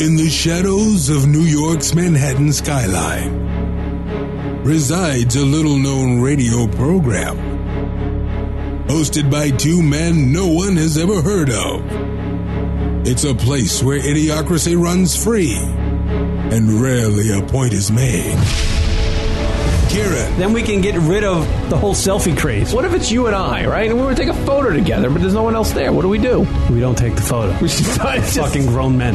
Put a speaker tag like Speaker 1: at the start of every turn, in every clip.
Speaker 1: In the shadows of New York's Manhattan skyline resides a little known radio program hosted by two men no one has ever heard of. It's a place where idiocracy runs free and rarely a point is made. Kieran,
Speaker 2: Then we can get rid of the whole selfie craze.
Speaker 3: What if it's you and I, right? And we were to take a photo together, but there's no one else there. What do we do?
Speaker 2: We don't take the photo.
Speaker 3: We should it's just-
Speaker 2: Fucking grown men.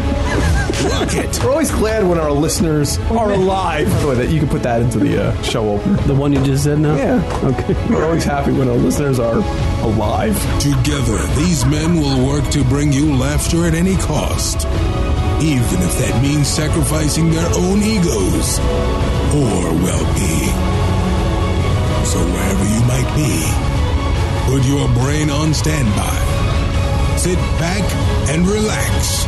Speaker 1: Rocket,
Speaker 3: We're always glad when our listeners are alive. By the way, that you can put that into the uh, show opener.
Speaker 2: The one you just said now?
Speaker 3: Yeah.
Speaker 2: Okay.
Speaker 3: We're always happy when our listeners are alive.
Speaker 1: Together, these men will work to bring you laughter at any cost, even if that means sacrificing their own egos or well being. So, wherever you might be, put your brain on standby. Sit back and relax.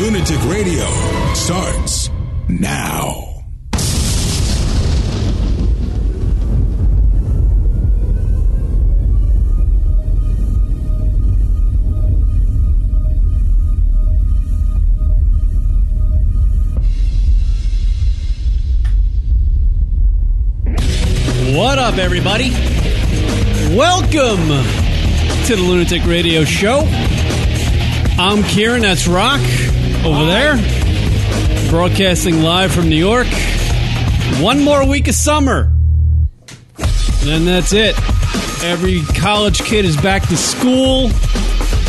Speaker 1: Lunatic Radio starts now.
Speaker 4: What up, everybody? Welcome to the Lunatic Radio Show. I'm Kieran, that's Rock over there, broadcasting live from New York. One more week of summer, and then that's it. Every college kid is back to school.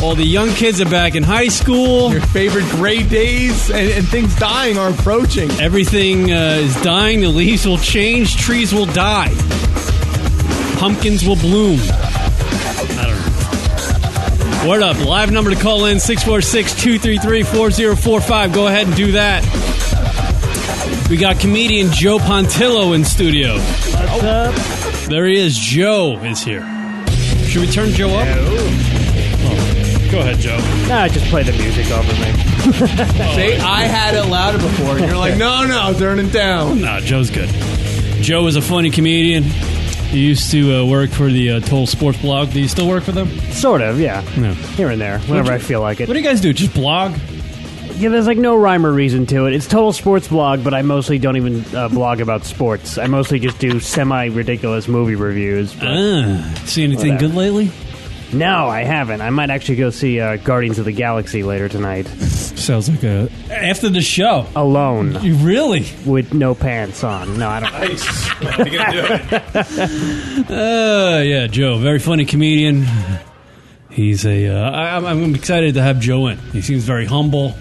Speaker 4: All the young kids are back in high school.
Speaker 3: Your favorite gray days and, and things dying are approaching.
Speaker 4: Everything uh, is dying. The leaves will change. Trees will die. Pumpkins will bloom. I don't know. Word up. Live number to call in 646 233 4045. Go ahead and do that. We got comedian Joe Pontillo in studio. What's up? There he is. Joe is here. Should we turn Joe up? Oh, Go ahead, Joe.
Speaker 5: Nah, just play the music over me.
Speaker 3: See, I had it louder before, and you're like, no, no, turn it down.
Speaker 4: No, Joe's good. Joe is a funny comedian. He used to uh, work for the uh, Total Sports Blog. Do you still work for them?
Speaker 5: Sort of, yeah.
Speaker 4: No.
Speaker 5: Here and there, whenever I feel like it.
Speaker 4: What do you guys do? Just blog?
Speaker 5: Yeah, there's like no rhyme or reason to it. It's total sports blog, but I mostly don't even uh, blog about sports. I mostly just do semi ridiculous movie reviews. But
Speaker 4: Ah, see anything
Speaker 5: Whatever.
Speaker 4: good lately?
Speaker 5: no, I haven't. I might actually go see uh, Guardians of the Galaxy later tonight,
Speaker 4: Sounds like a after the show.
Speaker 5: alone
Speaker 4: You really?
Speaker 5: with no pants on. No, I don't.
Speaker 4: Uh, yeah, Joe, very funny comedian. He's a. Uh, I, I'm- I'm excited to have Joe in. He seems very humble.
Speaker 3: Like,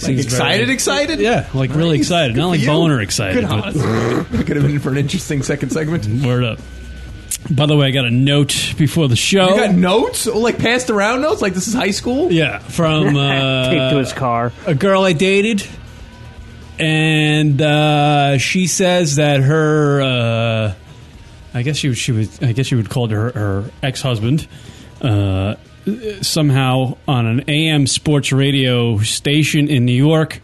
Speaker 4: Seems very-
Speaker 3: excited, excited?
Speaker 4: Yeah, like really excited. Not
Speaker 3: Good
Speaker 4: like
Speaker 3: for you.
Speaker 4: boner excited.
Speaker 3: Good
Speaker 4: but-
Speaker 3: odds. That could have been for an interesting second segment. You
Speaker 4: word up. By the way, I got a note before the show.
Speaker 3: got notes? Like passed around notes? Like this is high school?
Speaker 4: Yeah, from uh,
Speaker 5: Taped to his car.
Speaker 4: a girl I dated, and uh, she says that her, uh, I guess she would, she would, I guess she would call it her, her ex husband, uh, somehow on an AM sports radio station in New York.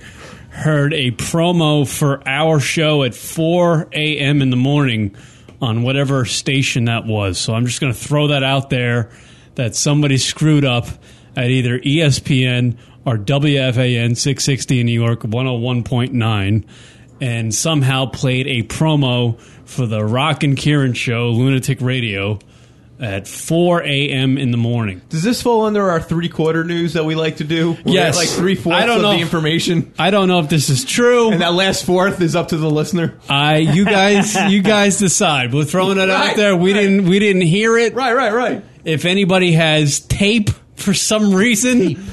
Speaker 4: Heard a promo for our show at 4 a.m. in the morning on whatever station that was. So I'm just going to throw that out there that somebody screwed up at either E ESPN or WFAN 660 in New York 101.9 and somehow played a promo for the Rock and Kieran show, Lunatic Radio, at 4 a.m. in the morning.
Speaker 3: Does this fall under our three quarter news that we like to do? Where we
Speaker 4: Yes.
Speaker 3: have, like three fourths
Speaker 4: I don't
Speaker 3: of
Speaker 4: know.
Speaker 3: the information,
Speaker 4: I don't know if this is true.
Speaker 3: and that last fourth is up to the listener.
Speaker 4: I you guys you guys decide. We're throwing it
Speaker 3: Right,
Speaker 4: out there. We
Speaker 3: right.
Speaker 4: didn't we didn't hear it.
Speaker 3: Right, right, right.
Speaker 4: If anybody has tape for some reason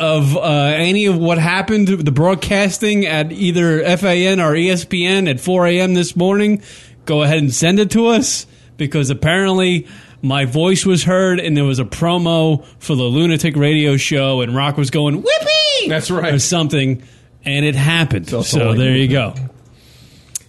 Speaker 4: of uh, any of what happened, the broadcasting at either FAN or E ESPN at 4 a.m. this morning, go ahead and send it to us because apparently my voice was heard and there was a promo for the Lunatic Radio Show and Rock was going, Whippy!
Speaker 3: That's right.
Speaker 4: Or something. And it happened.
Speaker 3: also
Speaker 4: So
Speaker 3: like-
Speaker 4: there you go.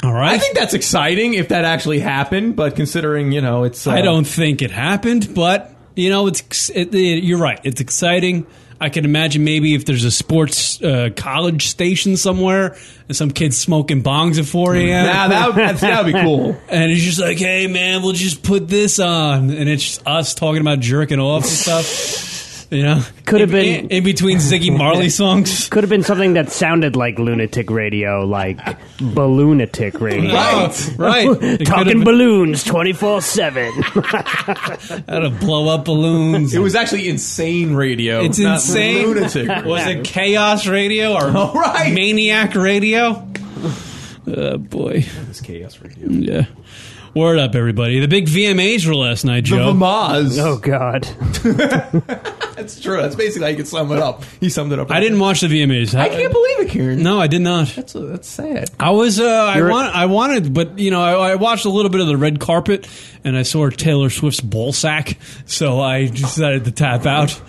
Speaker 4: All right.
Speaker 3: I think that's exciting if that actually happened, but considering you know it's, uh,
Speaker 4: I don't think it happened, but you know, it's ex- it, it- you're right. It's exciting. I can imagine maybe if there's a sports uh, college station somewhere and some kids smoking bongs at 4 a.m.
Speaker 3: Nah, that would, that's, that would be cool.
Speaker 4: and it's just like, hey man, we'll just put this on, and it's just us talking about jerking off and stuff. You know,
Speaker 5: Could have
Speaker 4: In-
Speaker 5: been-
Speaker 4: in, in between Ziggy Marley songs.
Speaker 5: Could have been something that sounded like lunatic radio, like balloonatic radio.
Speaker 4: Right, right. It could
Speaker 5: Talking
Speaker 4: have-
Speaker 5: balloons 24 7.
Speaker 4: how to blow up balloons.
Speaker 3: It was actually insane radio.
Speaker 4: It's
Speaker 3: not
Speaker 4: insane.
Speaker 3: Lunatic.
Speaker 4: Was it chaos radio or
Speaker 3: All right.
Speaker 4: maniac radio? Oh boy,
Speaker 3: It's chaos radio.
Speaker 4: yeah. Word up, everybody! The big VMAs were last night,
Speaker 3: The
Speaker 4: Joe.
Speaker 3: Vamaz.
Speaker 5: Oh, God.
Speaker 3: That's true. That's basically how you could sum it up. He summed it up.
Speaker 4: I didn't watch the VMAs.
Speaker 3: I can't believe it, Karen.
Speaker 4: No, I did not.
Speaker 3: That's, uh, that's sad.
Speaker 4: I was. Uh, I
Speaker 5: You're-
Speaker 4: want. I wanted, but you know, I, I watched a little bit of the red carpet, and I saw Taylor Swift's ball sack, so I decided to tap out.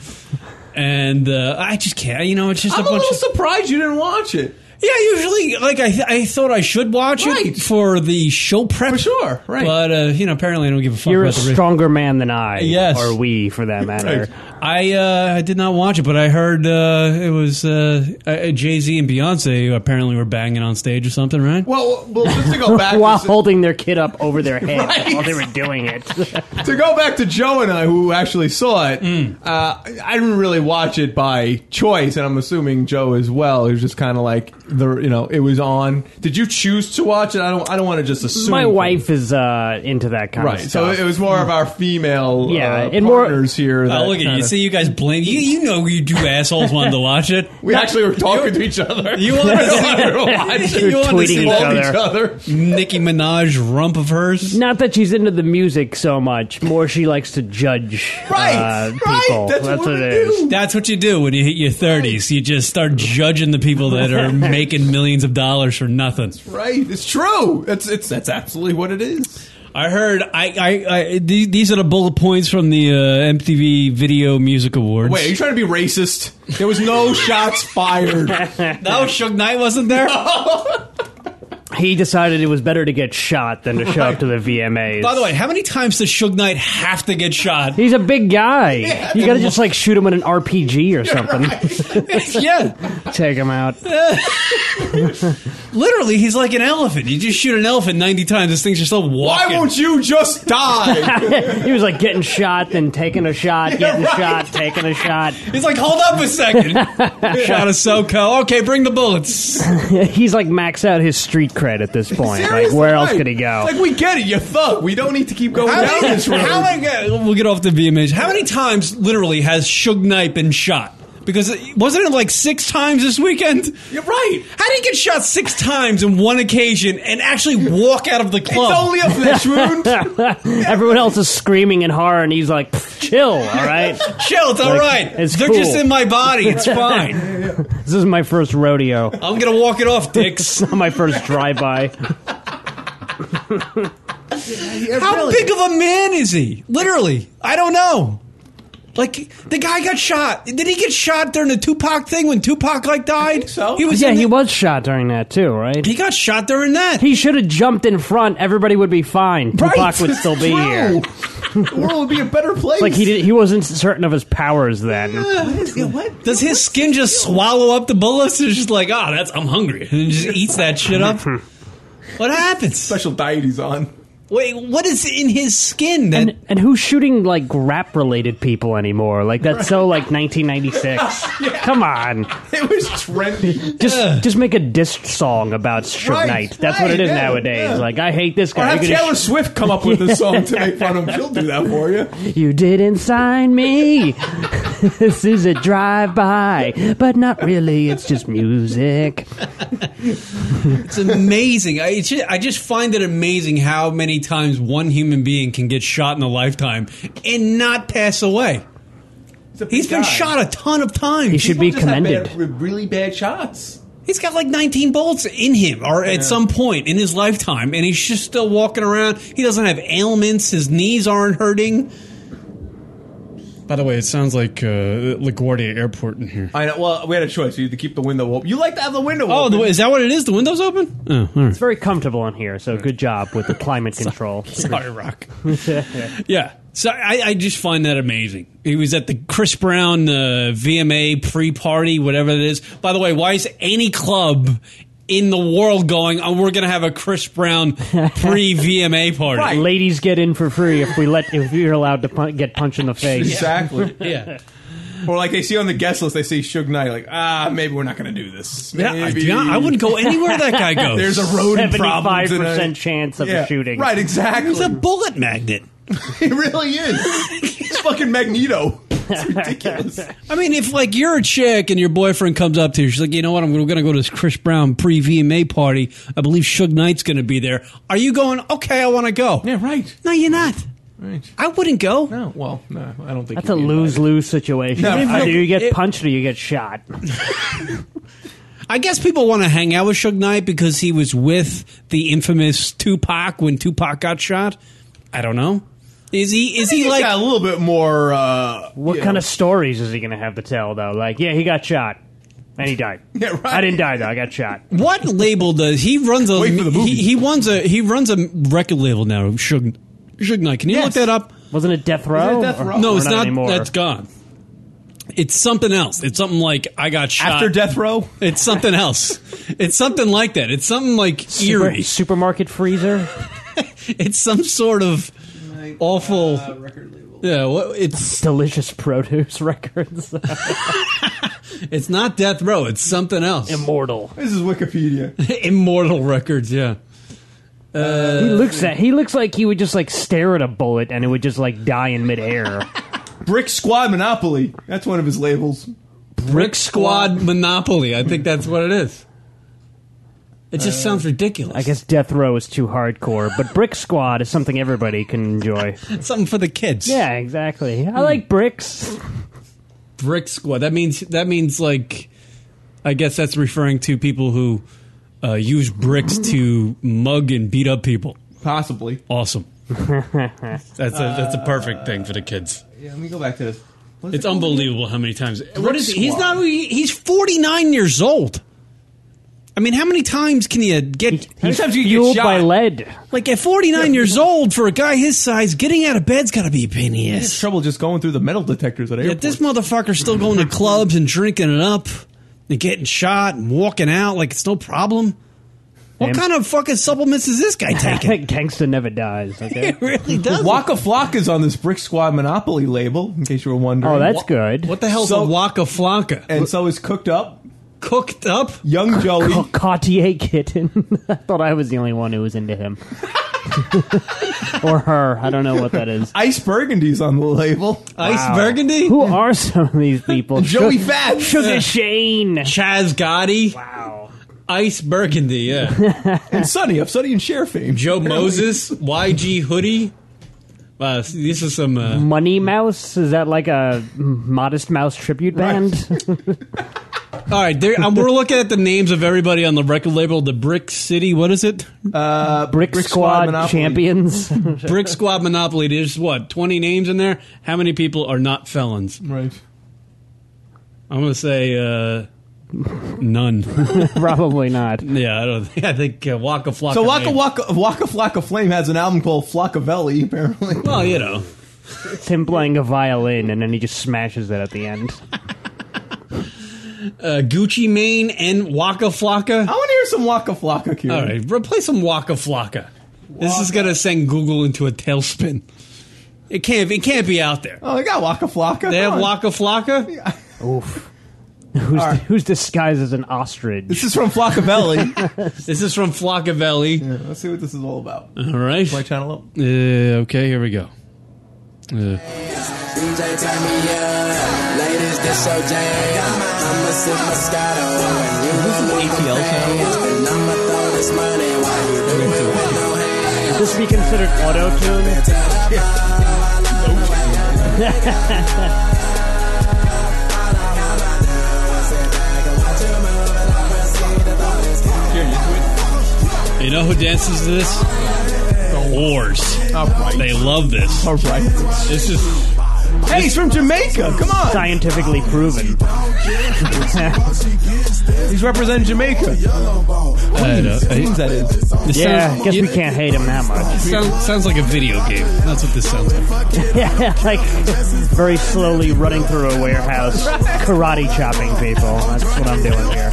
Speaker 4: And uh, I just can't. You know, it's just
Speaker 3: I'm
Speaker 4: a
Speaker 3: a
Speaker 4: bunch
Speaker 3: little
Speaker 4: of
Speaker 3: surprised you didn't watch it.
Speaker 4: Yeah, usually, like I, I thought I should watch
Speaker 3: Right.
Speaker 4: it for the show prep.
Speaker 3: For sure, right.
Speaker 4: But uh, you know, apparently, I don't give a fuck
Speaker 5: You're a
Speaker 4: about the.
Speaker 5: stronger man than I.
Speaker 4: Yes.
Speaker 5: Or we, for that matter.
Speaker 4: I uh, I did not watch it, but I heard uh, it was uh, Jay Z and Beyonce apparently were banging on stage or something, right?
Speaker 3: Well, well, just to go back,
Speaker 5: While
Speaker 3: just to,
Speaker 5: holding their kid up over their head
Speaker 3: Right.
Speaker 5: while they were doing it.
Speaker 3: to go back to Joe and I, who actually saw it.
Speaker 4: Mm.
Speaker 3: Uh, I didn't really watch it by choice, and I'm assuming Joe as well. It was just kind of like the, you know, it was on. Did you choose to watch it? I don't. I don't want to just assume.
Speaker 5: My
Speaker 3: from-
Speaker 5: wife is uh, into that kind
Speaker 3: Right,
Speaker 5: of
Speaker 3: so
Speaker 5: stuff.
Speaker 3: it was more of our female
Speaker 5: Yeah,
Speaker 3: uh,
Speaker 5: and more-
Speaker 3: partners here. that
Speaker 4: Oh, look at you!
Speaker 3: kinda-
Speaker 4: See, you guys blame you. You know, you two assholes wanted to watch it.
Speaker 3: We actually were talking to each other.
Speaker 4: You wanted to see-
Speaker 3: see
Speaker 4: you wanted to
Speaker 5: tweeting
Speaker 4: see
Speaker 5: each
Speaker 4: that
Speaker 5: other.
Speaker 4: Nicki Minaj rump of hers.
Speaker 5: Not that she's into the music so much, more she likes to judge
Speaker 3: Right,
Speaker 5: uh,
Speaker 3: right.
Speaker 5: people.
Speaker 3: That's, what,
Speaker 5: it
Speaker 3: we
Speaker 5: is.
Speaker 3: do.
Speaker 4: That's what you do when you hit your 30s. You just start judging the people that are making millions of dollars for nothing.
Speaker 3: Right, it's true. It's it's that's absolutely what it is.
Speaker 4: I heard I, I, I the- these are the bullet points from the uh, MTV Video Music Awards.
Speaker 3: Wait, are you trying to be racist? There was no shots fired.
Speaker 4: no, Suge Knight wasn't there.
Speaker 5: He decided it was better to get shot than to show up to the VMAs.
Speaker 4: By the way, how many times does Suge Knight have to get shot?
Speaker 5: he's a big guy. you gotta
Speaker 4: the-
Speaker 5: just like shoot him with an RPG or something.
Speaker 4: yeah,
Speaker 5: Take him out.
Speaker 4: literally, he's like an elephant. You just shoot an elephant ninety times, this thing's just still
Speaker 3: Why
Speaker 4: walking.
Speaker 3: won't you just die?
Speaker 5: he was like getting shot, then taking a shot, getting
Speaker 3: right.
Speaker 5: shot, taking a shot.
Speaker 4: He's like, hold up a second. Shot a SoCo. Okay, bring the bullets.
Speaker 5: He's like maxed out his street cred at this point. like,
Speaker 3: Seriously,
Speaker 5: where else
Speaker 3: right.
Speaker 5: could he go?
Speaker 3: Like we get it, you thug. We don't need to keep going
Speaker 4: How
Speaker 3: down
Speaker 4: many,
Speaker 3: this road.
Speaker 4: how many- uh, we'll get off the VMAs. How many times, literally, has Suge Knight been shot? Because it- wasn't it like six times this weekend?
Speaker 3: You're right.
Speaker 4: How do you get shot six times in one occasion and actually walk out of the
Speaker 3: It's
Speaker 4: club?
Speaker 3: only a flesh wound.
Speaker 5: Everyone else is screaming in horror, and he's like, "Pff, "Chill, all right.
Speaker 4: Chill, it's all right.
Speaker 5: it's
Speaker 4: They're
Speaker 5: cool.
Speaker 4: just in my body. It's fine.
Speaker 5: This is my first rodeo.
Speaker 4: I'm gonna walk it off, dicks.
Speaker 5: It's not my first drive-by."
Speaker 4: How big of a man is he? Literally, I don't know. Like the guy got shot. Did he get shot during the Tupac thing when Tupac like died?
Speaker 3: so.
Speaker 4: he was.
Speaker 5: Yeah,
Speaker 4: in
Speaker 5: he
Speaker 4: the-
Speaker 5: was shot during that too, right?
Speaker 4: He got shot during that.
Speaker 5: He should have jumped in front. Everybody would be fine. Tupac
Speaker 3: Right,
Speaker 5: would
Speaker 3: it's
Speaker 5: still be
Speaker 3: true.
Speaker 5: here.
Speaker 3: The world would be a better place.
Speaker 5: Like he did, he wasn't certain of his powers then.
Speaker 3: What?
Speaker 4: Does his skin just swallow up the bullets? It's just like, ah, that's I'm hungry, and he just eats that shit up. What happens?
Speaker 3: Special diet he's on.
Speaker 4: Wait, what is in his skin that
Speaker 5: And, and who's shooting like rap related people anymore? Like that's so like 1996. Come on,
Speaker 3: It was trendy.
Speaker 5: just just make a diss song about Suge
Speaker 3: Right,
Speaker 5: Knight. That's what it
Speaker 3: right,
Speaker 5: is
Speaker 3: yeah,
Speaker 5: nowadays.
Speaker 3: yeah.
Speaker 5: Like I hate this
Speaker 3: Or
Speaker 5: guy.
Speaker 3: have
Speaker 5: You're gonna
Speaker 3: Taylor Swift come up with a song to make fun of him. She'll do that for you.
Speaker 5: You didn't sign me. this is a drive by, but not really. It's just music.
Speaker 4: it's amazing. I, it's ju- I just find it amazing how many times one human being can get shot in a lifetime and not pass away. He's been shot a ton of times.
Speaker 5: He should be
Speaker 3: Just had
Speaker 5: commended.
Speaker 3: bad- really bad shots.
Speaker 4: He's got like 19 bullets in him, or at some point in his lifetime, and he's just still walking around. He doesn't have ailments. His knees aren't hurting. By the way, it sounds like uh, LaGuardia Airport in here.
Speaker 3: I know. Well, we had a choice. You either keep the window open. You like to have the window
Speaker 4: Oh,
Speaker 3: open.
Speaker 4: the, is that what it is? The window's open? Oh, all right.
Speaker 5: It's very comfortable in here, so good job with the climate control.
Speaker 4: Sorry, Rock. yeah. So I, I just find that amazing. He was at the Chris Brown uh, VMA pre party, whatever it is. By the way, why is any club in the world going, oh, we're going to have a Chris Brown pre VMA party?
Speaker 3: Right.
Speaker 5: Ladies get in for free if we let if you're allowed to pun- get punched in the face.
Speaker 3: Exactly.
Speaker 4: Yeah.
Speaker 3: Or like they see on the guest list, they see Suge Knight. Like, ah, maybe we're not going to do this.
Speaker 4: Yeah, I,
Speaker 3: Maybe
Speaker 4: do not- I wouldn't go anywhere that guy goes.
Speaker 3: There's a rodent problem.
Speaker 5: Seventy-five percent chance of a shooting.
Speaker 3: Right, exactly.
Speaker 4: He's a bullet magnet.
Speaker 3: it really is. It's fucking Magneto. It's ridiculous.
Speaker 4: I mean, if like you're a chick and your boyfriend comes up to you, she's like, you know what? I'm going to go to this Chris Brown pre VMA party. I believe Suge Knight's going to be there. Are you going? Okay, I want to go.
Speaker 3: yeah, right.
Speaker 4: No, you're not.
Speaker 3: Right.
Speaker 4: I wouldn't go.
Speaker 3: No, well, no, I don't think
Speaker 5: That's a
Speaker 3: you'd be
Speaker 5: lose lose situation.
Speaker 3: No,
Speaker 5: Either
Speaker 3: I-
Speaker 5: you get
Speaker 4: it-
Speaker 5: punched or you get shot.
Speaker 4: I guess people want to hang out with Suge Knight because he was with the infamous Tupac when Tupac got shot. I don't know. Is he? Is he
Speaker 3: He's
Speaker 4: like?
Speaker 3: got a little bit more. Uh,
Speaker 5: What kind of stories is he going to have to tell though? Like, yeah, he got shot and he died.
Speaker 3: Yeah, right.
Speaker 5: I didn't die though. I got shot.
Speaker 4: What label does he runs a?
Speaker 3: Wait for the movie.
Speaker 4: He, he runs a. He runs a record label now. Suge, Suge Knight. Can you
Speaker 3: Yes.
Speaker 4: look that up?
Speaker 5: Wasn't it death row?
Speaker 3: Death
Speaker 5: Or-
Speaker 3: Row?
Speaker 4: No,
Speaker 5: or
Speaker 4: it's not.
Speaker 5: anymore.
Speaker 4: That's gone. It's something else. It's something like I got shot
Speaker 3: after death row?
Speaker 4: It's something else. it's something like that. It's something like
Speaker 5: Super-
Speaker 4: eerie.
Speaker 5: supermarket freezer.
Speaker 4: It's some sort of awful. yeah, what, it's
Speaker 5: Delicious produce records.
Speaker 4: it's not death row. It's something else.
Speaker 5: Immortal.
Speaker 3: This is Wikipedia.
Speaker 4: Immortal Records. Yeah. Uh,
Speaker 5: he looks at. He looks like he would just like stare at a bullet and it would just like die in midair.
Speaker 3: Brick Squad Monopoly. That's one of his labels.
Speaker 4: Brick Squad Monopoly. I think that's what it is. It just sounds ridiculous.
Speaker 5: Uh, I guess death row is too hardcore, but brick squad is something everybody can enjoy.
Speaker 4: it's something for the kids. Hmm.
Speaker 5: Yeah, exactly. I like bricks.
Speaker 4: Brick Squad. That means that means like, I guess that's referring to people who uh, use bricks to mug and beat up people.
Speaker 3: Possibly. Uh,
Speaker 4: Awesome. that's a that's a perfect thing for the kids.
Speaker 3: Yeah, let me go back to this. What is
Speaker 4: It's
Speaker 3: it called?
Speaker 4: unbelievable how many times. What is he's
Speaker 3: Squad.
Speaker 4: not he- he's forty nine years old. I mean, how many times can you get
Speaker 3: He's Sometimes you get
Speaker 5: fueled
Speaker 3: shot.
Speaker 5: by lead.
Speaker 4: like at forty nine years old for a guy his size? Getting out of bed's got to be a pain in the
Speaker 3: It's
Speaker 4: ass.
Speaker 3: trouble just going through the metal detectors at
Speaker 4: Yet
Speaker 3: airports.
Speaker 4: this motherfucker's still going to clubs and drinking it up and getting shot and walking out like it's no problem. What
Speaker 5: Damn.
Speaker 4: kind of fucking supplements is this guy taking?
Speaker 5: Gangsta never dies. Okay.
Speaker 4: it really does.
Speaker 3: Waka Flocka is on this Brick Squad Monopoly label, in case you were wondering.
Speaker 5: Oh, that's good.
Speaker 4: What the hell's
Speaker 3: So-
Speaker 4: a waka flocka?
Speaker 3: And so is Cooked Up,
Speaker 4: Cooked up?
Speaker 3: Young Joey.
Speaker 5: Oh, Cartier kitten. I thought I was the only one who was into him. or her. I don't know what that is.
Speaker 3: Ice Burgundy's on the label.
Speaker 4: Ice burgundy?
Speaker 5: Who are some of these people?
Speaker 3: Joey
Speaker 5: Sugar,
Speaker 3: Fat.
Speaker 5: Sugar Shane.
Speaker 4: Uh, Chaz Gotti?
Speaker 5: Wow.
Speaker 4: Ice burgundy, yeah.
Speaker 3: and Sonny of Sonny and Cher fame.
Speaker 4: Joe Moses? YG hoodie? Wow, this is some. Uh,
Speaker 5: Money Mouse? Is that like a Modest Mouse tribute band?
Speaker 4: all right, there, um, we're looking at the names of everybody on the record label. The Brick City, what is it?
Speaker 3: Uh,
Speaker 5: Brick, Squad,
Speaker 3: Monopoly.
Speaker 5: champions?
Speaker 4: Brick Squad Monopoly. There's what twenty names in there. How many people are not felons?
Speaker 3: Right.
Speaker 4: I'm gonna say uh, none.
Speaker 5: Probably not.
Speaker 4: yeah, I don't. Think, I think uh, Waka Flocka.
Speaker 3: So Waka
Speaker 4: may-
Speaker 3: Waka Waka Flocka Flame has an album called Flockavelli, apparently.
Speaker 4: Well, you know,
Speaker 5: It's him playing a violin and then he just smashes it at the end.
Speaker 4: uh, Gucci Mane and Waka Flocka.
Speaker 3: I want to hear some Waka Flocka, Q.
Speaker 4: All right, replace some Waka Flocka. This is gonna send Google into a tailspin. It can't. It can't be out there.
Speaker 3: Oh, they got Waka Flocka.
Speaker 4: They
Speaker 3: Come
Speaker 4: have
Speaker 3: on.
Speaker 4: Waka Flocka.
Speaker 5: Who's,
Speaker 3: right.
Speaker 5: who's disguised as an ostrich?
Speaker 3: This is from Flockavelli.
Speaker 4: This is from Flockavelli.
Speaker 3: Yeah, Let's see what this is all about.
Speaker 4: All right.
Speaker 3: My channel up.
Speaker 4: Uh, okay, here we go. Uh,
Speaker 6: DJ turn me up, ladies this your jam. I'ma sip Moscato when you this is
Speaker 3: ATL
Speaker 6: and I'ma throw this money while you do it with no
Speaker 5: Would this be considered auto tune?
Speaker 4: You know who dances to this? The whores. They love this.
Speaker 3: All right.
Speaker 4: This is
Speaker 3: Hey, he's from Jamaica. Come on.
Speaker 5: Scientifically proven.
Speaker 3: He's representing Jamaica.
Speaker 4: I know,
Speaker 3: Queens,
Speaker 4: I-
Speaker 3: that is.
Speaker 4: this
Speaker 5: Yeah,
Speaker 4: sounds,
Speaker 5: guess
Speaker 4: you-
Speaker 5: we can't hate him that much.
Speaker 4: sound- sounds like a video game. That's what this sounds like.
Speaker 5: Yeah, like very slowly running through a warehouse, karate chopping people. That's what I'm doing here.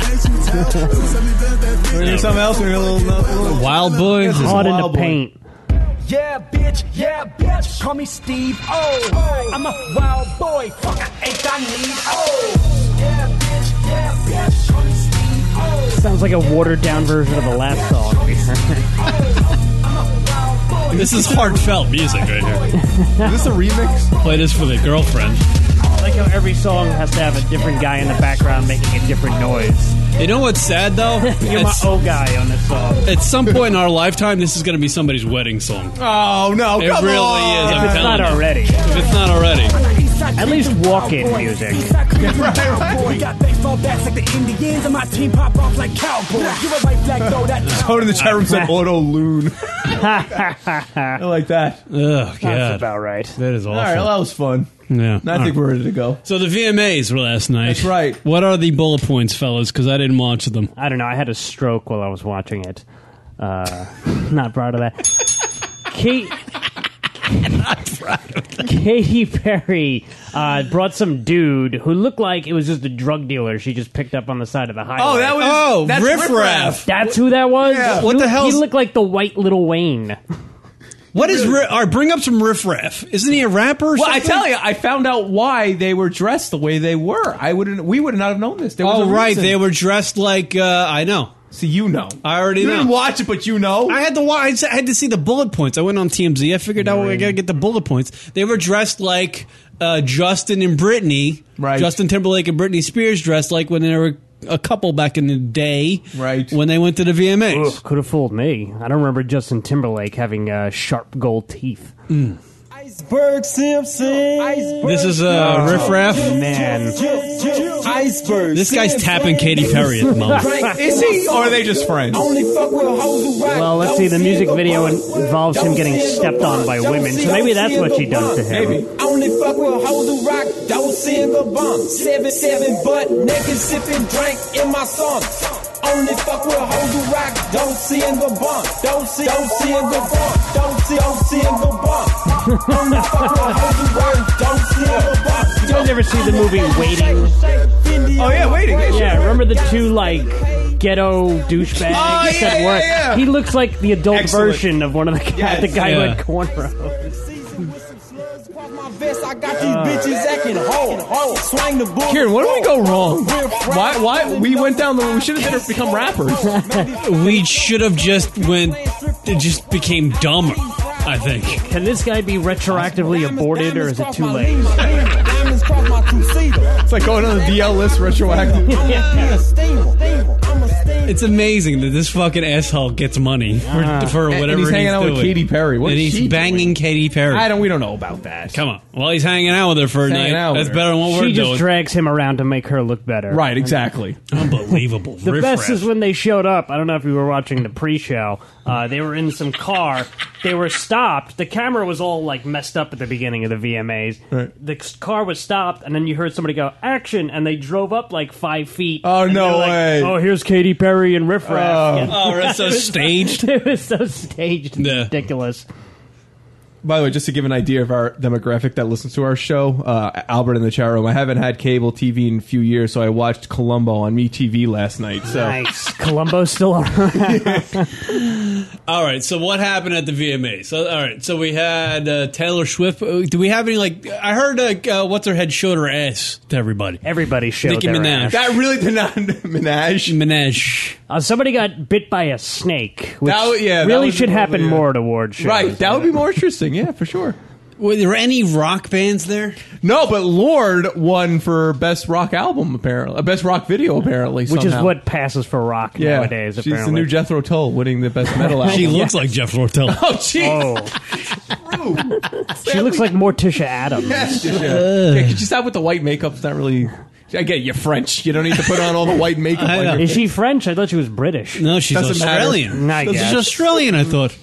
Speaker 3: We're gonna hear something else. We're gonna hear a little. a little
Speaker 4: Wild Boy.
Speaker 3: This is
Speaker 5: Caught in
Speaker 3: Wild
Speaker 5: the
Speaker 3: Boy.
Speaker 5: paint.
Speaker 7: Yeah, bitch, yeah, bitch. Call me Steve O. I'm a wild boy. Fuck, I ain't I need O. Yeah, bitch, yeah, bitch. Call me Steve O.
Speaker 5: Sounds like a watered down version of the last song.
Speaker 4: This is heartfelt music right here.
Speaker 3: Is this a remix?
Speaker 4: Play this for the girlfriend.
Speaker 5: I like how every song has to have a different guy in the background making a different noise.
Speaker 4: You know what's sad though?
Speaker 5: You're my
Speaker 4: At-
Speaker 5: O guy on this song.
Speaker 4: at some point in our lifetime, this is going to be somebody's wedding song.
Speaker 3: Oh no!
Speaker 4: It
Speaker 3: come
Speaker 4: really
Speaker 3: on.
Speaker 4: is. I'm
Speaker 5: It's
Speaker 4: telling
Speaker 5: not
Speaker 4: you.
Speaker 5: already.
Speaker 4: If it's not already.
Speaker 5: At least walk-in music.
Speaker 7: We got baseball bats like the Indians, and my team pop off like cowboys. You're a white flag, though. That
Speaker 3: Tone in the chat room said "Auto Loon." I like that.
Speaker 4: Oh
Speaker 5: That's
Speaker 4: god,
Speaker 5: about right.
Speaker 4: that is awful.
Speaker 3: All right, well, that was fun.
Speaker 4: yeah.
Speaker 3: I think we're ready to go.
Speaker 4: so the VMAs were last night.
Speaker 3: That's right.
Speaker 4: What are the bullet points, fellas? Because I didn't watch them.
Speaker 5: I don't know. I had a stroke while I was watching it. Uh, not proud of that. Kate. Katy Perry uh, brought some dude who looked like it was just a drug dealer she just picked up on the side of the highway.
Speaker 3: Oh, that was
Speaker 4: Oh,
Speaker 3: that's
Speaker 4: Riff Raff.
Speaker 5: That's who that was.
Speaker 3: Yeah.
Speaker 5: He
Speaker 4: What the
Speaker 5: looked-
Speaker 4: hell's-
Speaker 5: He looked like the white little Wayne.
Speaker 4: What is? Ri- Or bring up some riff raff. Isn't he a rapper? Or
Speaker 3: Well, I
Speaker 4: something?
Speaker 3: tell you, I found out why they were dressed the way they were. I wouldn't. We would not have known this. There was
Speaker 4: Oh
Speaker 3: a
Speaker 4: right,
Speaker 3: reason.
Speaker 4: they were dressed like uh, I know.
Speaker 3: See, you know.
Speaker 4: I already
Speaker 3: you
Speaker 4: know.
Speaker 3: didn't watch it, but you know.
Speaker 4: I had to wa- I s- I had to see the bullet points. I went on TMZ. I figured out I gotta get the bullet points. They were dressed like uh, Justin and Britney.
Speaker 3: Right.
Speaker 4: Justin Timberlake and Britney Spears dressed like when they were a couple back in the day.
Speaker 3: Right.
Speaker 4: When they went to the VMAs.
Speaker 5: Could have fooled me. I don't remember Justin Timberlake having uh, sharp gold teeth.
Speaker 4: Mm.
Speaker 7: Iceberg Simpson.
Speaker 4: This is uh, riff raff.
Speaker 5: Man,
Speaker 7: Iceberg.
Speaker 4: This guy's tapping Katy Perry at the moment.
Speaker 3: Is he? Or are they just friends?
Speaker 7: Only fuck with hoes who rock.
Speaker 5: Well, let's see. The music video in- involves him getting stepped on by women, so maybe that's what she done to him.
Speaker 3: Maybe.
Speaker 7: Only fuck with hoes who rock. Don't sing the bump. Seven seven butt naked sipping drink in my song. Only fuck with hoes who rock. Don't sing the bump. Don't see. Don't sing the bump. Don't see. Don't sing the bump. Only fuck with hoes who rock. Don't sing the bump.
Speaker 5: You guys ever see the movie Waiting?
Speaker 3: Oh yeah, waiting. Yeah,
Speaker 5: Yeah, remember the two like ghetto douchebags
Speaker 3: Oh,
Speaker 5: that
Speaker 3: yeah, yeah,
Speaker 5: work?
Speaker 3: yeah.
Speaker 5: He looks like the adult
Speaker 3: Excellent.
Speaker 5: version of one of the guy,
Speaker 3: Yes.
Speaker 5: the guy
Speaker 4: Yeah.
Speaker 5: who had cornrows.
Speaker 7: My vest, I got
Speaker 3: Uh,
Speaker 7: these bitches acting whole. Oh, Swing the bull.
Speaker 3: Kieran, what did we go wrong? Why? Why we went down the? We should have better become rappers.
Speaker 4: We should have just went. It just became dumber. I think.
Speaker 5: Can this guy be retroactively aborted, or is it too late?
Speaker 7: Diamonds cross my two-seater.
Speaker 3: It's like going on the DL list
Speaker 7: I'm
Speaker 3: retroactive.
Speaker 7: a steamer. I'm a steamer.
Speaker 4: It's amazing that this fucking asshole gets money for,
Speaker 5: Ah.
Speaker 4: for
Speaker 3: And- and
Speaker 4: whatever
Speaker 3: he's hanging out with
Speaker 4: doing.
Speaker 3: Katy Perry. What
Speaker 4: and
Speaker 3: is
Speaker 4: he's
Speaker 3: she
Speaker 4: banging Katy Perry.
Speaker 3: I don't. We don't know about that.
Speaker 4: Come on. Well, he's hanging out with her for a
Speaker 3: He's hanging
Speaker 4: night.
Speaker 3: out with
Speaker 4: That's
Speaker 3: her.
Speaker 4: better than what we're
Speaker 5: She just
Speaker 4: doing.
Speaker 5: drags him around to make her look better.
Speaker 3: Right. Exactly.
Speaker 4: Unbelievable.
Speaker 5: The best is when they showed up. I don't know if you were watching the pre-show. Uh, they were in some car. They were stopped. The camera was all like messed up at the beginning of the VMAs.
Speaker 3: Right.
Speaker 5: The c- car was stopped, and then you heard somebody go action, and they drove up like five feet.
Speaker 3: Oh,
Speaker 5: and they
Speaker 3: no
Speaker 5: were like,
Speaker 3: way.
Speaker 5: Oh, here's Katy Perry and Riff Raff.
Speaker 4: Oh, that's so staged.
Speaker 5: it was so staged, and
Speaker 4: Yeah.
Speaker 5: ridiculous.
Speaker 3: By the way, just to give an idea of our demographic that listens to our show, uh, Albert in the chat room. I haven't had cable TV in a few years, so I watched Columbo on MeTV last night. So
Speaker 5: Nice. Columbo's still around.
Speaker 4: All right. So what happened at the VMAs? So, all right. So we had uh, Taylor Swift. Uh, Do we have any like? I heard like uh, what's her head showed her ass to everybody.
Speaker 5: Everybody showed
Speaker 4: Nicki
Speaker 5: their
Speaker 4: Minaj.
Speaker 5: ass.
Speaker 3: that really did not menage.
Speaker 4: Minaj.
Speaker 5: Uh, somebody got bit by a snake, which
Speaker 3: That would- yeah, that
Speaker 5: really
Speaker 3: would be
Speaker 5: should happen
Speaker 3: probably, uh,
Speaker 5: more at award shows.
Speaker 3: Right. That would be more interesting. Yeah, for sure.
Speaker 4: Were there any rock bands there?
Speaker 3: No, but Lord won for best rock album apparently, uh, best rock video apparently,
Speaker 5: Which
Speaker 3: somehow.
Speaker 5: is what passes for rock
Speaker 3: Yeah,
Speaker 5: nowadays.
Speaker 3: she's
Speaker 5: Apparently,
Speaker 3: the new Jethro Tull, winning the best metal album.
Speaker 4: She looks like Jeff Lortel.
Speaker 3: oh, jeez.
Speaker 5: Oh.
Speaker 4: Oh.
Speaker 5: she looks like Morticia Adams.
Speaker 3: Yes,
Speaker 4: uh,
Speaker 3: yeah. Yeah, could you stop with the white makeup? It's not really. I get it, you're French. You don't need to put on all the white makeup.
Speaker 4: I
Speaker 3: on
Speaker 4: know.
Speaker 3: your-
Speaker 5: Is she French? I thought she was British.
Speaker 4: No, she's
Speaker 3: Doesn't matter.
Speaker 4: Australian.
Speaker 5: I
Speaker 4: she's
Speaker 5: guess.
Speaker 4: Australian. I thought.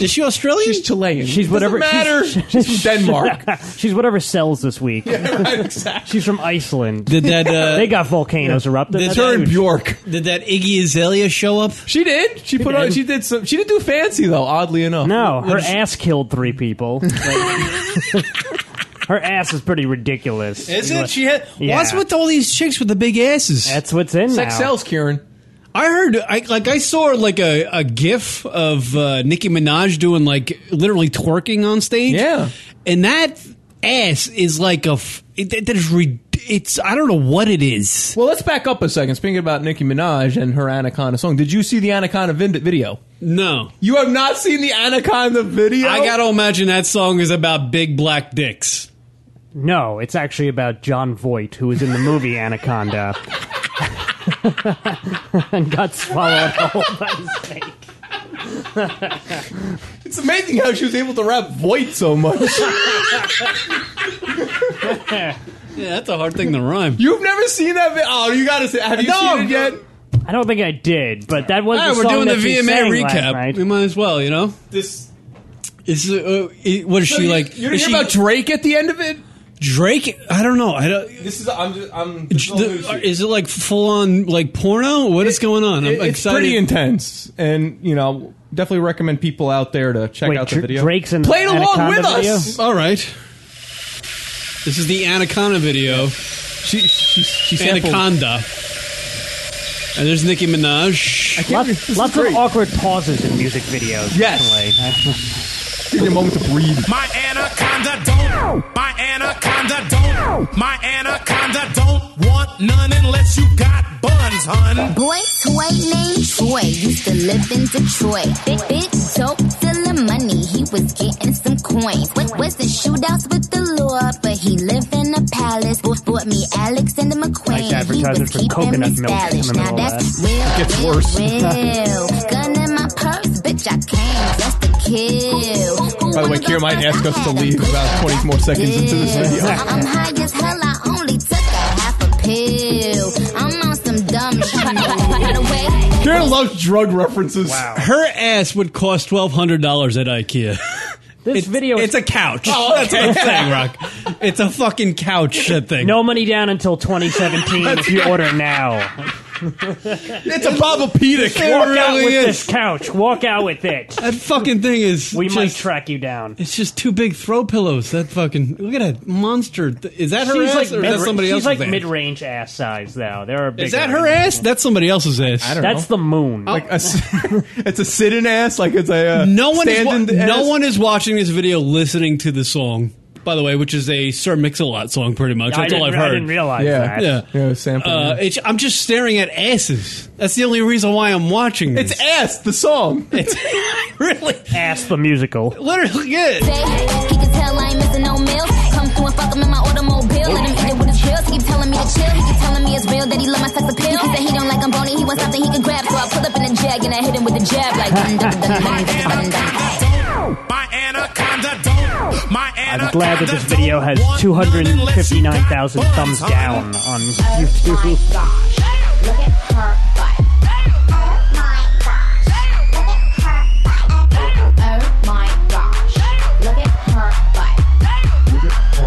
Speaker 4: Is she Australian?
Speaker 3: She's Chilean.
Speaker 5: She's
Speaker 3: Doesn't
Speaker 5: whatever-
Speaker 3: matter.
Speaker 5: she's-
Speaker 3: She's from Denmark.
Speaker 5: She's whatever sells this week.
Speaker 3: right, exactly.
Speaker 5: She's from Iceland.
Speaker 4: Did that? Uh,
Speaker 5: they got volcanoes erupted.
Speaker 4: They
Speaker 5: That's
Speaker 3: Her and
Speaker 5: huge.
Speaker 3: Bjork.
Speaker 4: did that Iggy Azalea show up?
Speaker 3: She did. She, put on.
Speaker 5: did.
Speaker 3: She did some. She didn't do fancy though. Oddly enough.
Speaker 5: No, her ass killed three people. Like- her ass is pretty ridiculous.
Speaker 4: Is it? She had.
Speaker 5: Yeah.
Speaker 4: What's with all these chicks with the big asses?
Speaker 5: That's what's in
Speaker 3: Sex
Speaker 5: now.
Speaker 3: sells, Kieran.
Speaker 4: I heard, I, like, I saw like a, a GIF of uh, Nicki Minaj doing like literally twerking on stage.
Speaker 3: Yeah.
Speaker 4: and that ass is like a. f- It, that is rid- It's I don't know what it is.
Speaker 3: Well, let's back up a second. Speaking about Nicki Minaj and her Anaconda song, did you see the Anaconda vin- video?
Speaker 4: No,
Speaker 3: You have not seen the Anaconda video?
Speaker 4: I gotta imagine that song is about big black dicks.
Speaker 5: No, it's actually about John Voight, who was in the movie Anaconda. and got swallowed whole by a snake.
Speaker 3: It's amazing how she was able to rap Voight so much.
Speaker 4: Yeah, that's a hard thing to rhyme.
Speaker 3: You've never seen that video? Oh, you gotta see. Have you
Speaker 4: No.
Speaker 3: seen it yet?
Speaker 5: I don't think I did, but that was
Speaker 4: All
Speaker 5: the
Speaker 4: right, Ah, we're
Speaker 5: song
Speaker 4: doing the
Speaker 5: that she
Speaker 4: VMA
Speaker 5: sang last
Speaker 4: recap.
Speaker 5: night.
Speaker 4: We might as well, you know.
Speaker 3: This.
Speaker 4: Is uh, i- what is
Speaker 3: So
Speaker 4: she
Speaker 3: you-
Speaker 4: like?
Speaker 3: You didn't
Speaker 4: is
Speaker 3: hear
Speaker 4: she-
Speaker 3: about Drake at the end of it?
Speaker 4: Drake? I don't know. I don't.
Speaker 3: This is. I'm. Just, I'm.
Speaker 4: J- the- is it like full on like porno? What is going on? I'm
Speaker 3: It- it's
Speaker 4: excited.
Speaker 3: pretty intense, and you know, definitely recommend people out there to check
Speaker 5: Wait,
Speaker 3: out the
Speaker 5: Dr-
Speaker 3: video.
Speaker 5: Drake's in the
Speaker 3: Play it along
Speaker 5: Anaconda
Speaker 3: with us.
Speaker 5: video?
Speaker 4: All right. This is the Anaconda video.
Speaker 3: She, she, she sampled-
Speaker 4: Anaconda. And there's Nicki Minaj.
Speaker 3: Can't be- this
Speaker 5: Lots,
Speaker 3: is
Speaker 5: lots of
Speaker 3: great.
Speaker 5: awkward pauses in music videos.
Speaker 3: Yes.
Speaker 5: definitely.
Speaker 3: Give me a moment to breathe.
Speaker 8: My anaconda don't. My anaconda don't. My anaconda don't want none unless you got buns, hun.
Speaker 9: Boy, toy named Troy used to live in Detroit. Big, big, dope, dealing money. He was getting some coins. What was the shootouts with the law? But he lived in a palace. Bought, bought me Alexander McQueen.
Speaker 5: Like
Speaker 9: he
Speaker 5: advertising
Speaker 9: was
Speaker 5: for
Speaker 9: keeping
Speaker 5: coconut
Speaker 9: me
Speaker 5: milk in the
Speaker 9: stylish. Now
Speaker 5: middle of
Speaker 9: that's real,
Speaker 3: Gets
Speaker 9: real,
Speaker 3: worse.
Speaker 9: real. Gun in my purse, bitch. I came just to kill.
Speaker 3: By the way, Kier might ask us to leave about 20 more seconds into this video.
Speaker 9: I'm high as hell. I only took a half a pill. I'm on some dumb shit. By the way,
Speaker 3: Karen loves drug references. Wow.
Speaker 4: Her ass would cost twelve hundred dollars at IKEA.
Speaker 5: This video is
Speaker 4: It's a couch. That's what I'm saying, Rock. It's a fucking couch. That thing.
Speaker 5: no money down until 2017 if you order now.
Speaker 3: It's a Bobapedic.
Speaker 5: Walk out
Speaker 4: really
Speaker 5: with
Speaker 4: is.
Speaker 5: this couch. Walk out with it.
Speaker 4: That fucking thing is.
Speaker 5: We might
Speaker 4: just-
Speaker 5: track you down.
Speaker 4: It's just two big throw pillows. That fucking look at that monster. Th- Is that her
Speaker 5: She's
Speaker 4: ass
Speaker 5: like,
Speaker 4: or is that
Speaker 5: mid-
Speaker 4: somebody
Speaker 5: she's
Speaker 4: else's
Speaker 5: like
Speaker 4: ass?
Speaker 5: mid-range ass size, though. There are
Speaker 4: Is
Speaker 5: bigger
Speaker 4: that her
Speaker 5: ones.
Speaker 4: ass? That's somebody else's ass. I
Speaker 3: don't know.
Speaker 5: That's the moon.
Speaker 3: Like a s it's a sitting ass. Like it's a uh,
Speaker 4: No one is wa-
Speaker 3: standing
Speaker 4: no
Speaker 3: ass.
Speaker 4: one is watching this video listening to the song. By the way, which is a Sir Mix-a-Lot song, pretty much.
Speaker 5: I,
Speaker 4: That's
Speaker 5: didn't,
Speaker 4: all I've
Speaker 5: I
Speaker 4: heard.
Speaker 5: didn't realize
Speaker 3: Yeah,
Speaker 5: that.
Speaker 4: Yeah.
Speaker 3: yeah, sample.
Speaker 4: Uh,
Speaker 3: yeah.
Speaker 4: it's, I'm just staring at asses. That's the only reason why I'm watching this.
Speaker 3: It's ass. The song.
Speaker 4: It's- really,
Speaker 5: Ass the musical.
Speaker 4: literally good.
Speaker 9: day. He can tell I ain't missing no meals. Come through and fuck him in my automobile. Let him eat it with his pills. He keep telling me to chill. He keep telling me it's real that he love my sex appeal. He said he don't like I'm bony. He wants something he can grab. So I pull up in a jag and I hit him with a jab like. dun, dun, dun, dun, dun, dun, dun.
Speaker 8: My anaconda don't. My anaconda
Speaker 5: I'm glad that this
Speaker 8: don't
Speaker 5: video has
Speaker 8: want none unless you got
Speaker 5: 259,000
Speaker 8: buns,
Speaker 5: thumbs
Speaker 8: hun.
Speaker 5: down on
Speaker 4: Oh
Speaker 5: YouTube.
Speaker 7: gosh. Look at her butt. Oh my gosh. Look at her butt. Oh my gosh. Look at her butt. Look at her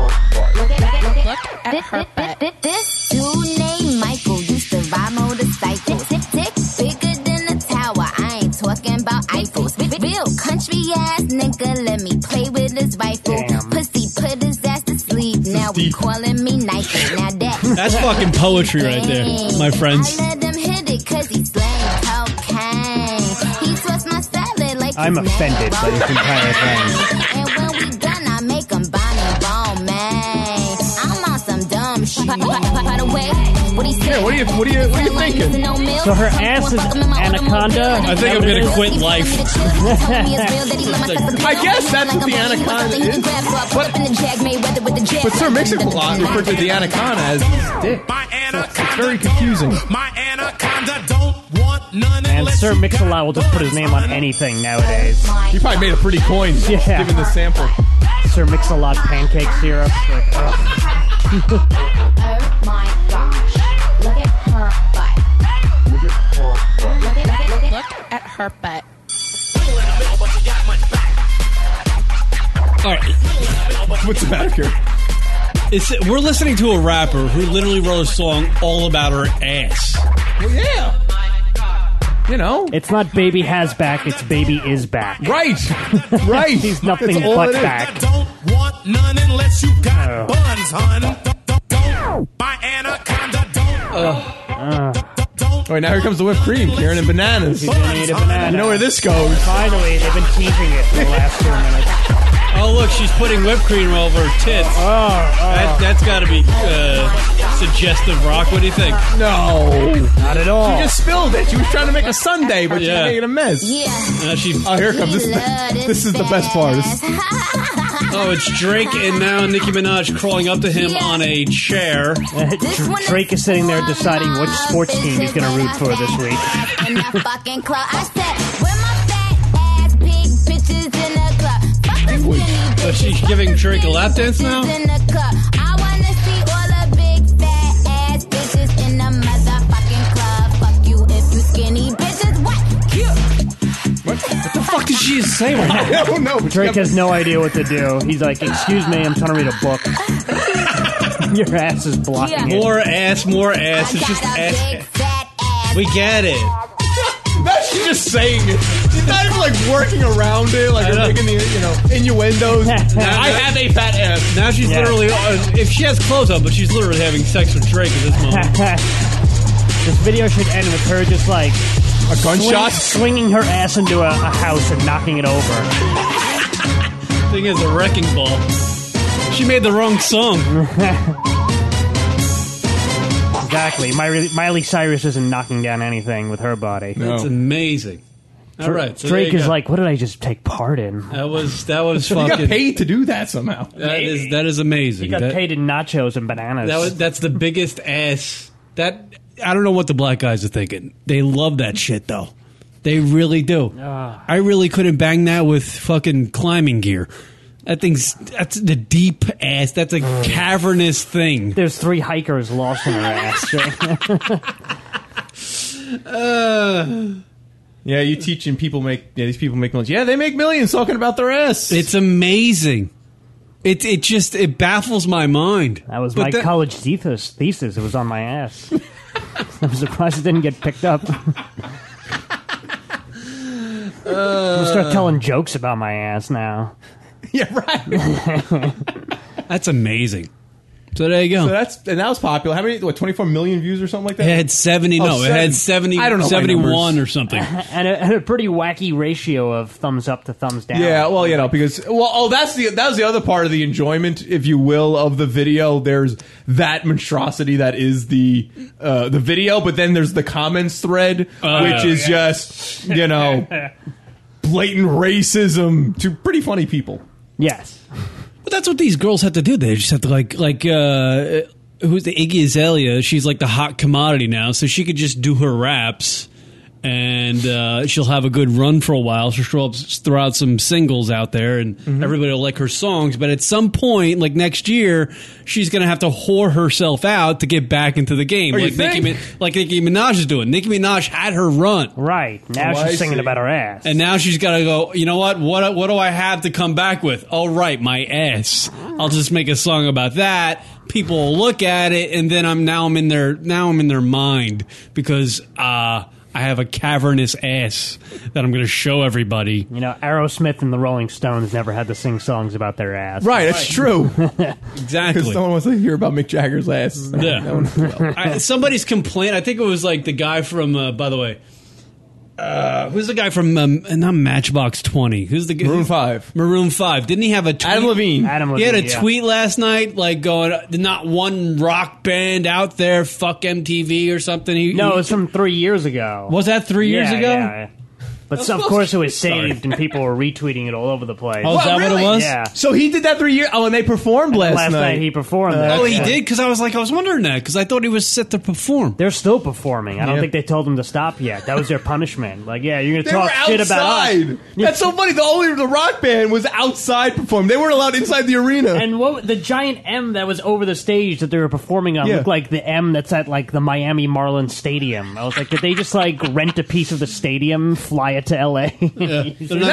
Speaker 7: butt. Look at her
Speaker 9: Th- th- th- th- This dude named Michael used to ride motorcycles. Dick, dick bigger than a tower. I ain't talking about Eiffels. Re- Real country ass nigga, let me play with his rifle.
Speaker 5: Damn.
Speaker 9: Pussy put his ass to sleep. Now he calling me Nike. Now that
Speaker 4: That's fucking poetry right there, my friends.
Speaker 9: I let him hit it 'cause he slang cocaine. He twists my salad like
Speaker 5: I'm
Speaker 9: his name
Speaker 5: offended by this
Speaker 9: was
Speaker 5: entire thing.
Speaker 9: Wayne. And when we done, I make him Bonnie Bone Man. I'm on some dumb shit. By, by- by the way, what he said.
Speaker 3: what are you? What are you? What are you thinking?
Speaker 5: So her ass is anaconda?
Speaker 4: I think I'm gonna quit life.
Speaker 9: I
Speaker 3: guess that's what the anaconda is. But- But Sir Mix-a-Lot referred to the
Speaker 9: "Oh
Speaker 3: anaconda as his dick.
Speaker 8: My anaconda
Speaker 3: It's very
Speaker 8: don't.
Speaker 3: confusing.
Speaker 8: My anaconda don't want none
Speaker 5: And
Speaker 8: unless
Speaker 5: Sir
Speaker 8: you got
Speaker 5: Mix-a-Lot will just put his name on anything nowadays.
Speaker 3: You probably made a pretty coin
Speaker 5: Yeah.
Speaker 3: given the sample.
Speaker 5: Sir Mix-a-Lot pancake syrup. Like, ugh.
Speaker 7: Oh my gosh. Look at her butt.
Speaker 10: Oh,
Speaker 7: Look at her butt. Look at
Speaker 9: at her butt.
Speaker 4: All right,
Speaker 3: What's the matter here?
Speaker 4: It's, we're listening to a rapper who literally wrote a song all about her ass.
Speaker 3: Well, yeah. You know.
Speaker 5: It's not baby has back, it's baby is back.
Speaker 3: Right. Right.
Speaker 5: He's nothing
Speaker 3: That's all
Speaker 5: but
Speaker 3: it is.
Speaker 5: back.
Speaker 8: Don't want none unless you got
Speaker 5: Oh.
Speaker 10: Uh.
Speaker 4: Uh,
Speaker 8: buns, hun. Don't, don't, don't. My anaconda don't. Don't, don't,
Speaker 3: All right, now here comes the whipped cream, Karen, and bananas.
Speaker 5: She's gonna eat a banana.
Speaker 3: You know where this goes.
Speaker 5: Finally, they've been teasing it for the last two minutes.
Speaker 4: Oh, look, she's putting whipped cream all over her tits.
Speaker 5: Oh,
Speaker 4: That, that's got to be uh, suggestive rock. What do you think?
Speaker 3: No.
Speaker 5: oh, not at all.
Speaker 3: She just spilled it. She was trying to make a sundae, but
Speaker 4: Yeah.
Speaker 3: she's making a mess.
Speaker 9: Yeah.
Speaker 4: Uh, she,
Speaker 3: Oh, here it comes. This, is the- this is the best part. This-
Speaker 4: oh, it's Drake and now Nicki Minaj crawling up to him on a chair.
Speaker 5: Drake is sitting there deciding which sports team he's going to root for this week.
Speaker 9: week.
Speaker 4: But she's giving Drake a lap dance now?
Speaker 9: I wanna see all the big fat ass bitches in the motherfucking club. Fuck you if you skinny bitches. What? Cute.
Speaker 4: fuck did she say right now?
Speaker 3: I don't know. but she
Speaker 5: Drake
Speaker 3: got-
Speaker 5: has no idea what to do. He's like, "Excuse me, I'm trying to read a book." Your ass is blocking it.
Speaker 4: More ass, more ass.
Speaker 9: I
Speaker 4: It's
Speaker 9: got
Speaker 4: just
Speaker 9: a big
Speaker 4: ass.
Speaker 9: fat ass.
Speaker 4: We get it.
Speaker 3: That's she's just saying it. She's not even like working around it, like
Speaker 4: know.
Speaker 3: or making the you know innuendos. I have a fat ass.
Speaker 4: Now she's
Speaker 5: Yeah.
Speaker 4: literally, uh, if she has clothes on, but she's literally having sex with Drake at this moment.
Speaker 5: this video should end with her just like
Speaker 3: A
Speaker 5: swing,
Speaker 3: gunshot.
Speaker 5: swinging her ass into a, a house and knocking it over.
Speaker 4: thing is a wrecking ball. She made the wrong song.
Speaker 5: Exactly. Miley, Miley Cyrus isn't knocking down anything with her body.
Speaker 4: That's amazing. All right, so there
Speaker 5: Drake
Speaker 4: you
Speaker 5: is
Speaker 4: go.
Speaker 5: like, what did I just take part in?
Speaker 4: that was that was
Speaker 3: You got
Speaker 4: fucking
Speaker 3: paid to do that somehow.
Speaker 4: that is that is amazing.
Speaker 5: He got
Speaker 4: that,
Speaker 5: paid in nachos and bananas.
Speaker 4: that was, that's the biggest ass. That I don't know what the black guys are thinking. They love that shit though. They really do.
Speaker 5: Ah.
Speaker 4: I really couldn't bang that with fucking climbing gear. That thing's that's the deep ass. That's a cavernous thing.
Speaker 5: Mm. There's three hikers lost in her ass.
Speaker 3: Yeah, you teaching people make yeah these people make millions. Yeah, they make millions talking about their ass.
Speaker 4: It's amazing. It it just it baffles my mind.
Speaker 5: That was
Speaker 4: But
Speaker 5: my college thesis. Thesis. It was on my ass. I'm surprised it didn't get picked up. I'm gonna
Speaker 4: Uh.
Speaker 5: start telling jokes about my ass now.
Speaker 3: yeah, right.
Speaker 4: That's amazing. So there you go.
Speaker 3: So that's and that was popular. How many? What twenty four million views or something like that?
Speaker 4: it had 70,
Speaker 3: Oh,
Speaker 4: no, it had
Speaker 3: 70.
Speaker 4: 70,
Speaker 3: I don't know my
Speaker 4: 71
Speaker 3: numbers.
Speaker 4: or something.
Speaker 5: And a, and a pretty wacky ratio of thumbs up to thumbs down.
Speaker 3: Yeah, well, you know, because well, oh, that's the that was the other part of the enjoyment, if you will, of the video. There's that monstrosity that is the uh, the video, but then there's the comments thread,
Speaker 4: Oh,
Speaker 3: which is just you know blatant racism to pretty funny people.
Speaker 5: Yes.
Speaker 4: But that's what these girls have to do. They just have to, like, like, uh, who's the Iggy Azalea? She's like the hot commodity now, so she could just do her raps and uh, she'll have a good run for a while. She'll throw, up, throw out some singles out there and
Speaker 5: Mm-hmm.
Speaker 4: everybody will like her songs. But at some point, like next year, she's going to have to whore herself out to get back into the game.
Speaker 3: Oh, you
Speaker 4: like, Nicki,
Speaker 3: think?
Speaker 4: Min- like Nicki Minaj is doing. Nicki Minaj had her run.
Speaker 5: Right. Now
Speaker 3: Oh, I
Speaker 5: she's singing
Speaker 3: see.
Speaker 5: about her ass.
Speaker 4: And now she's got to go. You know what? What what do I have to come back with? All right, my ass. I'll just make a song about that. People will look at it, and then I'm now I'm in their now I'm in their mind because uh, I have a cavernous ass that I'm going to show everybody.
Speaker 5: you know, Aerosmith and the Rolling Stones never had to sing songs about their ass.
Speaker 3: Right, that's true. Because
Speaker 4: Exactly.
Speaker 3: no one wants to hear about Mick Jagger's ass.
Speaker 4: Yeah.
Speaker 3: No one- well,
Speaker 4: I, somebody's complaint. I think it was like the guy from. Uh, by the way, uh, who's the guy from? Um, not Matchbox Twenty. Who's the
Speaker 3: Maroon Five.
Speaker 4: Maroon Five. Didn't he have a tweet?
Speaker 3: Adam Levine.
Speaker 5: Adam
Speaker 4: He had a
Speaker 5: Levine, yeah.
Speaker 4: tweet last night, like going, "Not one rock band out there, fuck MTV or something." He,
Speaker 5: No,
Speaker 4: he-
Speaker 5: it was from three years ago.
Speaker 4: was that three years
Speaker 5: Oh. Yeah,
Speaker 4: ago?
Speaker 5: yeah, yeah. But so, of course it was saved and people were retweeting it all over the place.
Speaker 4: Oh, is that what
Speaker 3: really?
Speaker 4: it was?
Speaker 5: Yeah.
Speaker 3: So he did that three years. Oh, and they performed last, Uh,
Speaker 5: Last night. he performed. that.
Speaker 4: Oh, he
Speaker 5: Yeah.
Speaker 4: did because I was like, I was wondering that because I thought he was set to perform.
Speaker 5: They're still performing. I don't
Speaker 3: Yeah.
Speaker 5: think they told them to stop yet. That was their punishment. Like, yeah, you're
Speaker 3: They
Speaker 5: gonna talk
Speaker 3: were
Speaker 5: shit about us.
Speaker 3: outside. That's so funny. The only the rock band was outside performing. They weren't allowed inside the arena.
Speaker 5: And what the giant M that was over the stage that they were performing on
Speaker 3: Yeah.
Speaker 5: looked like the M that's at like the Miami Marlins Stadium. I was like, did they just like rent a piece of the stadium, fly it to LA?
Speaker 4: They're not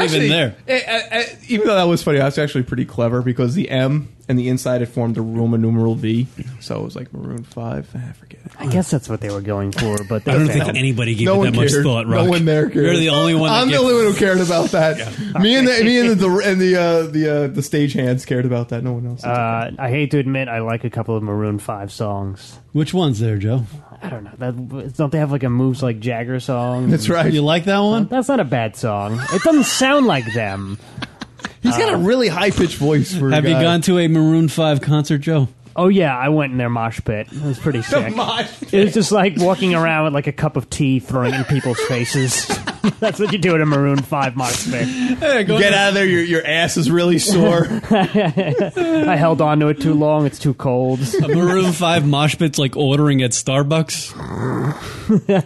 Speaker 3: It's
Speaker 4: even there.
Speaker 3: eh, eh, eh, even though that was funny, that's actually pretty clever because the M and the inside it formed a Roman numeral V, so it was like Maroon Five. I forget. It.
Speaker 5: I guess that's what they were going for, but they
Speaker 4: I don't
Speaker 5: failed.
Speaker 4: think anybody gave
Speaker 3: no
Speaker 4: it
Speaker 3: one
Speaker 4: that
Speaker 3: cared.
Speaker 4: much thought, Rock.
Speaker 3: No one there cared.
Speaker 4: You're the only one. that
Speaker 3: I'm the
Speaker 4: gave-
Speaker 3: only one who cared about that. Me and the me and the and the uh, the uh, the stage hands cared about that. No one else.
Speaker 5: Uh, I hate to admit, I like a couple of Maroon Five songs.
Speaker 4: Which one's there, Joe?
Speaker 5: I don't know. That, don't they have like a moves like Jagger song?
Speaker 3: That's right. You
Speaker 5: like that one? That's not a bad song. It doesn't sound like them.
Speaker 3: He's
Speaker 5: Uh,
Speaker 3: got a really high pitched voice for. a
Speaker 4: Have
Speaker 3: guy.
Speaker 4: you gone to a Maroon Five concert, Joe?
Speaker 5: Oh yeah, I went in their mosh pit. It was pretty sick.
Speaker 3: mosh
Speaker 5: It was just like walking around with like a cup of tea thrown in people's faces. That's what you do at a Maroon Five mosh pit.
Speaker 3: Get out of there! Your your ass is really sore.
Speaker 5: I held on to it too long. It's too cold.
Speaker 4: A Maroon Five mosh pit's like ordering at Starbucks.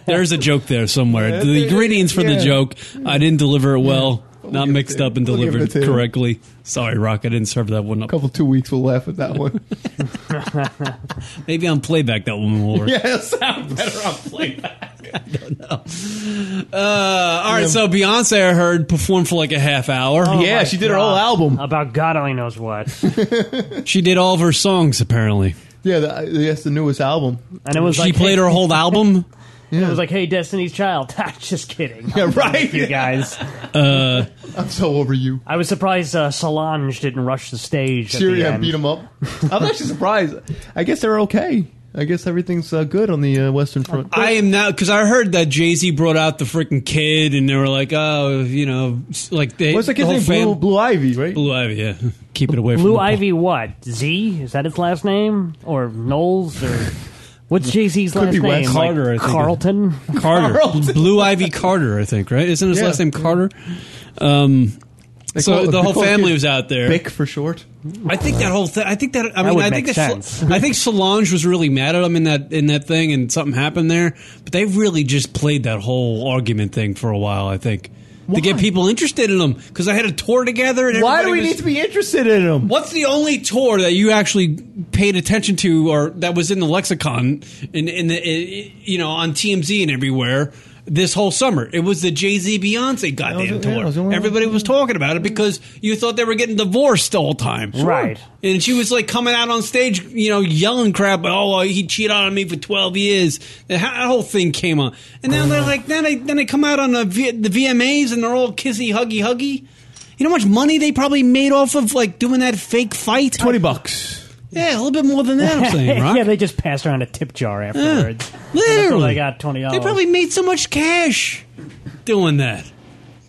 Speaker 4: There's a joke there somewhere. The ingredients for the
Speaker 3: Yeah.
Speaker 4: joke, I didn't deliver it well. Not
Speaker 3: give it
Speaker 4: mixed
Speaker 3: to
Speaker 4: up and
Speaker 3: you. We'll give it
Speaker 4: delivered
Speaker 3: to you.
Speaker 4: correctly. Sorry, Rock. I didn't serve that one up.
Speaker 3: couple two weeks, we'll laugh at that one.
Speaker 4: Maybe on playback that one will work.
Speaker 3: yeah, it'll sound better on playback.
Speaker 4: Uh, all right. So Beyonce, I heard, performed for like a half hour.
Speaker 3: yeah, she did her whole
Speaker 5: God.
Speaker 3: album.
Speaker 5: About God only knows what.
Speaker 4: She did all of her songs apparently.
Speaker 3: Yeah, the, that's the newest album.
Speaker 5: And it was
Speaker 4: She
Speaker 5: like
Speaker 4: played
Speaker 5: hey,
Speaker 4: her whole album.
Speaker 5: It was like, hey, Destiny's Child. just kidding.
Speaker 3: Yeah, right.
Speaker 5: You guys.
Speaker 4: Uh,
Speaker 3: I'm so over you.
Speaker 5: I was surprised uh, Solange didn't rush the stage. at
Speaker 3: Syria
Speaker 5: the end.
Speaker 3: beat them up. I'm actually surprised. I guess they're okay. I guess everything's uh, good on the uh, Western Front.
Speaker 4: I am now because I heard that Jay Z brought out the freaking kid, and they were like, "Oh, you know, s- like they."
Speaker 3: What's the
Speaker 4: whole
Speaker 3: kid's name?
Speaker 4: fam-
Speaker 3: Blue, Blue Ivy, right?
Speaker 4: Blue Ivy, yeah. Keep it away from
Speaker 5: Blue
Speaker 4: the-
Speaker 5: Ivy, what? Z? Is that his last name? Or Knowles? Or what's Jay Z's last
Speaker 3: be
Speaker 5: name? Like
Speaker 3: Wes.
Speaker 4: Carter, I think.
Speaker 5: Carlton.
Speaker 4: Carter.
Speaker 3: Carlton.
Speaker 4: Blue Ivy Carter, I think, right? Isn't his
Speaker 3: Yeah.
Speaker 4: last name Carter? Um,
Speaker 3: They
Speaker 4: so
Speaker 3: call-
Speaker 4: the
Speaker 3: they
Speaker 4: whole
Speaker 3: call
Speaker 4: family
Speaker 3: it
Speaker 4: was out there.
Speaker 3: Bic for short.
Speaker 4: I think that whole thing. I think that. I mean,
Speaker 5: would
Speaker 4: I think
Speaker 5: make
Speaker 4: that.
Speaker 5: sense.
Speaker 4: I think Solange was really mad at him in that in that thing, and something happened there. But they really just played that whole argument thing for a while. I think to get people interested in them because I had a tour together. And
Speaker 3: Why do
Speaker 4: everybody
Speaker 3: we
Speaker 4: was-
Speaker 3: need to be interested in him?
Speaker 4: What's the only tour that you actually paid attention to, or that was in the lexicon, in, in the i- you know on TMZ and everywhere this whole summer? It was the Jay Z Beyonce
Speaker 3: yeah,
Speaker 4: goddamn
Speaker 3: that was the
Speaker 4: tour.
Speaker 3: only one.
Speaker 4: Everybody was talking about it because you thought they were getting divorced all the time,
Speaker 5: Right.
Speaker 4: And she was like coming out on stage, you know, yelling crap. Oh, uh, he cheated on me for twelve years. The ho- that whole thing came on, and then they're like, then they then they come out on the v, the VMAs and they're all kissy, huggy, huggy. You know how much money they probably made off of like doing that fake fight?
Speaker 3: Twenty bucks.
Speaker 4: Yeah, a little bit more than that. I'm saying, right?
Speaker 5: yeah, they just passed around a tip jar afterwards. That's all
Speaker 4: Literally,
Speaker 5: they got twenty
Speaker 4: They
Speaker 5: dollars.
Speaker 4: probably made so much cash doing that.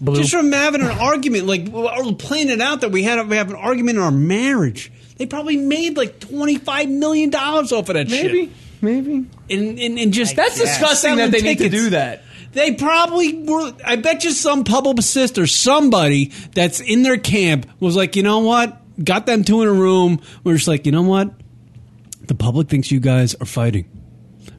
Speaker 4: Just from having an argument, like or playing it out that we had we have an argument in our marriage. They probably made like twenty five million dollars off of that shit.
Speaker 3: Maybe, maybe.
Speaker 4: And, and, and just
Speaker 3: That's
Speaker 4: Yeah.
Speaker 3: disgusting
Speaker 4: selling
Speaker 3: that they need
Speaker 4: tickets.
Speaker 3: to do that.
Speaker 4: They probably were. I bet you some publicist or somebody that's in their camp was like, you know what? Got them two in a room. We're just like, you know what? The public thinks you guys are fighting.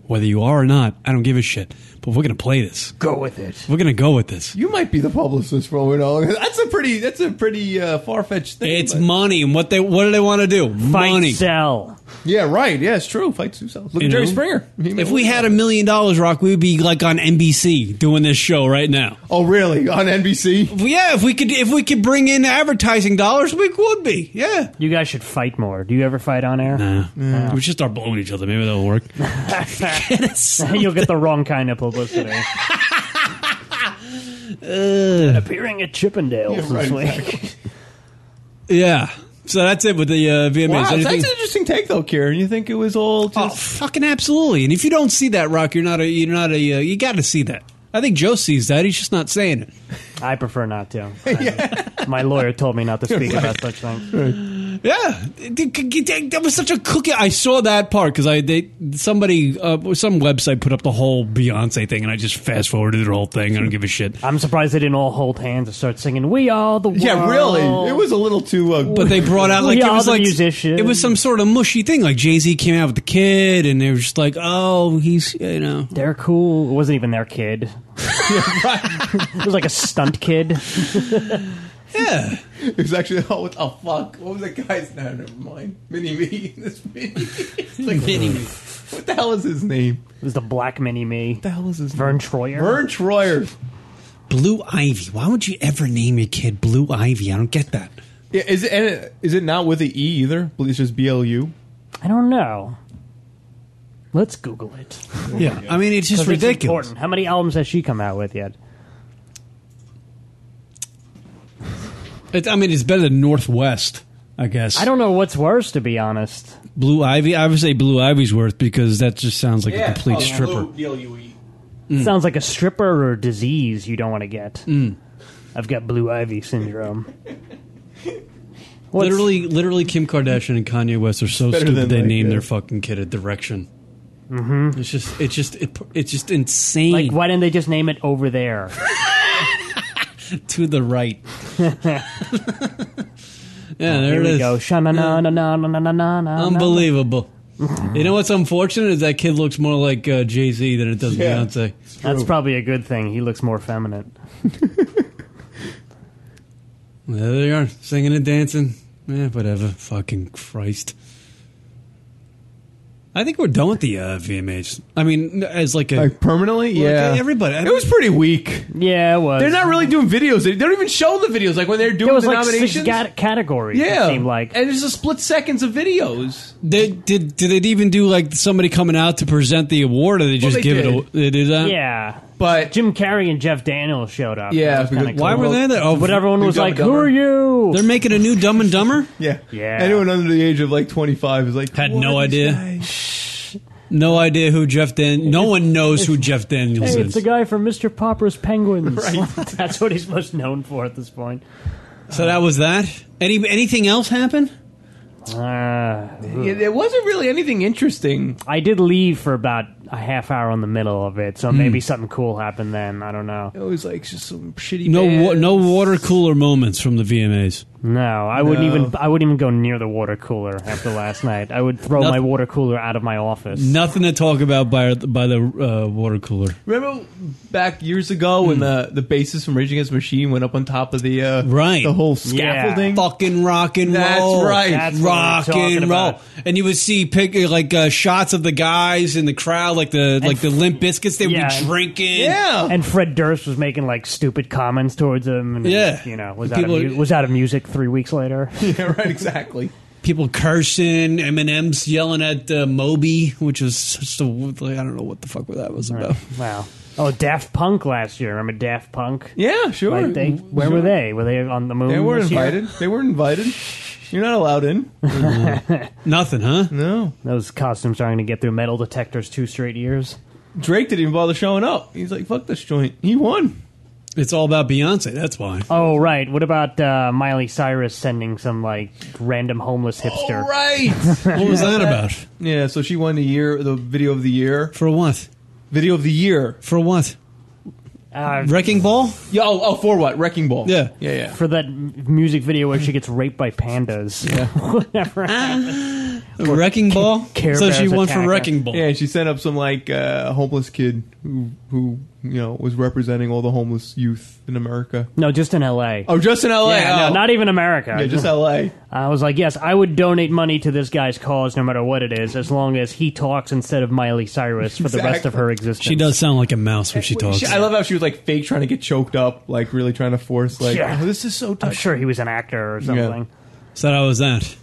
Speaker 4: Whether you are or not, I don't give a shit. But we're gonna play this.
Speaker 5: go with it.
Speaker 4: We're gonna go with this.
Speaker 3: You might be the publicist for all we know. That's a pretty. That's a pretty uh, far fetched thing.
Speaker 4: It's
Speaker 3: but-
Speaker 4: money, and what they what do they want to do?
Speaker 5: Fight
Speaker 4: money.
Speaker 5: sell.
Speaker 3: yeah, right. Yeah, it's true. Fight Sue Look
Speaker 4: You
Speaker 3: at Jerry
Speaker 4: know?
Speaker 3: Springer. He made
Speaker 4: If we
Speaker 3: one.
Speaker 4: had a million dollars, Rock, we would be like on NBC doing this show right now.
Speaker 3: oh really on NBC,
Speaker 4: Yeah, if we could, if we could bring in advertising dollars, we would be. Yeah.
Speaker 5: You guys should fight more. Do you ever fight on air?
Speaker 4: We should start blowing each other. Maybe that'll work.
Speaker 5: You'll get the wrong kind of publicity.
Speaker 4: Uh.
Speaker 5: Appearing at Chippendales
Speaker 3: Yeah, right,
Speaker 5: this week.
Speaker 4: yeah. So that's it with the uh, VMAs.
Speaker 3: wow, that's an
Speaker 4: Anything-
Speaker 3: interesting take though, Karen. You think it was all
Speaker 4: oh,
Speaker 3: just
Speaker 4: fucking absolutely! And if you don't see that, Rock, you're not a you're not a uh, you got to see that. I think Joe sees that. He's just not saying it.
Speaker 5: I prefer not to. I- My lawyer told me not to speak about such things.
Speaker 4: Yeah, that was such a cookie. I saw that part because I they somebody uh, some website put up the whole Beyonce thing, and I just fast forwarded the whole thing. I don't give a shit.
Speaker 5: I'm surprised they didn't all hold hands and start singing "We Are the World."
Speaker 3: Yeah,
Speaker 5: Oh.
Speaker 3: really. It was a little too. Uh,
Speaker 4: But they brought out like
Speaker 5: We
Speaker 4: it
Speaker 5: are
Speaker 4: was
Speaker 5: the
Speaker 4: like
Speaker 5: musicians.
Speaker 4: it was some sort of mushy thing. Like Jay Z came out with the kid, and they were just like, "Oh, he's you know."
Speaker 5: They're cool. It wasn't even their kid. it was like a stunt kid.
Speaker 3: it was actually oh what the fuck? What was that guy's? No, never mind. Mini me. This mini. It's like, What the hell is his name?
Speaker 5: It was the black mini me.
Speaker 3: What the hell is his
Speaker 5: Vern
Speaker 3: name?
Speaker 5: Troyer.
Speaker 3: Vern Troyer.
Speaker 4: Blue Ivy. Why would you ever name your kid Blue Ivy? I don't get that.
Speaker 3: Yeah, is it and it, is it not with the e either? It's just B L U.
Speaker 5: I don't know. Let's Google it.
Speaker 4: Yeah, I mean it's just
Speaker 5: 'Cause it's
Speaker 4: ridiculous.
Speaker 5: important. How many albums has she come out with yet?
Speaker 4: It's- I mean it's better than Northwest. I guess.
Speaker 5: I don't know what's worse, to be honest.
Speaker 4: Blue Ivy. I would say Blue Ivy's worth because that just sounds like a
Speaker 3: Oh,
Speaker 4: complete stripper. Mm.
Speaker 5: Sounds like a stripper or disease you don't want to get. I've got blue ivy syndrome. What's-
Speaker 4: Literally, literally, Kim Kardashian and Kanye West are so
Speaker 3: better
Speaker 4: stupid
Speaker 3: than,
Speaker 4: they
Speaker 3: like,
Speaker 4: name
Speaker 3: uh,
Speaker 4: their fucking kid a direction. Mm-hmm. It's just, it's just, it, it's just insane.
Speaker 5: like, why didn't they just name it over there?
Speaker 4: to the right. yeah, there
Speaker 5: Oh, Here
Speaker 4: it
Speaker 5: we
Speaker 4: is.
Speaker 5: go. Sha-na-na-na-na-na-na-na-na-na.
Speaker 4: Unbelievable.
Speaker 3: Mm-hmm.
Speaker 4: you know what's unfortunate is that kid looks more like uh, Jay Z than it does
Speaker 3: Yeah.
Speaker 4: Beyonce.
Speaker 5: That's probably a good thing. He looks more feminine.
Speaker 4: There they are, singing and dancing. Yeah, whatever. Fucking Christ. I think we're done with the uh, VMAs. I mean, as like a
Speaker 3: Like permanently? Yeah.
Speaker 4: everybody- I
Speaker 3: it was pretty weak.
Speaker 5: Yeah, it was.
Speaker 3: They're not really doing videos. They don't even show the videos. Like when they're doing
Speaker 5: There was
Speaker 3: the
Speaker 5: like
Speaker 3: nominations.
Speaker 5: six cat- categories.
Speaker 3: yeah.
Speaker 5: It seemed like.
Speaker 3: And there's a split seconds of videos.
Speaker 4: They, did did it even do like somebody coming out to present the award, or they just
Speaker 3: they
Speaker 4: give
Speaker 3: did.
Speaker 4: it? A, they did that.
Speaker 5: yeah.
Speaker 3: But
Speaker 5: Jim Carrey and Jeff Daniels showed up.
Speaker 3: Yeah,
Speaker 5: That was
Speaker 3: because-
Speaker 5: kinda
Speaker 4: Why
Speaker 5: cool.
Speaker 4: were they there? Oh,
Speaker 5: But everyone
Speaker 3: Who
Speaker 5: was
Speaker 3: Dumb
Speaker 5: like,
Speaker 3: and Dumber?
Speaker 5: "Who are you?"
Speaker 4: They're making a new Dumb and Dumber.
Speaker 3: yeah.
Speaker 5: Yeah.
Speaker 3: Anyone under the age of like 25 is like
Speaker 4: Had
Speaker 3: "What
Speaker 4: no
Speaker 3: is
Speaker 4: idea."
Speaker 3: that?"
Speaker 4: No idea who Jeff Dan. No one knows who Jeff Daniels
Speaker 5: Hey,
Speaker 4: is.
Speaker 5: it's the guy from Mr. Popper's Penguins. That's what he's most known for at this point.
Speaker 4: so that was that. Any anything else happen?
Speaker 5: Ah.
Speaker 3: Yeah, there wasn't really anything interesting.
Speaker 5: I did leave for about a half hour in the middle of it, so maybe
Speaker 4: Hmm.
Speaker 5: something cool happened then. I don't know.
Speaker 3: It was like just some shitty.
Speaker 4: No wa-
Speaker 3: bands.
Speaker 4: no water cooler moments from the VMAs.
Speaker 5: No, I wouldn't
Speaker 3: No.
Speaker 5: even. I wouldn't even go near the water cooler after last night. I would throw
Speaker 4: Noth-
Speaker 5: my water cooler out of my office.
Speaker 4: Nothing to talk about by by the uh, water cooler.
Speaker 3: Remember back years ago
Speaker 4: Hmm.
Speaker 3: when the the bassist from Rage Against the Machine went up on top of the uh,
Speaker 4: Right.
Speaker 3: the whole
Speaker 5: Yeah.
Speaker 3: scaffolding.
Speaker 4: Fucking rock and
Speaker 3: That's
Speaker 4: roll.
Speaker 3: right.
Speaker 5: That's what
Speaker 4: rock
Speaker 5: we're talking
Speaker 4: and roll.
Speaker 5: about.
Speaker 4: And you would see pic- like uh, shots of the guys in the crowd, like the like the limp biscuits. They would
Speaker 5: Yeah,
Speaker 4: be
Speaker 5: and-
Speaker 4: drinking.
Speaker 3: Yeah,
Speaker 5: And Fred Durst was making like stupid comments towards him. And,
Speaker 4: Yeah.
Speaker 5: you know, was
Speaker 4: People-
Speaker 5: out of mu- was out of music three weeks later.
Speaker 3: yeah, right, exactly.
Speaker 4: people cursing, Eminem's yelling at uh, Moby, which was such a like, I don't know what the fuck that was about.
Speaker 5: wow. Oh, Daft Punk last year. Remember Daft Punk?
Speaker 3: Yeah, sure.
Speaker 5: Like they, where were they? Were they on the moon?
Speaker 3: They were
Speaker 5: this year?
Speaker 3: invited. They were invited. You're not allowed in.
Speaker 4: Nothing, huh?
Speaker 3: No.
Speaker 5: Those costumes aren't going to get through metal detectors two straight years.
Speaker 3: Drake didn't even bother showing up. He's like, fuck this joint. He won.
Speaker 4: It's all about Beyonce. That's why.
Speaker 5: Oh right. What about uh, Miley Cyrus sending some like random homeless hipster?
Speaker 3: right.
Speaker 4: Oh, What was that about?
Speaker 3: yeah, so she won the year, the video of the year.
Speaker 4: For what?
Speaker 3: Video of the year.
Speaker 4: For what?
Speaker 5: Uh,
Speaker 4: Wrecking Ball?
Speaker 3: Yeah, oh, oh, for what? Wrecking Ball.
Speaker 4: Yeah.
Speaker 3: Yeah, yeah.
Speaker 5: for that m- music video where she gets raped by pandas.
Speaker 4: Ah.
Speaker 5: Whatever.
Speaker 4: Wrecking Ball?
Speaker 5: Care
Speaker 4: so she
Speaker 5: Bears
Speaker 4: won for
Speaker 5: attacker.
Speaker 4: Wrecking Ball.
Speaker 3: Yeah, and she sent up some like uh, homeless kid who, who you know was representing all the homeless youth in America.
Speaker 5: No, just in L.A.
Speaker 3: Oh, just in L.A.
Speaker 5: Yeah,
Speaker 3: oh.
Speaker 5: no, not even America.
Speaker 3: yeah, just L.A.
Speaker 5: I was like, yes, I would donate money to this guy's cause, no matter what it is, as long as he talks instead of Miley Cyrus for the rest of
Speaker 3: Exactly.
Speaker 5: her existence.
Speaker 4: She does sound like a mouse when she talks.
Speaker 3: She- I love how she was like fake trying to get choked up, like really trying to force like
Speaker 5: Yeah.
Speaker 3: oh, this is so
Speaker 5: I'm
Speaker 3: touching.
Speaker 5: sure he was an actor or something.
Speaker 4: so that was that.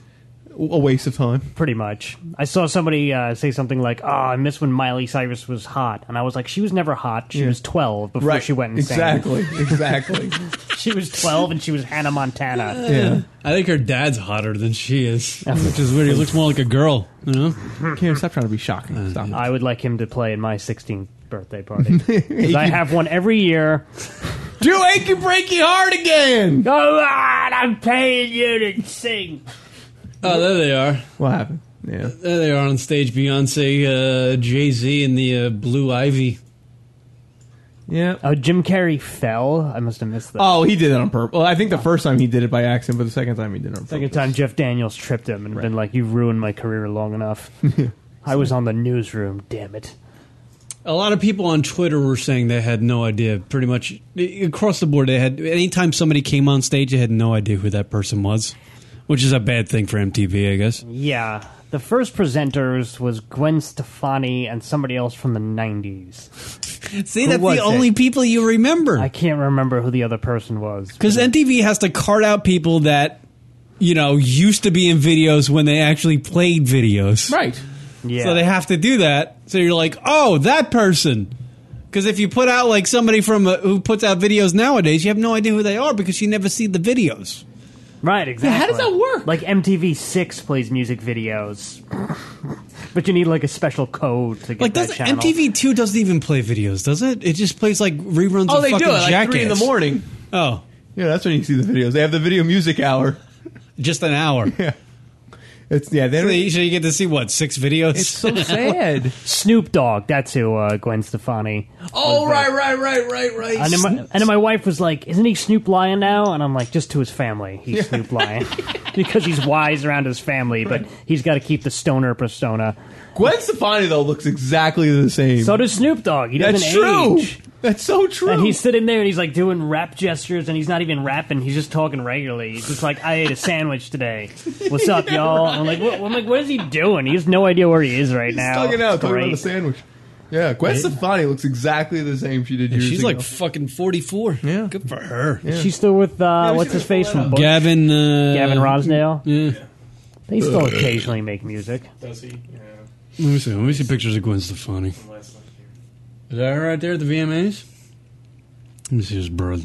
Speaker 3: a waste of time.
Speaker 5: Pretty much. I saw somebody uh, say something like, "Oh, I miss when Miley Cyrus was hot," and I was like, "She was never hot. She
Speaker 3: Yeah.
Speaker 5: was 12 before she went insane.
Speaker 3: exactly, exactly.
Speaker 5: She was 12 and she was Hannah Montana."
Speaker 3: yeah,
Speaker 4: I think her dad's hotter than she is,
Speaker 5: Oh.
Speaker 4: which is weird. He looks more like a girl, you know?
Speaker 3: Karen, stop trying to be
Speaker 4: Uh,
Speaker 3: shocking. Stop.
Speaker 5: I would like him to play in my 16th birthday party 'Cause I have one every year.
Speaker 3: Do achy breaky heart again.
Speaker 5: Come on, I'm paying you to sing.
Speaker 4: Oh, there they are.
Speaker 3: What happened? Yeah,
Speaker 4: There they are on stage. Beyonce, uh, Jay Z, and the uh, Blue Ivy.
Speaker 3: yeah.
Speaker 5: Oh, Jim Carrey fell. I must have missed that.
Speaker 3: Oh, he did it on purpose. Well, I think the first time he did it by accident, but the second time he did it on
Speaker 5: Second
Speaker 3: purpose.
Speaker 5: time Jeff Daniels tripped him and been like, "You ruined my career long enough." I was on the newsroom. Damn it.
Speaker 4: A lot of people on Twitter were saying they had no idea. Pretty much across the board, they had. Anytime somebody came on stage, they had no idea who that person was, which is a bad thing for MTV, I guess.
Speaker 5: Yeah. The first presenters was Gwen Stefani and somebody else from the 90s.
Speaker 4: See,
Speaker 5: Who
Speaker 4: that's
Speaker 5: was
Speaker 4: the only
Speaker 5: it?
Speaker 4: people you
Speaker 5: I
Speaker 4: remember
Speaker 5: can't remember who the other person was.
Speaker 4: because MTV has to cart out people that you know used to be in videos when they actually played videos.
Speaker 3: Right.
Speaker 5: Yeah.
Speaker 4: So they have to do that. So you're like, oh, that person. Because if you put out like somebody from uh who puts out videos nowadays, you have no idea who they are because you never see the videos.
Speaker 5: Right, exactly.
Speaker 3: how does that work?
Speaker 5: Like MTV Six plays music videos, but you need like a special code to get
Speaker 4: Like
Speaker 5: that
Speaker 4: does
Speaker 5: channel.
Speaker 4: MTV Two doesn't even play videos, does it? It just plays like reruns.
Speaker 3: Oh,
Speaker 4: of
Speaker 3: they do
Speaker 4: fucking
Speaker 3: it like
Speaker 4: Jackass.
Speaker 3: three in the morning.
Speaker 4: Oh,
Speaker 3: Yeah, that's when you see the videos. They have the video music hour.
Speaker 4: just an hour.
Speaker 3: It's yeah. They
Speaker 4: So
Speaker 3: don't,
Speaker 4: you so you get to see what six videos?
Speaker 3: it's so sad.
Speaker 5: Snoop Dogg. That's who uh, Gwen Stefani.
Speaker 3: oh right, right, right, right, right.
Speaker 5: And then, my, and then my wife was like, "Isn't he Snoop Lion now?" And I'm like, "Just to his family, he's Snoop Lion because he's wise around his family, but he's got to keep the stoner persona."
Speaker 3: Gwen Stefani though looks exactly the same.
Speaker 5: So does Snoop Dogg. He doesn't
Speaker 3: that's true.
Speaker 5: age.
Speaker 3: That's so true.
Speaker 5: And he's sitting there and he's like doing rap gestures and he's not even rapping. He's just talking regularly. He's just like, I ate a sandwich today. What's up, y'all? And I'm like, what, I'm like, what is he doing? He has no idea where he is right
Speaker 3: He's
Speaker 5: now.
Speaker 3: talking
Speaker 5: It's
Speaker 3: out, talking about
Speaker 5: great.
Speaker 3: the sandwich. Yeah, Gwen Stefani looks exactly the same she did years
Speaker 4: She's
Speaker 3: ago.
Speaker 4: like fucking forty four.
Speaker 3: Yeah.
Speaker 4: good for her.
Speaker 5: She's still with, uh, what's
Speaker 3: she
Speaker 5: his face from Bush?
Speaker 4: Gavin. Uh,
Speaker 5: Gavin Rosdale.
Speaker 4: Yeah.
Speaker 5: They still occasionally make music.
Speaker 11: Does he? Yeah.
Speaker 4: Let me see. Let me see pictures of Gwen Stefani.
Speaker 11: Last one here.
Speaker 4: Is that her right there at the VMAs? Let me see this bird.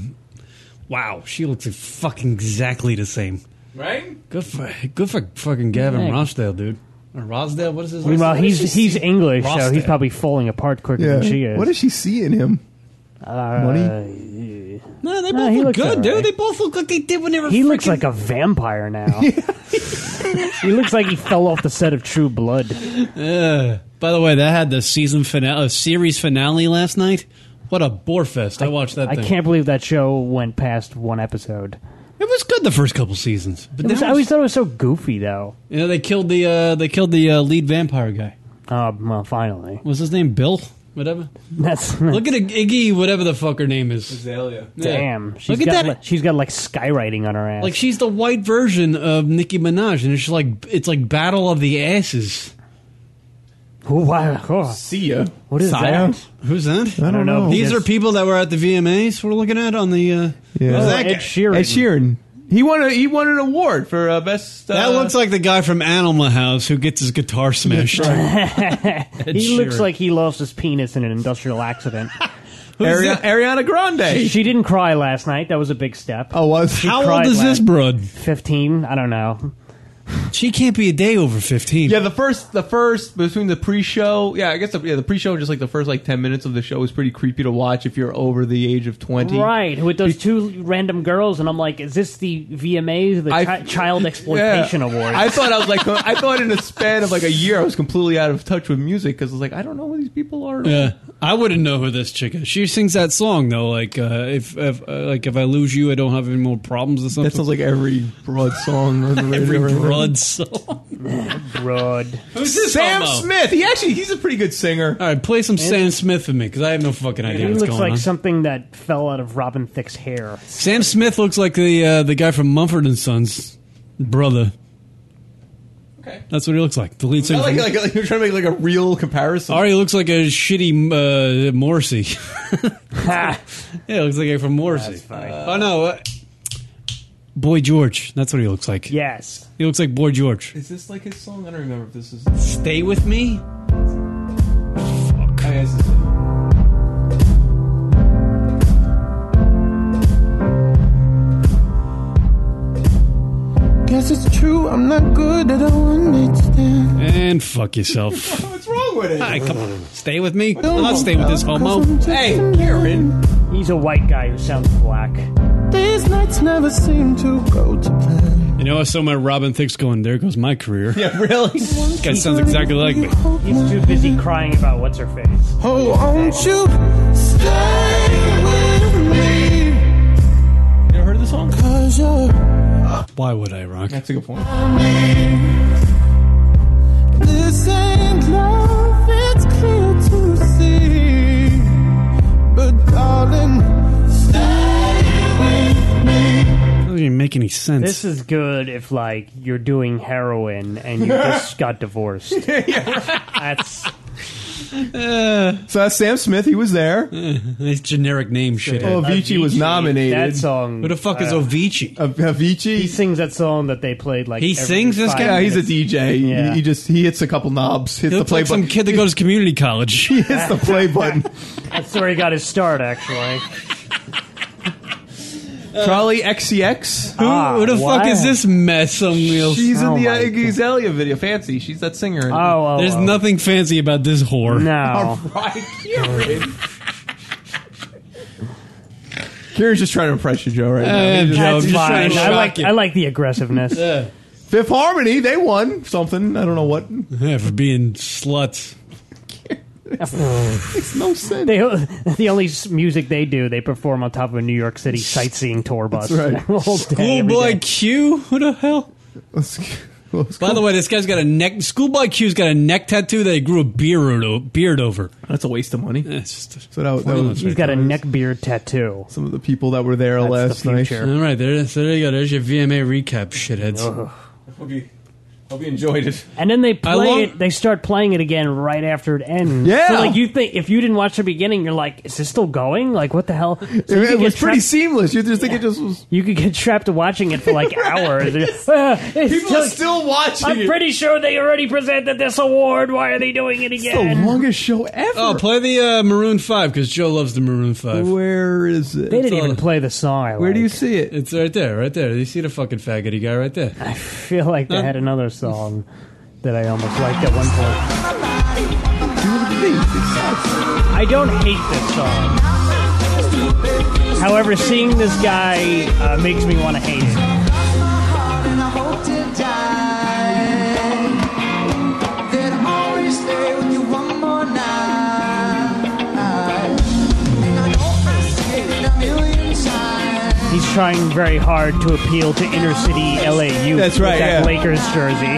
Speaker 4: Wow, she looks fucking exactly the same.
Speaker 11: Right?
Speaker 4: Good for good for fucking Gavin
Speaker 5: Yeah.
Speaker 4: Rosdale, dude. Or Rosdale, what is his? last
Speaker 5: Meanwhile,
Speaker 4: name?
Speaker 5: he's he's English, so he's
Speaker 4: Rosdale.
Speaker 5: probably falling apart quicker
Speaker 3: yeah.
Speaker 5: than she is.
Speaker 3: What does she see in him?
Speaker 5: Uh,
Speaker 3: Money?
Speaker 4: No, they
Speaker 5: No,
Speaker 4: both
Speaker 5: he
Speaker 4: look
Speaker 5: looks
Speaker 4: good,
Speaker 5: alright.
Speaker 4: dude. They both look like they did when they were.
Speaker 5: He looks
Speaker 4: freaking-
Speaker 5: like a vampire now. he looks like he fell off the set of True Blood.
Speaker 4: Ugh. By the way, that had the season finale, uh, series finale last night. What a bore fest! I, watched that.
Speaker 5: I
Speaker 4: thing.
Speaker 5: can't believe that show went past one episode.
Speaker 4: It was good the first couple seasons, but
Speaker 5: It was,
Speaker 4: now
Speaker 5: I always thought it was so goofy, though.
Speaker 4: you know they killed the uh, they killed the uh, lead vampire guy.
Speaker 5: Uh, well, finally,
Speaker 4: What's his name? Bill, whatever.
Speaker 5: that's
Speaker 4: Look at Iggy, whatever the fuck her name is.
Speaker 3: Azalea.
Speaker 4: Yeah.
Speaker 5: damn. She's
Speaker 4: Look
Speaker 5: got
Speaker 4: at that.
Speaker 5: Like, she's got like skywriting on her ass.
Speaker 4: Like she's the white version of Nicki Minaj, and it's just like it's like battle of the asses.
Speaker 5: Who- why- oh,
Speaker 3: See ya.
Speaker 5: what is
Speaker 3: Saya?
Speaker 5: that?
Speaker 4: Who's that?
Speaker 3: I don't know.
Speaker 4: These
Speaker 5: Yes.
Speaker 4: are people that were at the VMAs. We're looking at on the. Uh,
Speaker 3: Yeah.
Speaker 4: who's
Speaker 5: Oh,
Speaker 4: that,
Speaker 5: Ed
Speaker 4: guy?
Speaker 5: Sheeran.
Speaker 3: Ed Sheeran. He won. A, he won an award for uh, best. Uh,
Speaker 4: that looks like the guy from Animal House who gets his guitar smashed. Ed
Speaker 5: He looks
Speaker 4: Sheeran.
Speaker 5: like he lost his penis in an industrial accident.
Speaker 3: Ari- Ariana Grande.
Speaker 5: she didn't cry last night. That was a big step.
Speaker 3: oh, was
Speaker 4: How
Speaker 5: cried
Speaker 4: old is this
Speaker 5: last-
Speaker 4: broad?
Speaker 5: 15? I don't know.
Speaker 4: She can't be a day over fifteen.
Speaker 3: Yeah, the first, the first between the pre-show. Yeah, I guess the, yeah, the pre-show, just like the first like ten minutes of the show, is pretty creepy to watch if you're over the age of twenty.
Speaker 5: Right, with those two random girls, and I'm like, is this the VMAs, the
Speaker 3: I-
Speaker 5: chi- Child Exploitation
Speaker 3: Yeah.
Speaker 5: Award?
Speaker 3: I thought I was like, I thought in a span of like a year, I was completely out of touch with music because I was like, I don't know who these people are.
Speaker 4: Yeah, I wouldn't know who this chick is. She sings that song though. Like uh, if, if uh, like if I lose you, I don't have any more problems or
Speaker 3: That
Speaker 4: something.
Speaker 3: sounds like every broad song on the radio.
Speaker 4: Every
Speaker 3: right now.
Speaker 4: broad song.
Speaker 5: Broad.
Speaker 4: Who's this?
Speaker 3: Sam
Speaker 4: homo?
Speaker 3: Smith. He actually, he's a pretty good singer.
Speaker 4: All right, play some Sam Smith for me because I have no fucking
Speaker 5: He
Speaker 4: idea what's
Speaker 5: looks
Speaker 4: going
Speaker 5: like
Speaker 4: on.
Speaker 5: something that fell out of Robin Thicke's hair.
Speaker 4: Sam Smith looks like the uh, the guy from Mumford and Sons, brother.
Speaker 3: Okay.
Speaker 4: That's what he looks like. The lead
Speaker 3: I
Speaker 4: singer.
Speaker 3: like,
Speaker 4: from-
Speaker 3: like, like you're trying to make like a real comparison.
Speaker 4: Ari looks like a shitty uh, Morrissey.
Speaker 5: Ha!
Speaker 4: yeah, looks like a guy from Morrissey.
Speaker 5: That's funny.
Speaker 4: oh no, uh, Boy George. That's what he looks like.
Speaker 5: yes.
Speaker 4: He looks like Boy George.
Speaker 3: Is this like his song? I don't remember if this is.
Speaker 4: Stay with me.
Speaker 3: I guess it's-
Speaker 10: Guess it's true, I'm not good at all understand.
Speaker 4: And fuck yourself.
Speaker 3: What's wrong with it?
Speaker 4: All right, come on. Stay with me. I'm not staying with this homo.
Speaker 3: Hey, Karen.
Speaker 5: He's a white guy who sounds black.
Speaker 10: These nights never seem to go to plan.
Speaker 4: You know, I saw my Robin Thicke's going. There goes my career.
Speaker 3: Yeah, really?
Speaker 4: This guy sounds exactly like me.
Speaker 5: He's too busy crying about what's her face.
Speaker 10: Oh, won't you stay with me?
Speaker 3: You ever heard this song?
Speaker 10: Cause you're
Speaker 4: Why would I rock?
Speaker 3: That's a good point.
Speaker 10: This ain't love, it's clear to see. But darling, stay with me.
Speaker 4: doesn't even make any sense.
Speaker 5: This is good if, like, you're doing heroin and you just got divorced. That's
Speaker 3: So that's Uh, Sam Smith. He was there.
Speaker 4: This Uh, generic name shit.
Speaker 3: Oh, Avicii was nominated.
Speaker 5: That song.
Speaker 4: Who the fuck is
Speaker 5: uh,
Speaker 4: Avicii?
Speaker 3: Av- Avicii.
Speaker 5: He sings that song that they played, like,
Speaker 4: He
Speaker 5: every
Speaker 4: sings this
Speaker 5: five
Speaker 4: guy?
Speaker 3: yeah, he's a
Speaker 5: minutes.
Speaker 3: DJ. He-
Speaker 5: Yeah.
Speaker 3: He, just he hits a couple knobs. Hits
Speaker 4: He
Speaker 3: the
Speaker 4: looks
Speaker 3: play
Speaker 4: like some
Speaker 3: button.
Speaker 4: kid that goes to community college.
Speaker 3: He hits the play button.
Speaker 5: That's where he got his start, actually.
Speaker 3: Charlie
Speaker 5: Uh,
Speaker 3: XCX.
Speaker 4: Who,
Speaker 5: Ah,
Speaker 4: who the fuck is this mess on wheels?
Speaker 3: She's
Speaker 5: Oh
Speaker 3: in the Iggy Azalea video. Fancy. She's that singer.
Speaker 4: Oh,
Speaker 5: oh.
Speaker 4: There's nothing fancy about this whore.
Speaker 3: All right, Kieran. Kieran's just trying to impress you, Joe. Right now.
Speaker 5: Uh,
Speaker 3: He's just-
Speaker 5: That's fine. I like I like the aggressiveness.
Speaker 3: Fifth Harmony. They won something. I don't know what.
Speaker 4: Yeah, for being sluts.
Speaker 3: Makes no sense.
Speaker 5: They, the only s- music they do, they perform on top of a New York City sightseeing tour bus.
Speaker 4: That's right.
Speaker 5: All day, every
Speaker 4: Schoolboy
Speaker 5: day.
Speaker 4: Q? Who the hell? By the way, this guy's got a neck. Schoolboy Q's got a neck tattoo that he grew a beard, o- beard over.
Speaker 3: That's a waste of money. So that, that
Speaker 4: Pointless
Speaker 3: was,
Speaker 4: He's got a
Speaker 5: neck beard tattoo.
Speaker 3: Some of the people that were there last night.
Speaker 4: All right, there, so there you go. There's your VMA recap, shitheads.
Speaker 3: Hope you, hope you enjoyed it.
Speaker 5: And then they
Speaker 4: I
Speaker 5: play
Speaker 4: love-
Speaker 5: it. They start playing it again right after it ends.
Speaker 3: Yeah.
Speaker 5: So like you think if you didn't watch the beginning, you're like, is this still going? Like what the hell? So you
Speaker 3: It, it
Speaker 5: could get
Speaker 3: was pretty
Speaker 5: trapped-
Speaker 3: seamless. You just think it just was.
Speaker 5: You could get trapped watching it for like hours. Uh, it's
Speaker 3: People are still watching.
Speaker 5: I'm
Speaker 3: it.
Speaker 5: pretty sure they already presented this award. Why are they doing it
Speaker 3: It's the
Speaker 5: again?
Speaker 3: longest show ever.
Speaker 4: Oh, play the uh, Maroon 5 because Joe loves the Maroon 5.
Speaker 3: Where is it?
Speaker 5: They didn't even play the song. I
Speaker 3: Where do you see it?
Speaker 4: It's right there, right there. You see the fucking faggoty guy right there.
Speaker 5: feel like they had another song that I almost liked at one point. I don't hate this song. However, seeing this guy uh, makes me want to hate it. He's trying very hard to appeal to inner city LA youth
Speaker 3: That's right,
Speaker 5: with that
Speaker 3: yeah.
Speaker 5: Lakers jersey.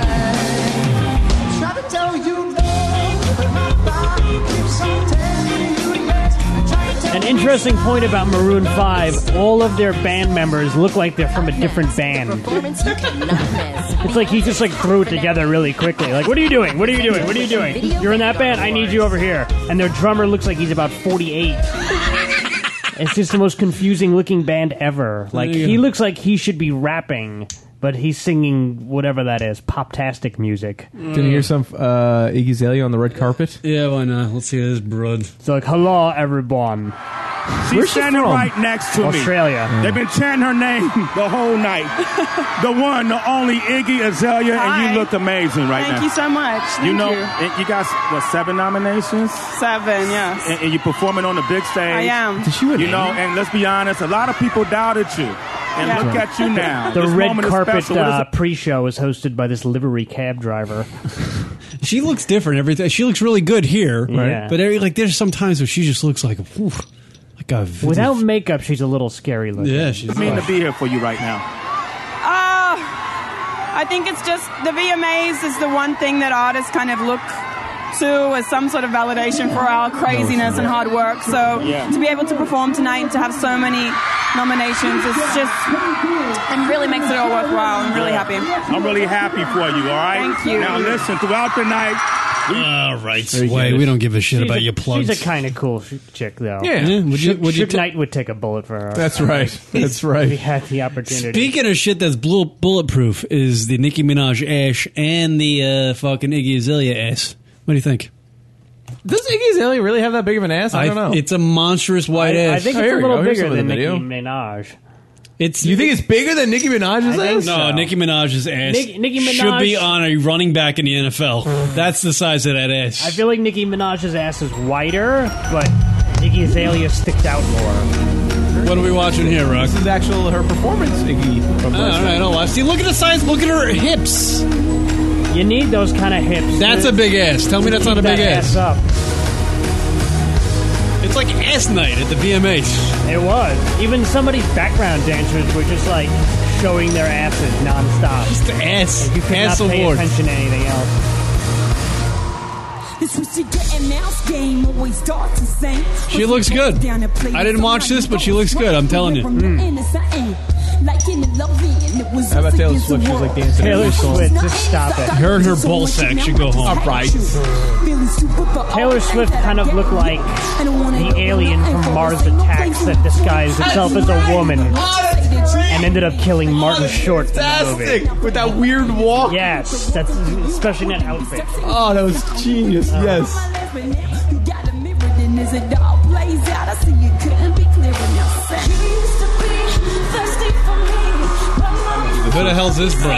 Speaker 5: An interesting point about Maroon 5 all of their band members look like they're from a different band. It's like he just like threw it together really quickly. Like, what are you doing? What are you doing? What are you doing? You're in that band. I need you over here. And their drummer looks like he's about 48. It's just the most confusing looking band ever. Like
Speaker 4: There you
Speaker 5: he
Speaker 4: go.
Speaker 5: looks like he should be rapping, but he's singing whatever that is, poptastic music.
Speaker 3: Didn't hear some uh, Iggy Azalea on the red carpet.
Speaker 4: Mm. Yeah, why not? Let's see this broad.
Speaker 5: It's like, hello everyone.
Speaker 12: She's
Speaker 5: Where's she
Speaker 12: standing
Speaker 5: from?
Speaker 12: right next to me.
Speaker 5: Australia.
Speaker 12: They've been chanting her name the whole night. the one, the only Iggy Azalea, and you look amazing right
Speaker 13: Thank
Speaker 12: now.
Speaker 13: you so much. Thank
Speaker 12: You know,
Speaker 13: you.
Speaker 12: and you got what seven nominations?
Speaker 13: Seven, yes.
Speaker 12: and, and you're performing on the big stage.
Speaker 13: I am. Did she
Speaker 12: you
Speaker 13: win
Speaker 12: know, and let's be honest, a lot of people doubted you, and
Speaker 13: Yeah.
Speaker 12: look at you now.
Speaker 5: The
Speaker 12: This
Speaker 5: red
Speaker 12: moment is
Speaker 5: carpet
Speaker 12: special. What is
Speaker 5: uh,
Speaker 12: it?
Speaker 5: pre-show is hosted by this livery cab driver.
Speaker 4: She looks different every time. She looks really good here,
Speaker 5: Yeah.
Speaker 4: but every, like there's some times where she just looks like, whew, like a
Speaker 5: Without makeup, she's a little scary looking.
Speaker 4: Yeah, she's.
Speaker 12: I mean to be here for you right now.
Speaker 13: Uh, I think it's just the VMAs is the one thing that artists kind of look to as some sort of validation for our craziness and hard work. So
Speaker 12: Yeah.
Speaker 13: to be able to perform tonight and to have so many nominations is just, it really makes it all worthwhile. I'm really happy.
Speaker 12: I'm really happy for you. All right.
Speaker 13: Thank you.
Speaker 12: Now listen, throughout the night.
Speaker 4: All right, Sway. We don't give a shit
Speaker 5: She's
Speaker 4: about
Speaker 5: a-
Speaker 4: your plugs.
Speaker 5: She's a kind of cool sh- chick, though.
Speaker 4: Yeah. Yeah, would you-
Speaker 5: Suge-
Speaker 4: would you
Speaker 5: Suge
Speaker 4: ta-
Speaker 5: Knight would take a bullet for her.
Speaker 3: That's right. That's
Speaker 5: If he
Speaker 3: right.
Speaker 5: had the opportunity.
Speaker 4: Speaking of shit that's blue, bulletproof is the Nicki Minaj ash and the uh, fucking Iggy Azalea ass. What do you think?
Speaker 3: Does Iggy Azalea really have that big of an ass? I don't know.
Speaker 4: It's a monstrous white
Speaker 5: I, I
Speaker 4: ass.
Speaker 5: think
Speaker 3: Oh,
Speaker 5: it's a
Speaker 3: here we
Speaker 5: little
Speaker 3: go. Here's
Speaker 5: bigger
Speaker 3: some of
Speaker 5: than
Speaker 3: the
Speaker 5: Nicki
Speaker 3: video.
Speaker 5: Minaj.
Speaker 4: it's
Speaker 3: you think it's bigger than Nicki
Speaker 5: I
Speaker 3: Minaj's
Speaker 5: think
Speaker 3: ass?
Speaker 4: no
Speaker 5: so.
Speaker 4: Nicki Minaj's ass.
Speaker 5: Nicki- Nicki
Speaker 4: should be
Speaker 5: Minaj-
Speaker 4: on a running back in the NFL. that's the size of that ass.
Speaker 5: I feel like Nicki Minaj's ass is wider, but Nicki Azalea sticks out more.
Speaker 4: what are we watching here, Rock?
Speaker 3: This is actual her performance, Iggy. From
Speaker 4: Oh,
Speaker 3: last
Speaker 4: all
Speaker 3: night.
Speaker 4: right, I'll watch. See, look at the size. Look at her hips.
Speaker 5: You need those kind of hips.
Speaker 4: That's a big ass. Tell me that's not a big ass.
Speaker 5: up.
Speaker 4: It's like ass night at the VMAs.
Speaker 5: It was. Even some of these background dancers were just like showing their asses nonstop.
Speaker 4: It's the ass.
Speaker 5: You could
Speaker 4: ass
Speaker 5: not pay
Speaker 4: award.
Speaker 5: attention to anything else.
Speaker 14: This was your cat and mouse game, always darts and same.
Speaker 4: She looks good. I didn't watch this, but she looks good, I'm telling you.
Speaker 12: Mm.
Speaker 14: How
Speaker 3: about Taylor Swift? She was, like, dancing
Speaker 5: Taylor every song. Swift, just stop it.
Speaker 4: Her and her ball sack should go home.
Speaker 3: Alright.
Speaker 5: Taylor Swift kind of looked like the alien from Mars Attacks that disguised himself as a woman and ended up killing Martin Short in the movie.
Speaker 3: Fantastic with that weird walk.
Speaker 5: Yes, that's especially in that outfit. Uh,
Speaker 3: Oh, that was genius. Yes.
Speaker 14: Yes.
Speaker 4: Where the hell's this from?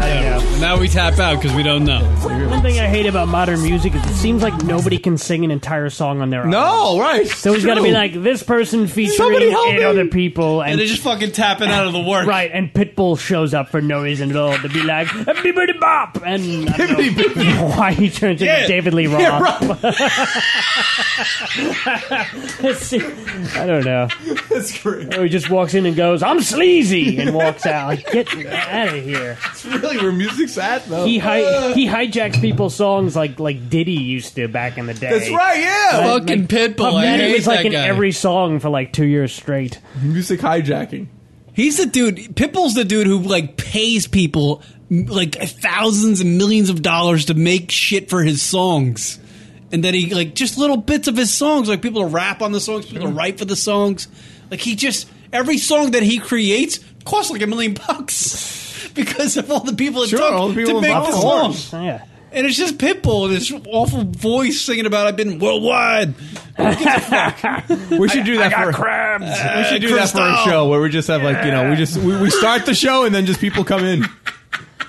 Speaker 4: Yeah. Now we tap out because we don't know.
Speaker 5: One thing I hate about modern music is it seems like nobody can sing an entire song on their own.
Speaker 4: No,
Speaker 3: right.
Speaker 5: So he's got to be like this person featuring
Speaker 4: Somebody help
Speaker 5: eight
Speaker 4: me.
Speaker 5: other people, and,
Speaker 4: And they're just fucking tapping out of the work.
Speaker 5: right? And Pitbull shows up for no reason at all to be like "Bibbidi Bop," and I don't know why he turns into
Speaker 4: Yeah.
Speaker 5: David Lee Roth.
Speaker 4: Yeah,
Speaker 5: See, I don't know. That's great. Or he just walks in and goes, "I'm sleazy," and walks out. Like, get out of here.
Speaker 3: It's really where music's at, though.
Speaker 5: He hi-
Speaker 3: Uh,
Speaker 5: he hijacks people's songs like like Diddy used to back in the day.
Speaker 3: That's right, yeah. Fucking Pitbull, I
Speaker 5: It
Speaker 3: hate
Speaker 5: was like
Speaker 3: that
Speaker 5: in
Speaker 3: guy.
Speaker 5: every song for like two years straight.
Speaker 3: Music hijacking.
Speaker 15: He's the dude. Pitbull's the dude who like pays people m- like thousands and millions of dollars to make shit for his songs, and then he like just little bits of his songs. Like people to rap on the songs, people
Speaker 3: Mm-hmm.
Speaker 15: to write for the songs. Like he just every song that he creates costs like a million bucks because of all the people it
Speaker 3: Sure,
Speaker 15: took
Speaker 3: all the people
Speaker 15: to make
Speaker 3: involved.
Speaker 15: the
Speaker 3: Of
Speaker 15: song.
Speaker 3: course.
Speaker 5: Yeah.
Speaker 15: And it's just Pitbull and this awful voice singing about I've been worldwide.
Speaker 3: We should do that for
Speaker 15: crabs. Uh,
Speaker 3: we should do that for a show where we just have like you know we just we, we start the show and then just people come in.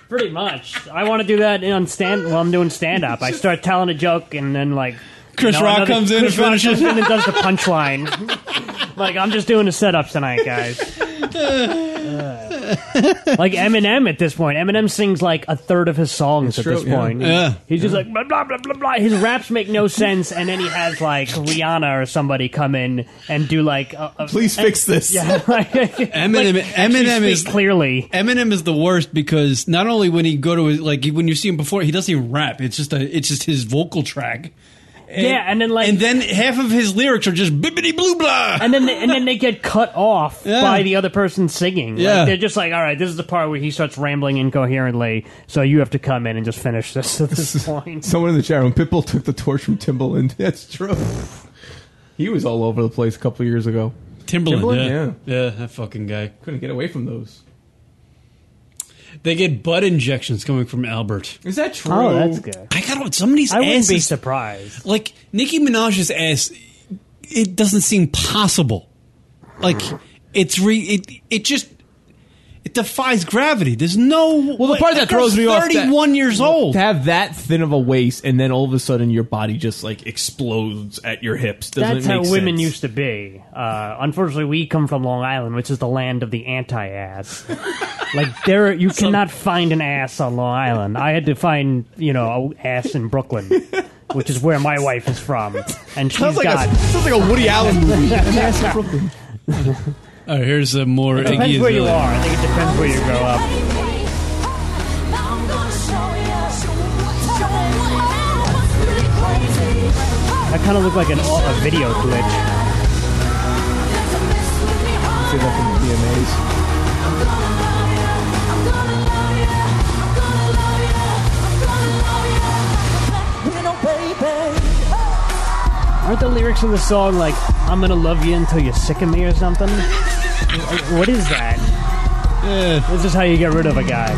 Speaker 5: Pretty much. I want to do that on stand while I'm doing stand up. I start telling a joke and then like
Speaker 15: Chris Rock comes in
Speaker 5: Chris
Speaker 15: and
Speaker 5: Rock
Speaker 15: finishes.
Speaker 5: comes in and does the punchline. like I'm just doing a setup tonight, guys. Like Eminem at this point. Eminem sings like a third of his songs at
Speaker 15: true,
Speaker 5: this
Speaker 15: yeah.
Speaker 5: point.
Speaker 15: Yeah.
Speaker 5: He's just like blah blah blah blah blah. His raps make no sense, and then he has like Rihanna or somebody come in and do like a, a,
Speaker 15: Please
Speaker 5: and-
Speaker 15: fix this.
Speaker 5: Yeah, like,
Speaker 15: Eminem,
Speaker 5: like, actually
Speaker 15: Eminem
Speaker 5: speak
Speaker 15: is
Speaker 5: clearly.
Speaker 15: Eminem is the worst because not only when he go to his like when you see him before he doesn't even rap. It's just a it's just his vocal track.
Speaker 5: Yeah, and then like
Speaker 15: and then half of his lyrics are just bibbity blue blah.
Speaker 5: and then they, and then they get cut off
Speaker 15: Yeah.
Speaker 5: by the other person singing. Like,
Speaker 15: Yeah.
Speaker 5: they're just like, all right, this is the part where he starts rambling incoherently, so you have to come in and just finish this at this point.
Speaker 3: Someone in the chat room, Pitbull took the torch from Timbaland. That's true. He was all over the place a couple years ago.
Speaker 4: Timberland,
Speaker 3: yeah.
Speaker 4: yeah. yeah, that fucking guy
Speaker 3: couldn't get away from those.
Speaker 4: They get butt injections coming from Albert.
Speaker 3: Is that true?
Speaker 5: Oh, that's good.
Speaker 15: I got somebody's.
Speaker 5: I wouldn't be
Speaker 15: asses-
Speaker 5: surprised.
Speaker 15: Like Nicki Minaj's ass, it doesn't seem possible. Like it's re it it just it defies gravity. There's no well
Speaker 3: The part that throws me off.
Speaker 15: Thirty one years old
Speaker 3: To have that thin of a waist, and then all of a sudden your body just like explodes at your hips. Doesn't
Speaker 5: That's
Speaker 3: make
Speaker 5: how women
Speaker 3: sense.
Speaker 5: used to be. Uh, unfortunately, we come from Long Island, which is the land of the anti-ass. like there, you cannot find an ass on Long Island. I had to find, you know, a ass in Brooklyn, which is where my wife is from, and she's
Speaker 3: Sounds like,
Speaker 5: got.
Speaker 3: a, sounds like a Woody Allen movie.
Speaker 4: All right, here's a more.
Speaker 5: It depends
Speaker 4: Iggy
Speaker 5: where you
Speaker 4: Azalea.
Speaker 5: are. I think it depends where you grow up. I kind of look like an, a video glitch.
Speaker 3: See that from the VMAs.
Speaker 5: Aren't the lyrics in the song like "I'm gonna love you until you're sick of me" or something? Like, what is that?
Speaker 4: Eh.
Speaker 5: This is how you get rid of a guy.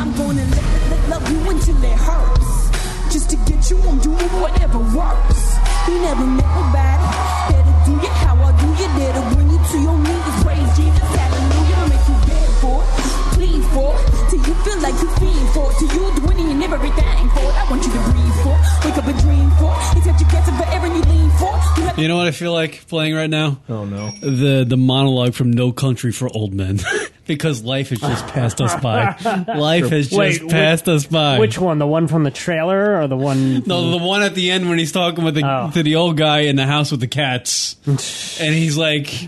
Speaker 14: I'm gonna let, let love you until it hurts. Just to get you, I'm doing whatever works. You never met nobody. Better do you how I do you. There to bring you to your knees. Praise Jesus, hallelujah. Make you beg for it, plead for it. Till you feel like you fiend for it. Till you do anything and everything for it. I want you to breathe for it. Wake up and dream for it. It's what you get to forever and you lean for it. You
Speaker 4: You know what I feel like playing right now?
Speaker 3: Oh no.
Speaker 4: The the monologue from No Country for Old Men. because life has just passed us by. Life has just
Speaker 5: Wait, which-
Speaker 4: passed us by.
Speaker 5: Which one? The one from the trailer or the one?
Speaker 4: no, the one at the end when he's talking with the
Speaker 5: Oh.
Speaker 4: to the old guy in the house with the cats, and he's like,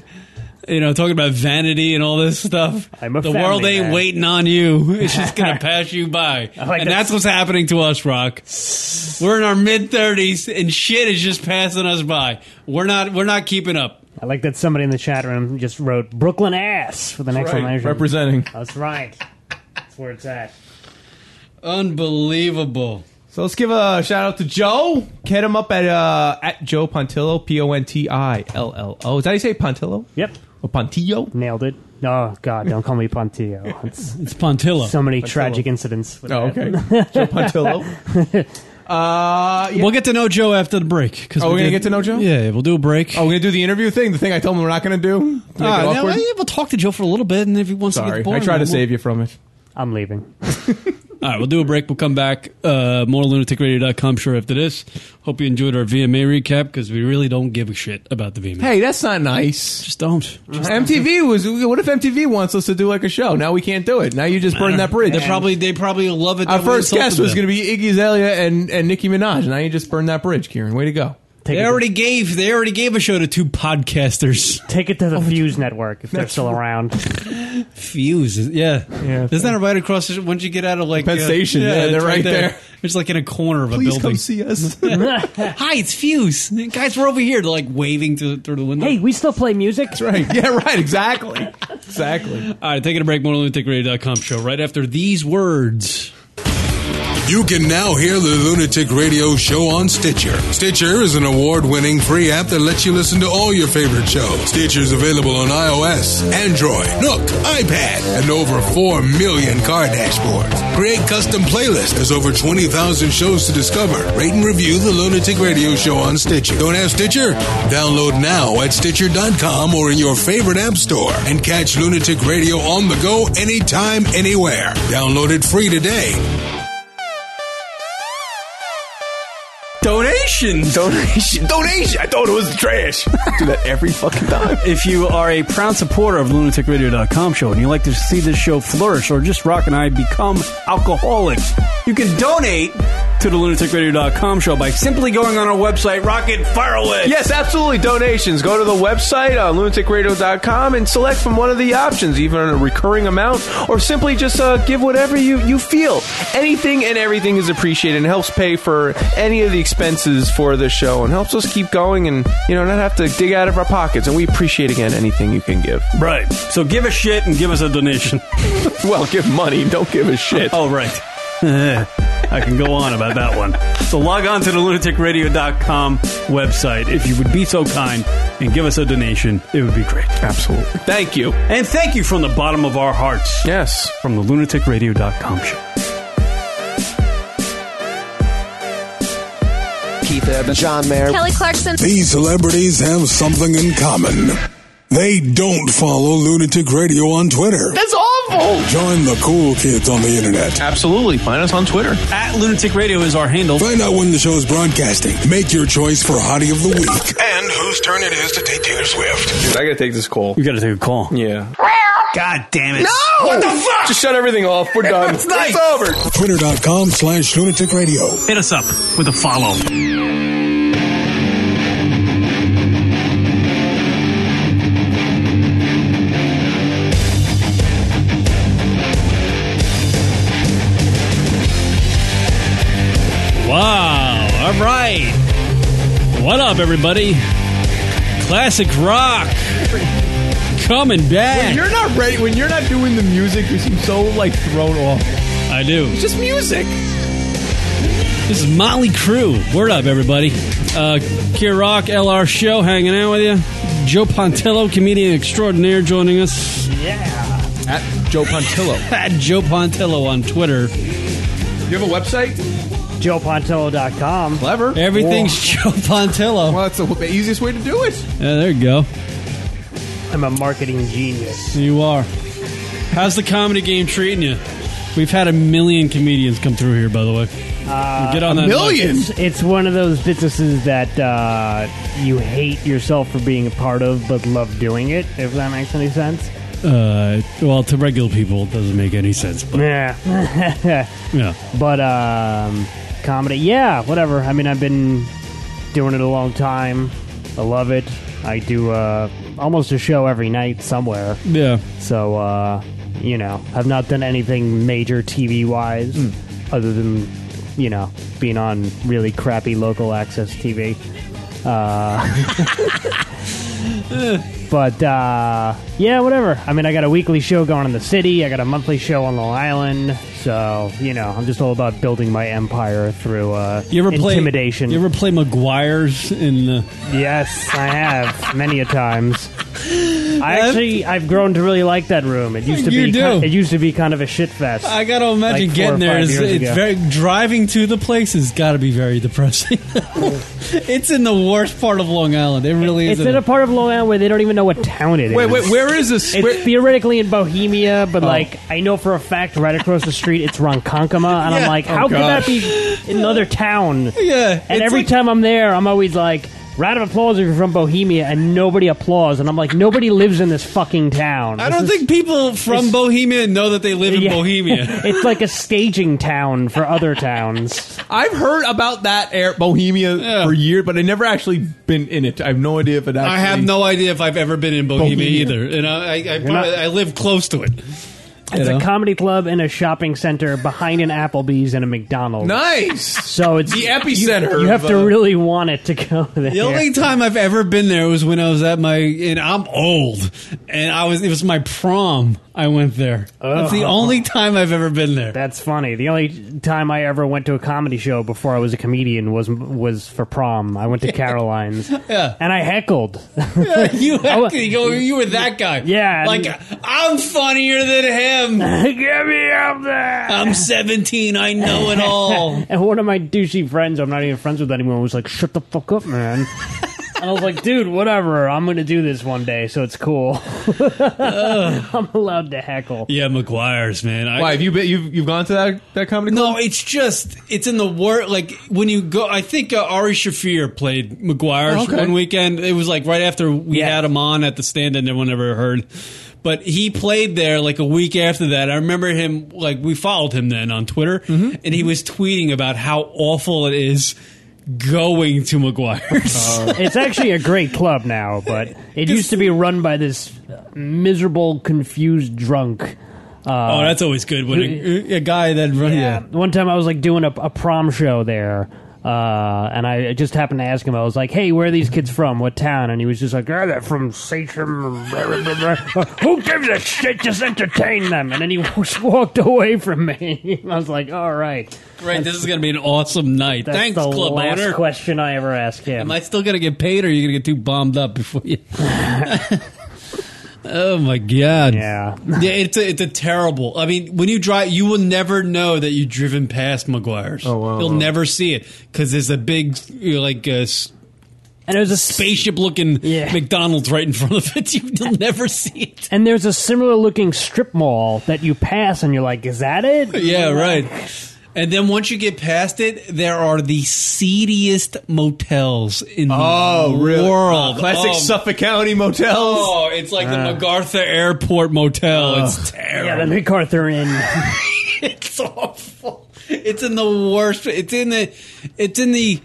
Speaker 4: you know, talking about vanity and all this stuff.
Speaker 5: I'm a
Speaker 4: the world
Speaker 5: family
Speaker 4: ain't
Speaker 5: man.
Speaker 4: waiting on you; it's just gonna pass you by.
Speaker 5: I like
Speaker 4: and
Speaker 5: that.
Speaker 4: that's what's happening to us, Rock. We're in our mid thirties, and shit is just passing us by. We're not. We're not keeping up.
Speaker 5: I like that somebody in the chat room just wrote Brooklyn ass with an
Speaker 4: That's right.
Speaker 5: exclamation.
Speaker 4: Representing.
Speaker 5: That's right. That's where it's at.
Speaker 4: Unbelievable.
Speaker 3: So let's give a shout out to Joe. Hit him up at uh, at Joe Pontillo, P O N T I L L O. Is that how you say Pontillo?
Speaker 5: Yep.
Speaker 3: Or Pontillo?
Speaker 5: Nailed it. Oh God! Don't call me Pontillo. It's,
Speaker 4: it's Pontillo.
Speaker 5: So many
Speaker 3: Pontillo.
Speaker 5: tragic incidents. with
Speaker 3: Oh,
Speaker 5: that.
Speaker 3: okay. Joe Pontillo. Uh,
Speaker 4: We'll get to know Joe after the break. 'cause
Speaker 3: Oh,
Speaker 4: we
Speaker 3: we're gonna
Speaker 4: did-
Speaker 3: get to know Joe?
Speaker 4: Yeah, we'll do a break.
Speaker 3: Oh, we're gonna do the interview thing. The thing I told him we're not gonna do. To make
Speaker 4: Ah,
Speaker 3: it
Speaker 4: now,
Speaker 3: awkward?
Speaker 4: eh, we'll talk to Joe for a little bit, and if he wants to
Speaker 3: Sorry,
Speaker 4: get bored,
Speaker 3: I try to
Speaker 4: we'll-
Speaker 3: save you from it.
Speaker 5: I'm leaving.
Speaker 4: All right, we'll do a break. We'll come back. Uh, more lunaticradio.com sure after this. Hope you enjoyed our VMA recap because we really don't give a shit about the VMA.
Speaker 3: Hey, that's not nice.
Speaker 4: Just don't.
Speaker 3: MTV was. What if MTV wants us to do like a show? Now we can't do it. Now you just burned that bridge.
Speaker 15: They probably they probably love it.
Speaker 3: Our first guest was going to be Iggy Azalea and, and Nicki Minaj. Now you just burned that bridge, Kieran. Way to go.
Speaker 15: They already gave they already gave a show to two podcasters. Oh.
Speaker 5: Take it to the Fuse Network if they're still around.
Speaker 15: Fuse, is- yeah, yeah. Isn't that right across? the Once you get out of like uh,
Speaker 5: Penn Station, yeah, they're
Speaker 15: it's
Speaker 5: right there.
Speaker 15: It's like in a corner of a building.
Speaker 3: us.
Speaker 15: Hi, it's Fuse. Guys, we're over here. They're like waving through, through the window.
Speaker 5: Hey, we still play music? That's
Speaker 3: right. Yeah, right. Exactly. Exactly.
Speaker 4: All right, taking a break. More lunaticradio.com show right after these words.
Speaker 1: You can now hear the Lunatic Radio show on Stitcher. Stitcher is an award winning free app that lets you listen to all your favorite shows. Stitcher's available on iOS, Android, Nook, iPad, and over 4 million car dashboards. Create custom playlists. There's over 20,000 shows to discover. Rate and review the Lunatic Radio show on Stitcher. Don't have Stitcher? Download now at Stitcher.com or in your favorite app store and catch Lunatic Radio on the go anytime, anywhere. Download it free today.
Speaker 16: Donation. Donation. Donation. I thought it was trash. Do that every fucking time.
Speaker 2: If you are a proud supporter of lunaticradio.com show and you like to see this show flourish or just Rock and I become alcoholics, you can donate to the lunaticradio.com show by simply going on our website, Rocket Fire Away.
Speaker 16: Yes, absolutely. Donations. Go to the website uh, on lunaticradio.com and select from one of the options, even a recurring amount, or simply just uh, give whatever you, you feel. Anything and everything is appreciated and helps pay for any of the expenses for this show and helps us keep going and, you know, not have to dig out of our pockets. And we appreciate, again, anything you can give.
Speaker 2: Right. So give a shit and give us a donation.
Speaker 16: well, give money. Don't give a shit.
Speaker 2: Oh, right. I can go on about that one. So log on to the lunaticradio.com website if you would be so kind and give us a donation. It would be great.
Speaker 16: Absolutely. Thank you.
Speaker 2: And thank you from the bottom of our hearts.
Speaker 16: Yes.
Speaker 2: From the lunaticradio.com show.
Speaker 17: Keith Urban, John Mayer.
Speaker 9: Kelly Clarkson.
Speaker 1: These celebrities have something in common. They don't follow Lunatic Radio on Twitter.
Speaker 16: That's awful.
Speaker 1: Join the cool kids on the internet.
Speaker 16: Absolutely. Find us on Twitter.
Speaker 4: At Lunatic Radio is our handle.
Speaker 1: Find out when the show's broadcasting. Make your choice for Hottie of the Week.
Speaker 16: And whose turn it is to take Taylor Swift? Dude, I gotta take this call.
Speaker 2: You got to take a call.
Speaker 16: Yeah.
Speaker 2: God damn it.
Speaker 16: No! What the fuck? Just shut everything off. We're done.
Speaker 2: It's nice.
Speaker 16: over.
Speaker 1: Twitter.com slash Lunatic Radio.
Speaker 2: Hit us up with a follow.
Speaker 4: Wow. All right. What up, everybody? Classic rock coming
Speaker 3: When
Speaker 4: back.
Speaker 3: you're not ready, when you're not doing the music, you seem so like thrown off.
Speaker 4: I do.
Speaker 3: It's just music.
Speaker 4: This is Motley Crue. Word up, everybody. Uh, Kier Rock, LR Show, hanging out with you. Joe Pontillo, comedian extraordinaire, joining us.
Speaker 5: Yeah.
Speaker 4: At Joe Pontillo. At Joe Pontillo on Twitter.
Speaker 3: You have a website?
Speaker 5: JoePontillo.com.
Speaker 3: Clever.
Speaker 4: Everything's Joe Pontillo.
Speaker 3: Well, that's the, the easiest way to do it.
Speaker 4: Yeah, there you go.
Speaker 5: I'm a marketing genius.
Speaker 4: You are. How's the comedy game treating you? We've had a million comedians come through here, by the way.
Speaker 5: Uh,
Speaker 4: Get on that bus.
Speaker 5: It's, it's one of those businesses that uh, you hate yourself for being a part of, but love doing it. If that makes any sense.
Speaker 4: Uh, well, to regular people, it doesn't make any sense. But
Speaker 5: Yeah.
Speaker 4: yeah.
Speaker 5: But um, comedy, yeah, whatever. I mean, I've been doing it a long time. I love it. I do uh, almost a show every night somewhere.
Speaker 4: Yeah.
Speaker 5: So uh, you know, I've not done anything major TV wise, other than you know being on really crappy local access TV. Uh, but uh, yeah, whatever. I mean, I got a weekly show going in the city. I got a monthly show on Long Island. So you know, I'm just all about building my empire through uh,
Speaker 18: You ever play
Speaker 5: intimidation.
Speaker 18: You ever play McGuire's in the?
Speaker 5: Yes, I have many a times. I actually I've grown to really like that room. It used to
Speaker 4: You
Speaker 5: be
Speaker 4: do.
Speaker 5: ki- it used to be kind of a shit fest.
Speaker 4: I gotta imagine
Speaker 5: like four or
Speaker 4: getting there.
Speaker 5: five
Speaker 4: Is,
Speaker 5: years
Speaker 4: it's
Speaker 5: ago.
Speaker 4: very driving to the place has got to be very depressing. it's in the worst part of Long Island. It really is.
Speaker 5: It's in a part of Long Island where they don't even know what town it is.
Speaker 4: Wait, wait, where is this?
Speaker 5: It's
Speaker 4: Where-
Speaker 5: theoretically in Bohemia, but
Speaker 4: Oh.
Speaker 5: like I know for a fact, right across the street, it's Ronkonkoma, and
Speaker 4: Yeah.
Speaker 5: I'm like,
Speaker 4: Oh,
Speaker 5: how could that
Speaker 4: gosh.
Speaker 5: be another town?
Speaker 4: Yeah,
Speaker 5: And
Speaker 4: it's
Speaker 5: every
Speaker 4: like-
Speaker 5: time I'm there, I'm always like, round of applause if you're from Bohemia, and nobody applauds, and I'm like, nobody lives in this fucking town.
Speaker 4: I don't think people from
Speaker 5: it's-
Speaker 4: Bohemia know that they live in Bohemia.
Speaker 5: it's like a staging town for other towns.
Speaker 3: I've heard about that air Bohemia for years, but I never actually been in it. I have no idea if it. Actually
Speaker 4: I have no idea if I've ever been in Bohemia,
Speaker 3: Bohemia?
Speaker 4: either, and I I, I, probably,
Speaker 5: not-
Speaker 4: I live close to it.
Speaker 5: It's a comedy club in a shopping center behind an Applebee's and a McDonald's.
Speaker 3: Nice.
Speaker 5: So it's
Speaker 4: The epicenter
Speaker 5: You, you have
Speaker 4: of,
Speaker 5: to
Speaker 4: uh,
Speaker 5: really want it to go there.
Speaker 4: The only time I've ever been there was when I was at my and I'm old and I was it was my prom. I went there. That's the only time I've ever been there.
Speaker 5: Oh. That's funny. The only time I ever went to a comedy show before I was a comedian was was for prom. I went to Caroline's.
Speaker 4: Yeah.
Speaker 5: And I heckled. Oh.
Speaker 4: you actually go. You were that guy.
Speaker 5: Yeah,
Speaker 4: Like I'm funnier than him.
Speaker 5: Get me up there.
Speaker 4: I'm 17. I know it all.
Speaker 5: and one of my douchey friends, I'm not even friends with anyone, was like, "Shut the fuck up, man." and I was like, "Dude, whatever. I'm gonna do this one day, so it's cool. I'm allowed to heckle."
Speaker 4: Yeah, McGuire's man. I,
Speaker 3: Why have you been? You've you've gone to that that comedy?
Speaker 4: No, it's just it's in the word. Like when you go, I think uh, Ari Shafir played
Speaker 3: Oh,
Speaker 4: McGuire's
Speaker 18: Okay.
Speaker 4: one weekend. It was like right after we had him on at the stand, and no one ever heard. But he played there like a week after that. I remember him like we followed him then on Twitter,
Speaker 3: Mm-hmm.
Speaker 4: and he was tweeting about how awful it is going to McGuire's.
Speaker 5: it's actually a great club now, but it used to be run by this miserable, confused drunk. Uh,
Speaker 4: oh, that's always good when a, a guy that run. Yeah.
Speaker 5: One time I was like doing a, a prom show there, uh, and I just happened to ask him. I was like, "Hey, where are these kids from? What town?" And he was just like, "Oh, they're from Sachem." blah, blah, blah, blah." Who gives a shit? Just entertain them. And then he just walked away from me. I was like, "All right,
Speaker 4: Right, this is going to be an awesome night.
Speaker 5: that's
Speaker 4: Thanks,
Speaker 5: the
Speaker 4: Club
Speaker 5: last
Speaker 4: Owner.
Speaker 5: question I ever asked him."
Speaker 4: Am I still gonna get paid, or are you gonna get too bombed up before you? oh my god!
Speaker 5: Yeah,
Speaker 4: yeah. It's a, it's a terrible. I mean, when you drive, you will never know that you've driven past McGuire's. Oh wow! You'll
Speaker 5: wow.
Speaker 4: never see it because there's a big you know, like uh, s-
Speaker 5: and there's a
Speaker 4: spaceship looking McDonald's right in front of it. You- You'll never see it.
Speaker 5: And there's a similar looking strip mall that you pass, and you're like, "Is that it?"
Speaker 4: Yeah, right. And then once you get past it, there are the seediest motels in the
Speaker 3: Oh, really?
Speaker 4: world.
Speaker 3: Classic
Speaker 4: Oh,
Speaker 3: Suffolk County motels. Ah.
Speaker 4: Oh, it's like the MacArthur Airport Motel. it's terrible.
Speaker 5: Yeah, the MacArthur Inn.
Speaker 4: it's awful. It's in the worst. It's in the. It's in the.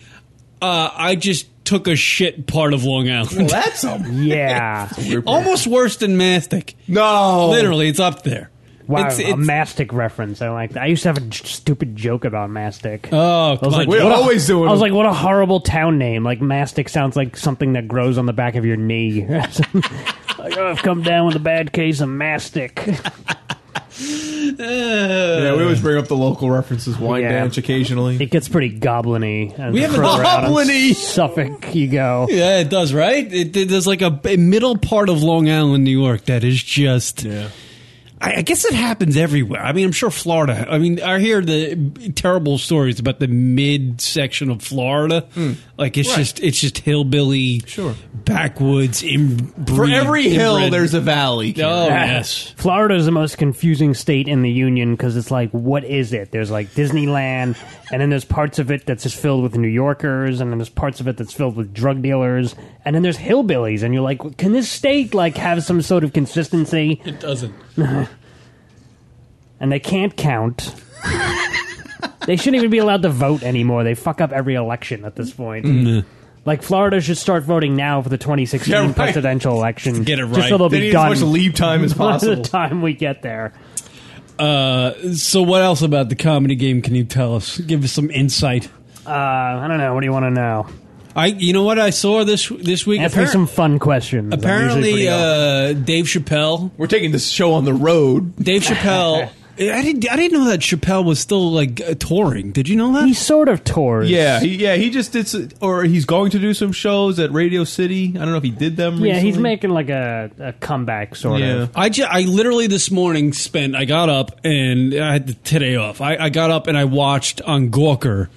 Speaker 4: Uh, I just took a shit part of Long Island. Oh,
Speaker 3: that's
Speaker 5: yeah,
Speaker 4: almost worse than mastic.
Speaker 3: No,
Speaker 4: literally, it's up there.
Speaker 5: Wow,
Speaker 4: It's-
Speaker 5: a mastic reference. I like. That. I used to have a j- stupid joke about mastic.
Speaker 4: Oh,
Speaker 5: I was like,
Speaker 3: We're
Speaker 5: what a-
Speaker 3: always doing
Speaker 5: I was
Speaker 3: it.
Speaker 5: like, what a horrible town name. Like mastic sounds like something that grows on the back of your knee. like, oh, I've come down with a bad case of mastic.
Speaker 3: Yeah, we always bring up the local references, wine
Speaker 5: Yeah.
Speaker 3: bench occasionally.
Speaker 5: It gets pretty goblin-y. as
Speaker 4: We
Speaker 5: the
Speaker 4: haven't-
Speaker 5: further out on
Speaker 4: Goblin-y!
Speaker 5: Suffolk, you go.
Speaker 4: Yeah, it does, right? It, it- there's like a, a middle part of Long Island, New York, that is just. I, I guess it happens everywhere. I mean, I'm sure Florida. I mean, I hear the terrible stories about the mid section of Florida. Like it's
Speaker 3: Right.
Speaker 4: just it's just hillbilly, Hmm. sure, backwoods. Inbreed,
Speaker 3: For every hill,
Speaker 4: inbred-
Speaker 3: there's a valley.
Speaker 4: Oh
Speaker 5: Yeah.
Speaker 4: yes,
Speaker 5: Florida is the most confusing state in the union because it's like, what is it? There's like Disneyland, and then there's parts of it that's just filled with New Yorkers, and then there's parts of it that's filled with drug dealers, and then there's hillbillies, and you're like, can this state like have some sort of consistency?
Speaker 4: it doesn't.
Speaker 5: and Uh-huh. they can't count. they shouldn't even be allowed to vote anymore. They fuck up every election at this point.
Speaker 4: Mm.
Speaker 5: Like Florida should start voting now for the 2016
Speaker 4: Yeah, right.
Speaker 5: presidential election.
Speaker 4: Get it
Speaker 5: Just so
Speaker 4: right.
Speaker 5: they'll
Speaker 4: They
Speaker 5: be
Speaker 4: need as
Speaker 5: done.
Speaker 4: much lead time as
Speaker 5: by
Speaker 4: possible.
Speaker 5: the time we get there.
Speaker 4: Uh, so what else about the comedy game can you tell us? Give us some insight.
Speaker 5: Uh, I don't know. What do you want to know?
Speaker 4: I, you know what I saw this this week.
Speaker 5: Ask me
Speaker 4: Apparent-
Speaker 5: some fun questions. I'm usually
Speaker 4: Apparently,
Speaker 5: pretty
Speaker 4: uh, Dave Chappelle.
Speaker 3: We're taking this show on the road.
Speaker 4: Dave Chappelle I didn't. I didn't know that Chappelle was still like uh, touring. Did you know that? He
Speaker 5: sort of tours.
Speaker 3: Yeah, he, yeah, he just did, s- or he's going to do some shows at Radio City. I don't know if he did them.
Speaker 5: Yeah, he's
Speaker 3: recently.
Speaker 5: making like a, a comeback sort of.
Speaker 4: I, ju- I literally this morning spent. I got up and I had the today off. I, I got up and I watched on Gawker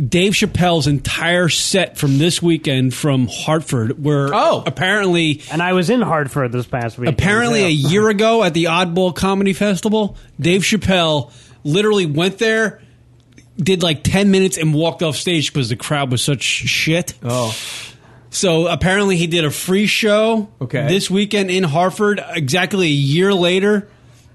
Speaker 4: Dave Chappelle's entire set from this weekend from Hartford, where oh apparently
Speaker 5: and I was in Hartford this past week.
Speaker 4: Apparently, a year ago at the Oddball Comedy Festival, Dave Chappelle literally went there, did like ten minutes, and walked off stage because the crowd was such shit.
Speaker 3: Oh.
Speaker 4: So apparently he did a free show
Speaker 3: Okay.
Speaker 4: this weekend in Hartford, exactly a year later,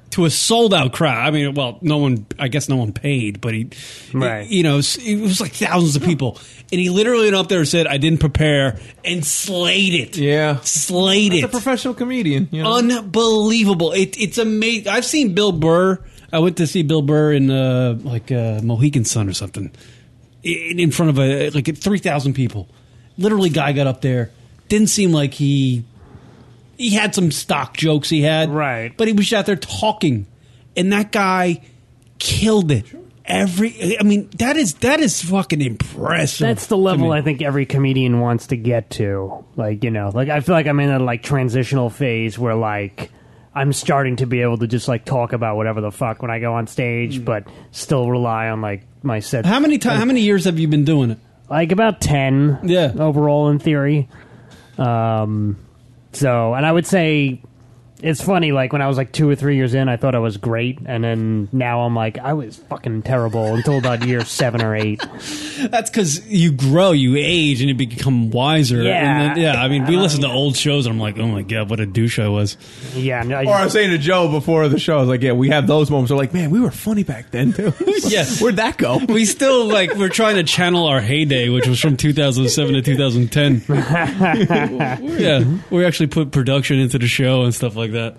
Speaker 4: to a sold out crowd. I mean, well, no one, I guess no one paid, but he,
Speaker 5: Right.
Speaker 4: you know, s- it was like thousands of people, and he literally went up there and said, "I didn't prepare," and slayed it.
Speaker 3: Yeah,
Speaker 4: slayed
Speaker 3: That's
Speaker 4: it.
Speaker 3: a professional comedian. You know?
Speaker 4: Unbelievable! It, it's amazing. I've seen Bill Burr. I went to see Bill Burr in uh, like uh, Mohegan Sun or something, in, in front of a like three thousand people. Literally, guy got up there. Didn't seem like he he had some stock jokes he had right, but he was out there talking, and that guy killed it. Every, I mean, that is that is fucking impressive.
Speaker 5: That's the level I think every comedian wants to get to. Like you know, like I feel like I'm in a like transitional phase where like I'm starting to be able to just like talk about whatever the fuck when I go on stage,
Speaker 4: Mm.
Speaker 5: but still rely on like my set.
Speaker 4: How many ti- how many years have you been doing it?
Speaker 5: Like about ten.
Speaker 4: Yeah.
Speaker 5: Overall, in theory. Um. So, and I would say. It's funny, like when I was like two or three years in, I thought I was great, and then now I'm like, I was fucking terrible until about year seven or eight.
Speaker 4: That's because you grow, you age, and you become wiser.
Speaker 5: Yeah.
Speaker 4: and then, yeah. I mean, we listen to old shows, and I'm like, oh my god, what a douche I was.
Speaker 5: Yeah, no,
Speaker 3: Or I was saying to Joe before the show, I was like, "Yeah, we have those moments. We're like, man, we were funny back then, too.
Speaker 4: Yes.
Speaker 3: where'd that go?
Speaker 4: We still like we're trying to channel our heyday, which was from 2007 to 2010. yeah, we actually put production into the show and stuff like that.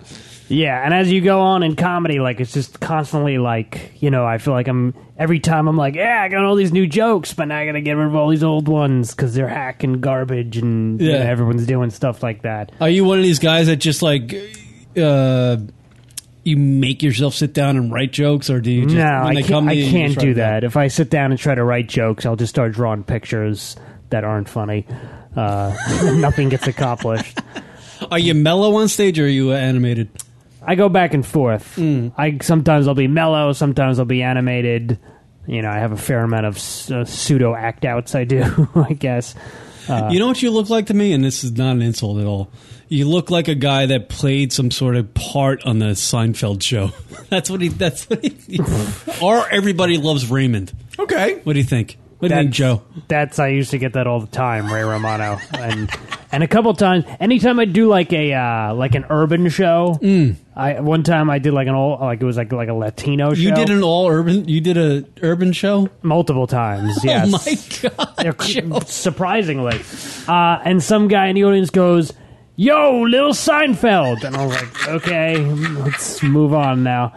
Speaker 5: Yeah, and as you go on in comedy, like it's just constantly like you know, I feel like I'm every time I'm like, yeah, I got all these new jokes, but now I gotta get rid of all these old ones because they're hack and garbage, and you
Speaker 4: Yeah.
Speaker 5: know, everyone's doing stuff like that.
Speaker 4: Are you one of these guys that just like uh, you make yourself sit down and write jokes, or do you? Just,
Speaker 5: no,
Speaker 4: when
Speaker 5: I
Speaker 4: they
Speaker 5: can't,
Speaker 4: come to
Speaker 5: I
Speaker 4: you, you
Speaker 5: can't
Speaker 4: just write
Speaker 5: do
Speaker 4: them down?
Speaker 5: that. If I sit down and try to write jokes, I'll just start drawing pictures that aren't funny. Uh, nothing gets accomplished.
Speaker 4: Are you mellow on stage, or are you uh, animated? Hmm.
Speaker 5: I go back and forth. I sometimes I'll be mellow, sometimes I'll be animated. You know, I have a fair amount of s- uh, pseudo act outs. I do, I guess. Uh,
Speaker 4: you know what you look like to me, and this is not an insult at all. You look like a guy that played some sort of part on the Seinfeld show. that's what he. That's what he. or everybody loves Raymond.
Speaker 3: Okay.
Speaker 4: What do you think? What do you
Speaker 5: That's-
Speaker 4: think, Joe?
Speaker 5: That's I used to get that all the time, Ray Romano, and and a couple times. Anytime I do like a uh, like an urban show,
Speaker 4: Mm.
Speaker 5: I one time I did like an all like it was like like a Latino show.
Speaker 4: You did an all urban. You did a urban show Oh
Speaker 5: multiple times. Yes.
Speaker 4: my
Speaker 5: god! Surprisingly, uh, and some guy in the audience goes, "Yo, little Seinfeld," and I was like, "Okay, let's move on now."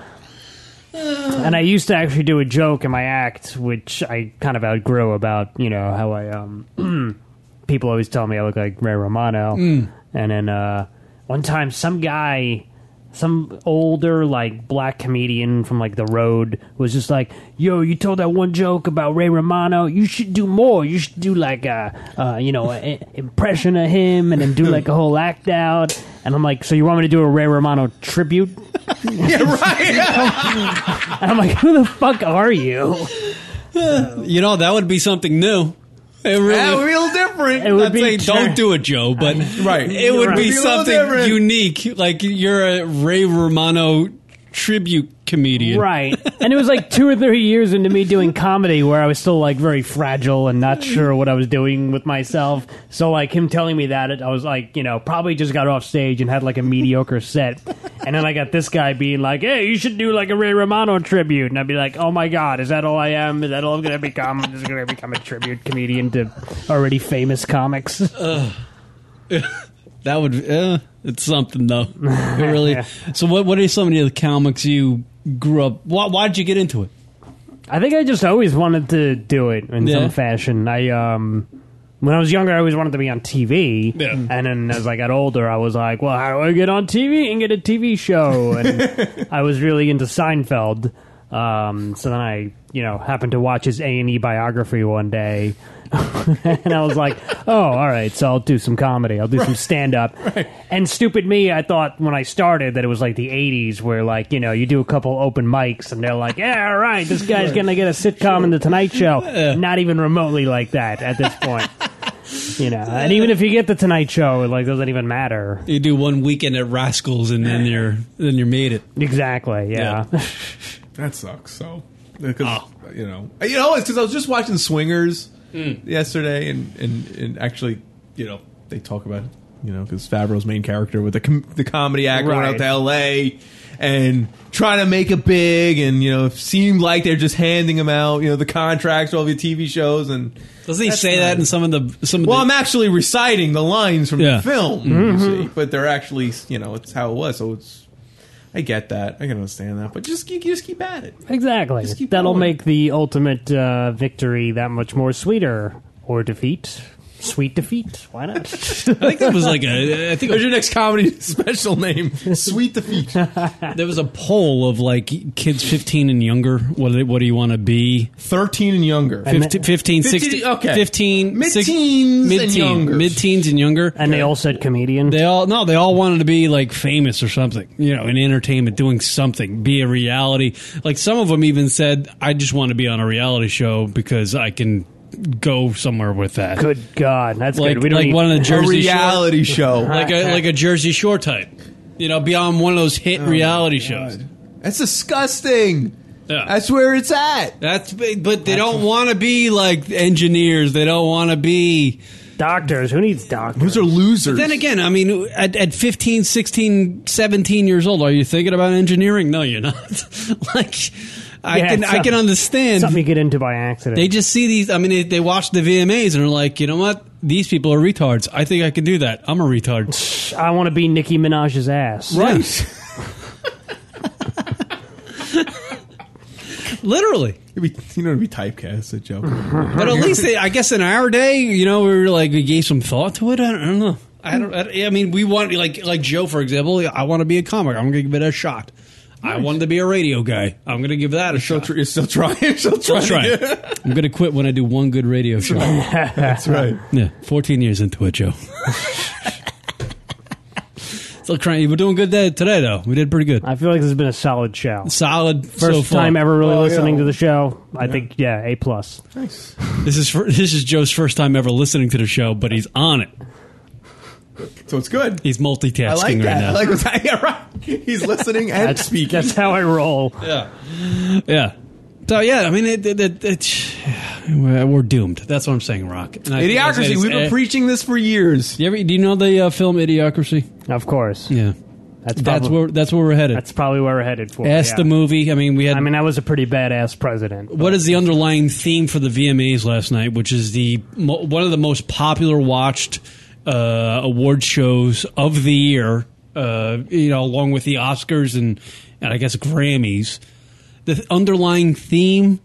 Speaker 5: And I used to actually do a joke in my act, which I kind of outgrew about, you know, how I, um, people always tell me I look like Ray Romano.
Speaker 4: Mm.
Speaker 5: And then, uh, one time some guy, some older, like, black comedian from, like, the road was just like, yo, you told that one joke about Ray Romano. You should do more. You should do, like, a, uh, you know, an impression of him and then do, like, a whole act out. And I'm like, so you want me to do a Ray Romano tribute?
Speaker 3: yeah, right.
Speaker 5: And I'm like, who the fuck are you?
Speaker 4: you know that would be something new. It really,
Speaker 5: That would be a
Speaker 3: little different.
Speaker 5: It would
Speaker 4: I'd
Speaker 5: be
Speaker 4: say
Speaker 5: tr-
Speaker 4: don't do it, Joe. But
Speaker 5: Right.
Speaker 4: it would
Speaker 5: Right. It'd be
Speaker 4: be
Speaker 5: a little
Speaker 4: something
Speaker 5: different.
Speaker 4: unique. Like you're a Ray Romano tribute comedian,
Speaker 5: Right. And it was like two or three years into me doing comedy where I was still like very fragile and not sure what I was doing with myself. So like him telling me that I was like, you know, probably just got off stage and had like a mediocre set. And then I got this guy being like, Hey, you should do like a Ray Romano tribute and I'd be like, Oh my god, is that all I am? Is that all I'm gonna become? I'm just gonna become a tribute comedian to already famous comics.
Speaker 4: Ugh. that would uh, it's something though. It really. So what? What are some of the other comics you grew up? Why, why did you get into it?
Speaker 5: I think I just always wanted to do it in
Speaker 4: Yeah.
Speaker 5: some fashion. I um When I was younger, I always wanted to be on TV. And then as I got older, I was like, well, how do I get on TV and get a TV show? And I was really into Seinfeld. Um, so then I, you know, happened to watch his A&E biography one day. and I was like, oh, all right, so I'll do some comedy. I'll do some stand up. And stupid me, I thought when I started that it was like the 80s where, like, you know, you do a couple open mics and they're like, yeah, all right, this guy's
Speaker 4: Sure.
Speaker 5: going to get a sitcom in The Tonight Show. Not even remotely like that at this point. you know, and even if you get The Tonight Show, it like, doesn't even matter.
Speaker 4: You do one weekend at Rascals and then you're then you're made it.
Speaker 5: Exactly. Yeah.
Speaker 3: That sucks. So,
Speaker 4: Ah.
Speaker 3: because you know, you know, it's because I was just watching Swingers
Speaker 4: Hmm.
Speaker 3: yesterday, and, and and actually, you know, they talk about you know because Favreau's main character with the com- the comedy act went
Speaker 19: Right.
Speaker 3: out to L.A. and trying to make it big, and you know, it seemed like they're just handing them out, you know, the contracts, all the TV shows, and
Speaker 4: Doesn't he say that in some of the some?
Speaker 3: Well, I'm actually reciting the lines from
Speaker 4: Yeah.
Speaker 3: the film,
Speaker 5: Mm-hmm.
Speaker 4: Mhm.
Speaker 3: you see, but they're actually, you know, it's how it was, so it's. I get that. I can understand that, but just you just keep at it.
Speaker 5: Exactly.
Speaker 3: Just keep
Speaker 5: That'll
Speaker 3: going.
Speaker 5: make the ultimate uh, victory that much more sweeter. Or defeat. Sweet defeat. Why not? I think
Speaker 4: that was like a- I think it was-
Speaker 3: There's your next comedy special name, Sweet Defeat.
Speaker 4: There was a poll of like kids 15 and younger. What do they, what do you want to be?
Speaker 3: 13 and younger.
Speaker 4: 15, 15 16,
Speaker 3: okay.
Speaker 4: 15
Speaker 3: Mid-teens
Speaker 4: six-
Speaker 3: and
Speaker 4: mid-teen,
Speaker 3: younger.
Speaker 4: mid-teens and younger.
Speaker 5: And they all said comedian.
Speaker 4: They all no, they all wanted to be like famous or something. You know, in entertainment, doing something, be a reality. Like some of them even said, "I just want to be on a reality show because I can go somewhere with that."
Speaker 5: Good God, that's
Speaker 4: like
Speaker 5: good. We don't
Speaker 4: like
Speaker 5: need-
Speaker 4: one of the
Speaker 5: A
Speaker 4: Jersey Shore-
Speaker 5: reality show.
Speaker 4: like a like a Jersey Shore type. You know, be on one of those hit reality shows.
Speaker 3: Oh That's disgusting. That's where it's at.
Speaker 4: That's but they don't want to be like engineers. They don't want to be
Speaker 5: doctors. Who needs doctors?
Speaker 3: Those are losers.
Speaker 4: then again, I mean, at, at 15, 16, 17 years old, are you thinking about engineering? No, you're not. like, I
Speaker 5: Yeah,
Speaker 4: can
Speaker 5: it's
Speaker 4: I can
Speaker 5: some-
Speaker 4: understand.
Speaker 5: something you get into by accident.
Speaker 4: They just see these. I mean, they, they watch the VMAs and are like, you know what? These people are retards. I think I can do that. I'm a retard.
Speaker 5: I want to be Nicki Minaj's ass.
Speaker 4: Right. Literally.
Speaker 3: It'd be, you know, it'd be typecast a joke.
Speaker 4: But at least, they, I guess, in our day, you know, we were like we gave some thought to it. I don't, I don't know. I don't. I, don't- I mean, we want like like Joe, for example. I want to be a comic. I'm going to give it a shot. I wanted to be a radio guy. I'm going to give that a shot.
Speaker 3: you're still trying. You're still
Speaker 4: Still
Speaker 3: trying.
Speaker 4: trying. I'm going to quit when I do one good radio show.
Speaker 3: That's right.
Speaker 4: Yeah, 14 years into it, Joe. Still trying. We're doing good day- today, though. We did pretty good.
Speaker 5: I feel like this has been a solid show.
Speaker 4: Solid.
Speaker 5: First
Speaker 4: so far.
Speaker 5: time ever really listening to the show. I think yeah, A plus.
Speaker 3: Thanks.
Speaker 4: This is fir- this is Joe's first time ever listening to the show, but he's on it.
Speaker 3: So it's good.
Speaker 4: He's multitasking
Speaker 3: I like
Speaker 4: right
Speaker 3: that.
Speaker 4: now.
Speaker 3: I like what's yeah, right. He's listening and
Speaker 4: That's-
Speaker 3: speaking.
Speaker 5: That's how I roll.
Speaker 4: Yeah. yeah. So yeah, I mean, it, it, it, it's we're we're doomed. That's what I'm saying, Rock. And I think that's-
Speaker 3: Idiocracy. We've been
Speaker 4: eh,
Speaker 3: preaching this for years.
Speaker 4: You ever, do you know the uh, film Idiocracy?
Speaker 5: Of course.
Speaker 4: Yeah.
Speaker 5: That's
Speaker 4: That's
Speaker 5: probably-
Speaker 4: where that's where we're headed.
Speaker 5: That's probably where we're headed for.
Speaker 4: Ask the movie. I mean, we had.
Speaker 5: I mean, that was a pretty badass president.
Speaker 4: Eh, what is the underlying theme for the VMAs last night, which is the mo- one of the most popular watched uh, award shows of the year? Uh, you know, along with the Oscars and, and I guess Grammys. The th- underlying theme,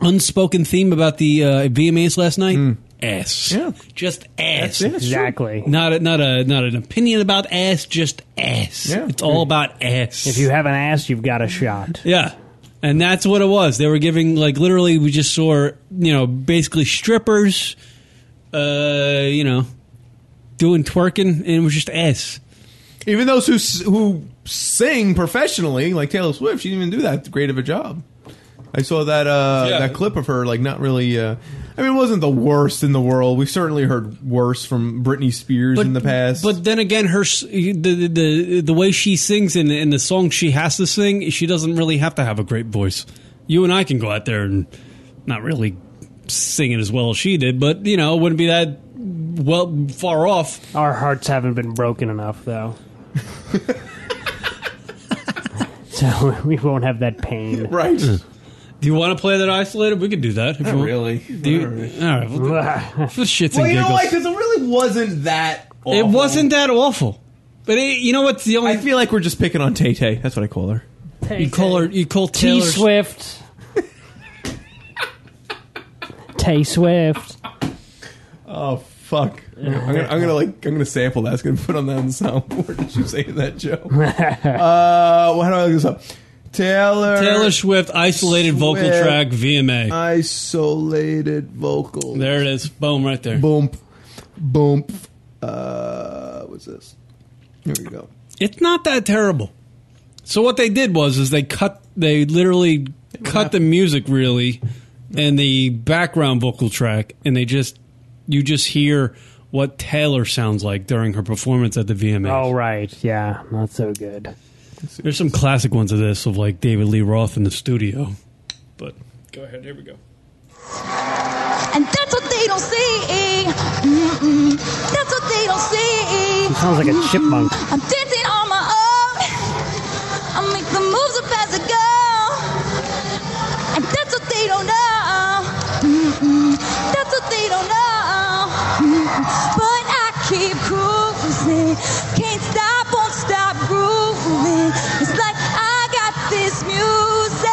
Speaker 4: unspoken theme about the uh, VMAs last night,
Speaker 3: Hmm.
Speaker 4: ass. Yeah, just ass.
Speaker 5: Exactly.
Speaker 4: Not a, not a not an opinion about ass, just ass.
Speaker 5: Yeah.
Speaker 4: It's all about ass.
Speaker 5: If you have an ass, you've got a shot.
Speaker 4: Yeah. And that's what it was. They were giving like literally we just saw, you know, basically strippers uh, you know, doing twerking and it was just ass.
Speaker 3: Even those who s- who sing professionally, like Taylor Swift, she didn't even do that great of a job. I saw that uh,
Speaker 4: Yeah.
Speaker 3: that clip of her, like not really. Uh, I mean, it wasn't the worst in the world. We've certainly heard worse from Britney Spears in the past.
Speaker 4: But then again, her s- the the the, the way she sings and and the song she has to sing, she doesn't really have to have a great voice. You and I can go out there and not really sing it as well as she did, but you know, it wouldn't be that well far off.
Speaker 5: Our hearts haven't been broken enough, though. so we won't have that pain.
Speaker 3: Right.
Speaker 4: Do you want to play that isolated? We could do that. If you want.
Speaker 3: really.
Speaker 4: Do you, all right. Well, for shits
Speaker 3: well,
Speaker 4: and
Speaker 3: you know
Speaker 4: giggles.
Speaker 3: why? Because it really wasn't that. Awful.
Speaker 4: It wasn't that awful. But it, you know what's the only?
Speaker 3: I feel like we're just picking on Tay Tay. That's what I call her.
Speaker 4: you call her. You call
Speaker 5: T
Speaker 4: Taylor.
Speaker 5: Swift. Tay Swift.
Speaker 3: Oh fuck! I'm gonna, I'm gonna like I'm gonna sample that. I'm gonna put on that on the soundboard. Did you say that, Joe? uh, well, how do I look this up? Taylor
Speaker 4: Taylor Swift isolated vocal
Speaker 3: Swift
Speaker 4: track VMA.
Speaker 3: Isolated vocal.
Speaker 4: There it is. Boom, right there.
Speaker 3: Boom, boom. Uh, what's this? Here we go.
Speaker 4: It's not that terrible. So what they did was is they cut they literally cut the music really and the background vocal track and they just you just hear what Taylor sounds like during her performance at the VMAs.
Speaker 5: Oh right, yeah, not so good.
Speaker 4: There's some classic ones of this of like David Lee Roth in the studio. But
Speaker 11: Go ahead. Here we go.
Speaker 7: And that's what they don't see. Mm-mm. That's what they don't see.
Speaker 5: It sounds like a chipmunk.
Speaker 7: I'm dancing on my own. I make the moves up as I go. And that's what they don't know. Mm-mm. That's what they don't know. Mm-mm. But I keep cruising. Can't stop, won't stop grooving. It's like I got this music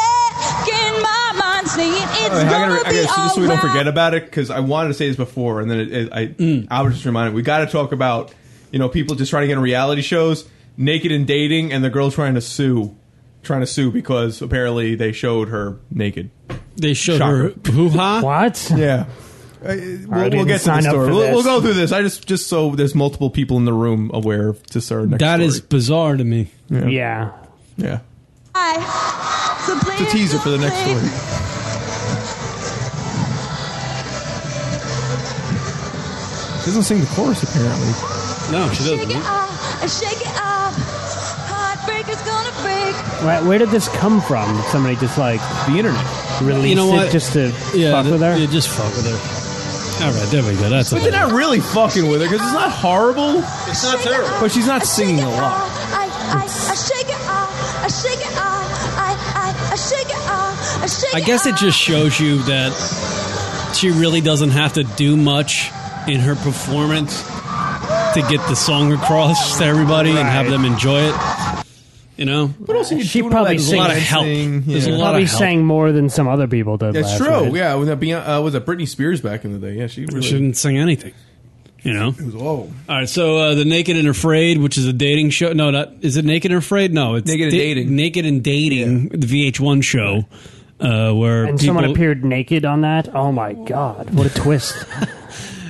Speaker 7: in my mind saying it's
Speaker 3: All right, I
Speaker 7: gonna
Speaker 3: gotta, I
Speaker 7: be
Speaker 3: gotta-
Speaker 7: all
Speaker 3: just so we don't
Speaker 7: right.
Speaker 3: forget about it, because I wanted to say this before, and then it, it, I
Speaker 4: Mm.
Speaker 3: I was just reminded we got to talk about you know people just trying to get in reality shows, naked and dating, and the girl trying to sue, trying to sue because apparently they showed her naked.
Speaker 4: They showed her hoo ha.
Speaker 5: What?
Speaker 20: Uh,
Speaker 3: Yeah. We'll, we'll get to the story. We'll, we'll go through this. I just just so there's multiple people in the room aware of this. Our next
Speaker 4: That is bizarre to me.
Speaker 3: Yeah.
Speaker 5: Yeah.
Speaker 3: Yeah.
Speaker 7: So
Speaker 3: It's a teaser for the next story. Doesn't sing the chorus apparently.
Speaker 4: No, she
Speaker 7: Shake it off, shake it off. Heartbreaker's gonna break.
Speaker 5: Where, where did this come from? Somebody just like the internet released
Speaker 4: You know what?
Speaker 5: it just to
Speaker 4: Yeah,
Speaker 5: fuck
Speaker 4: th-
Speaker 5: with her.
Speaker 4: yeah, just fuck with her. All right, there we go. That's
Speaker 3: But they're not really fucking with her because it's not horrible. It's not terrible. But she's not singing a lot.
Speaker 7: I, I, I shake it off, I shake it off. I, I, I shake it off, I shake
Speaker 4: I guess it just shows you that she really doesn't have to do much in her performance to get the song across to everybody and have them enjoy it. You know,
Speaker 3: What else are you
Speaker 5: She
Speaker 3: doing
Speaker 5: probably
Speaker 3: all that
Speaker 5: sang-
Speaker 4: lot of help. There's a
Speaker 5: She
Speaker 4: lot
Speaker 5: probably
Speaker 4: of help.
Speaker 5: sang more than some other people did.
Speaker 3: That's
Speaker 5: last
Speaker 3: true.
Speaker 5: night.
Speaker 3: Yeah, when that Beyonce, uh, was that Britney Spears back in the day? Yeah, she really
Speaker 4: she didn't sing anything. You know.
Speaker 3: It was low.
Speaker 4: All right, so uh, the Naked and Afraid, which is a dating show. No, not is it Naked and Afraid? No, it's
Speaker 3: Naked and Dating.
Speaker 4: Naked and Dating, the VH1 show, uh, where
Speaker 5: And
Speaker 4: people
Speaker 5: someone appeared naked on that. Oh my god! What a twist!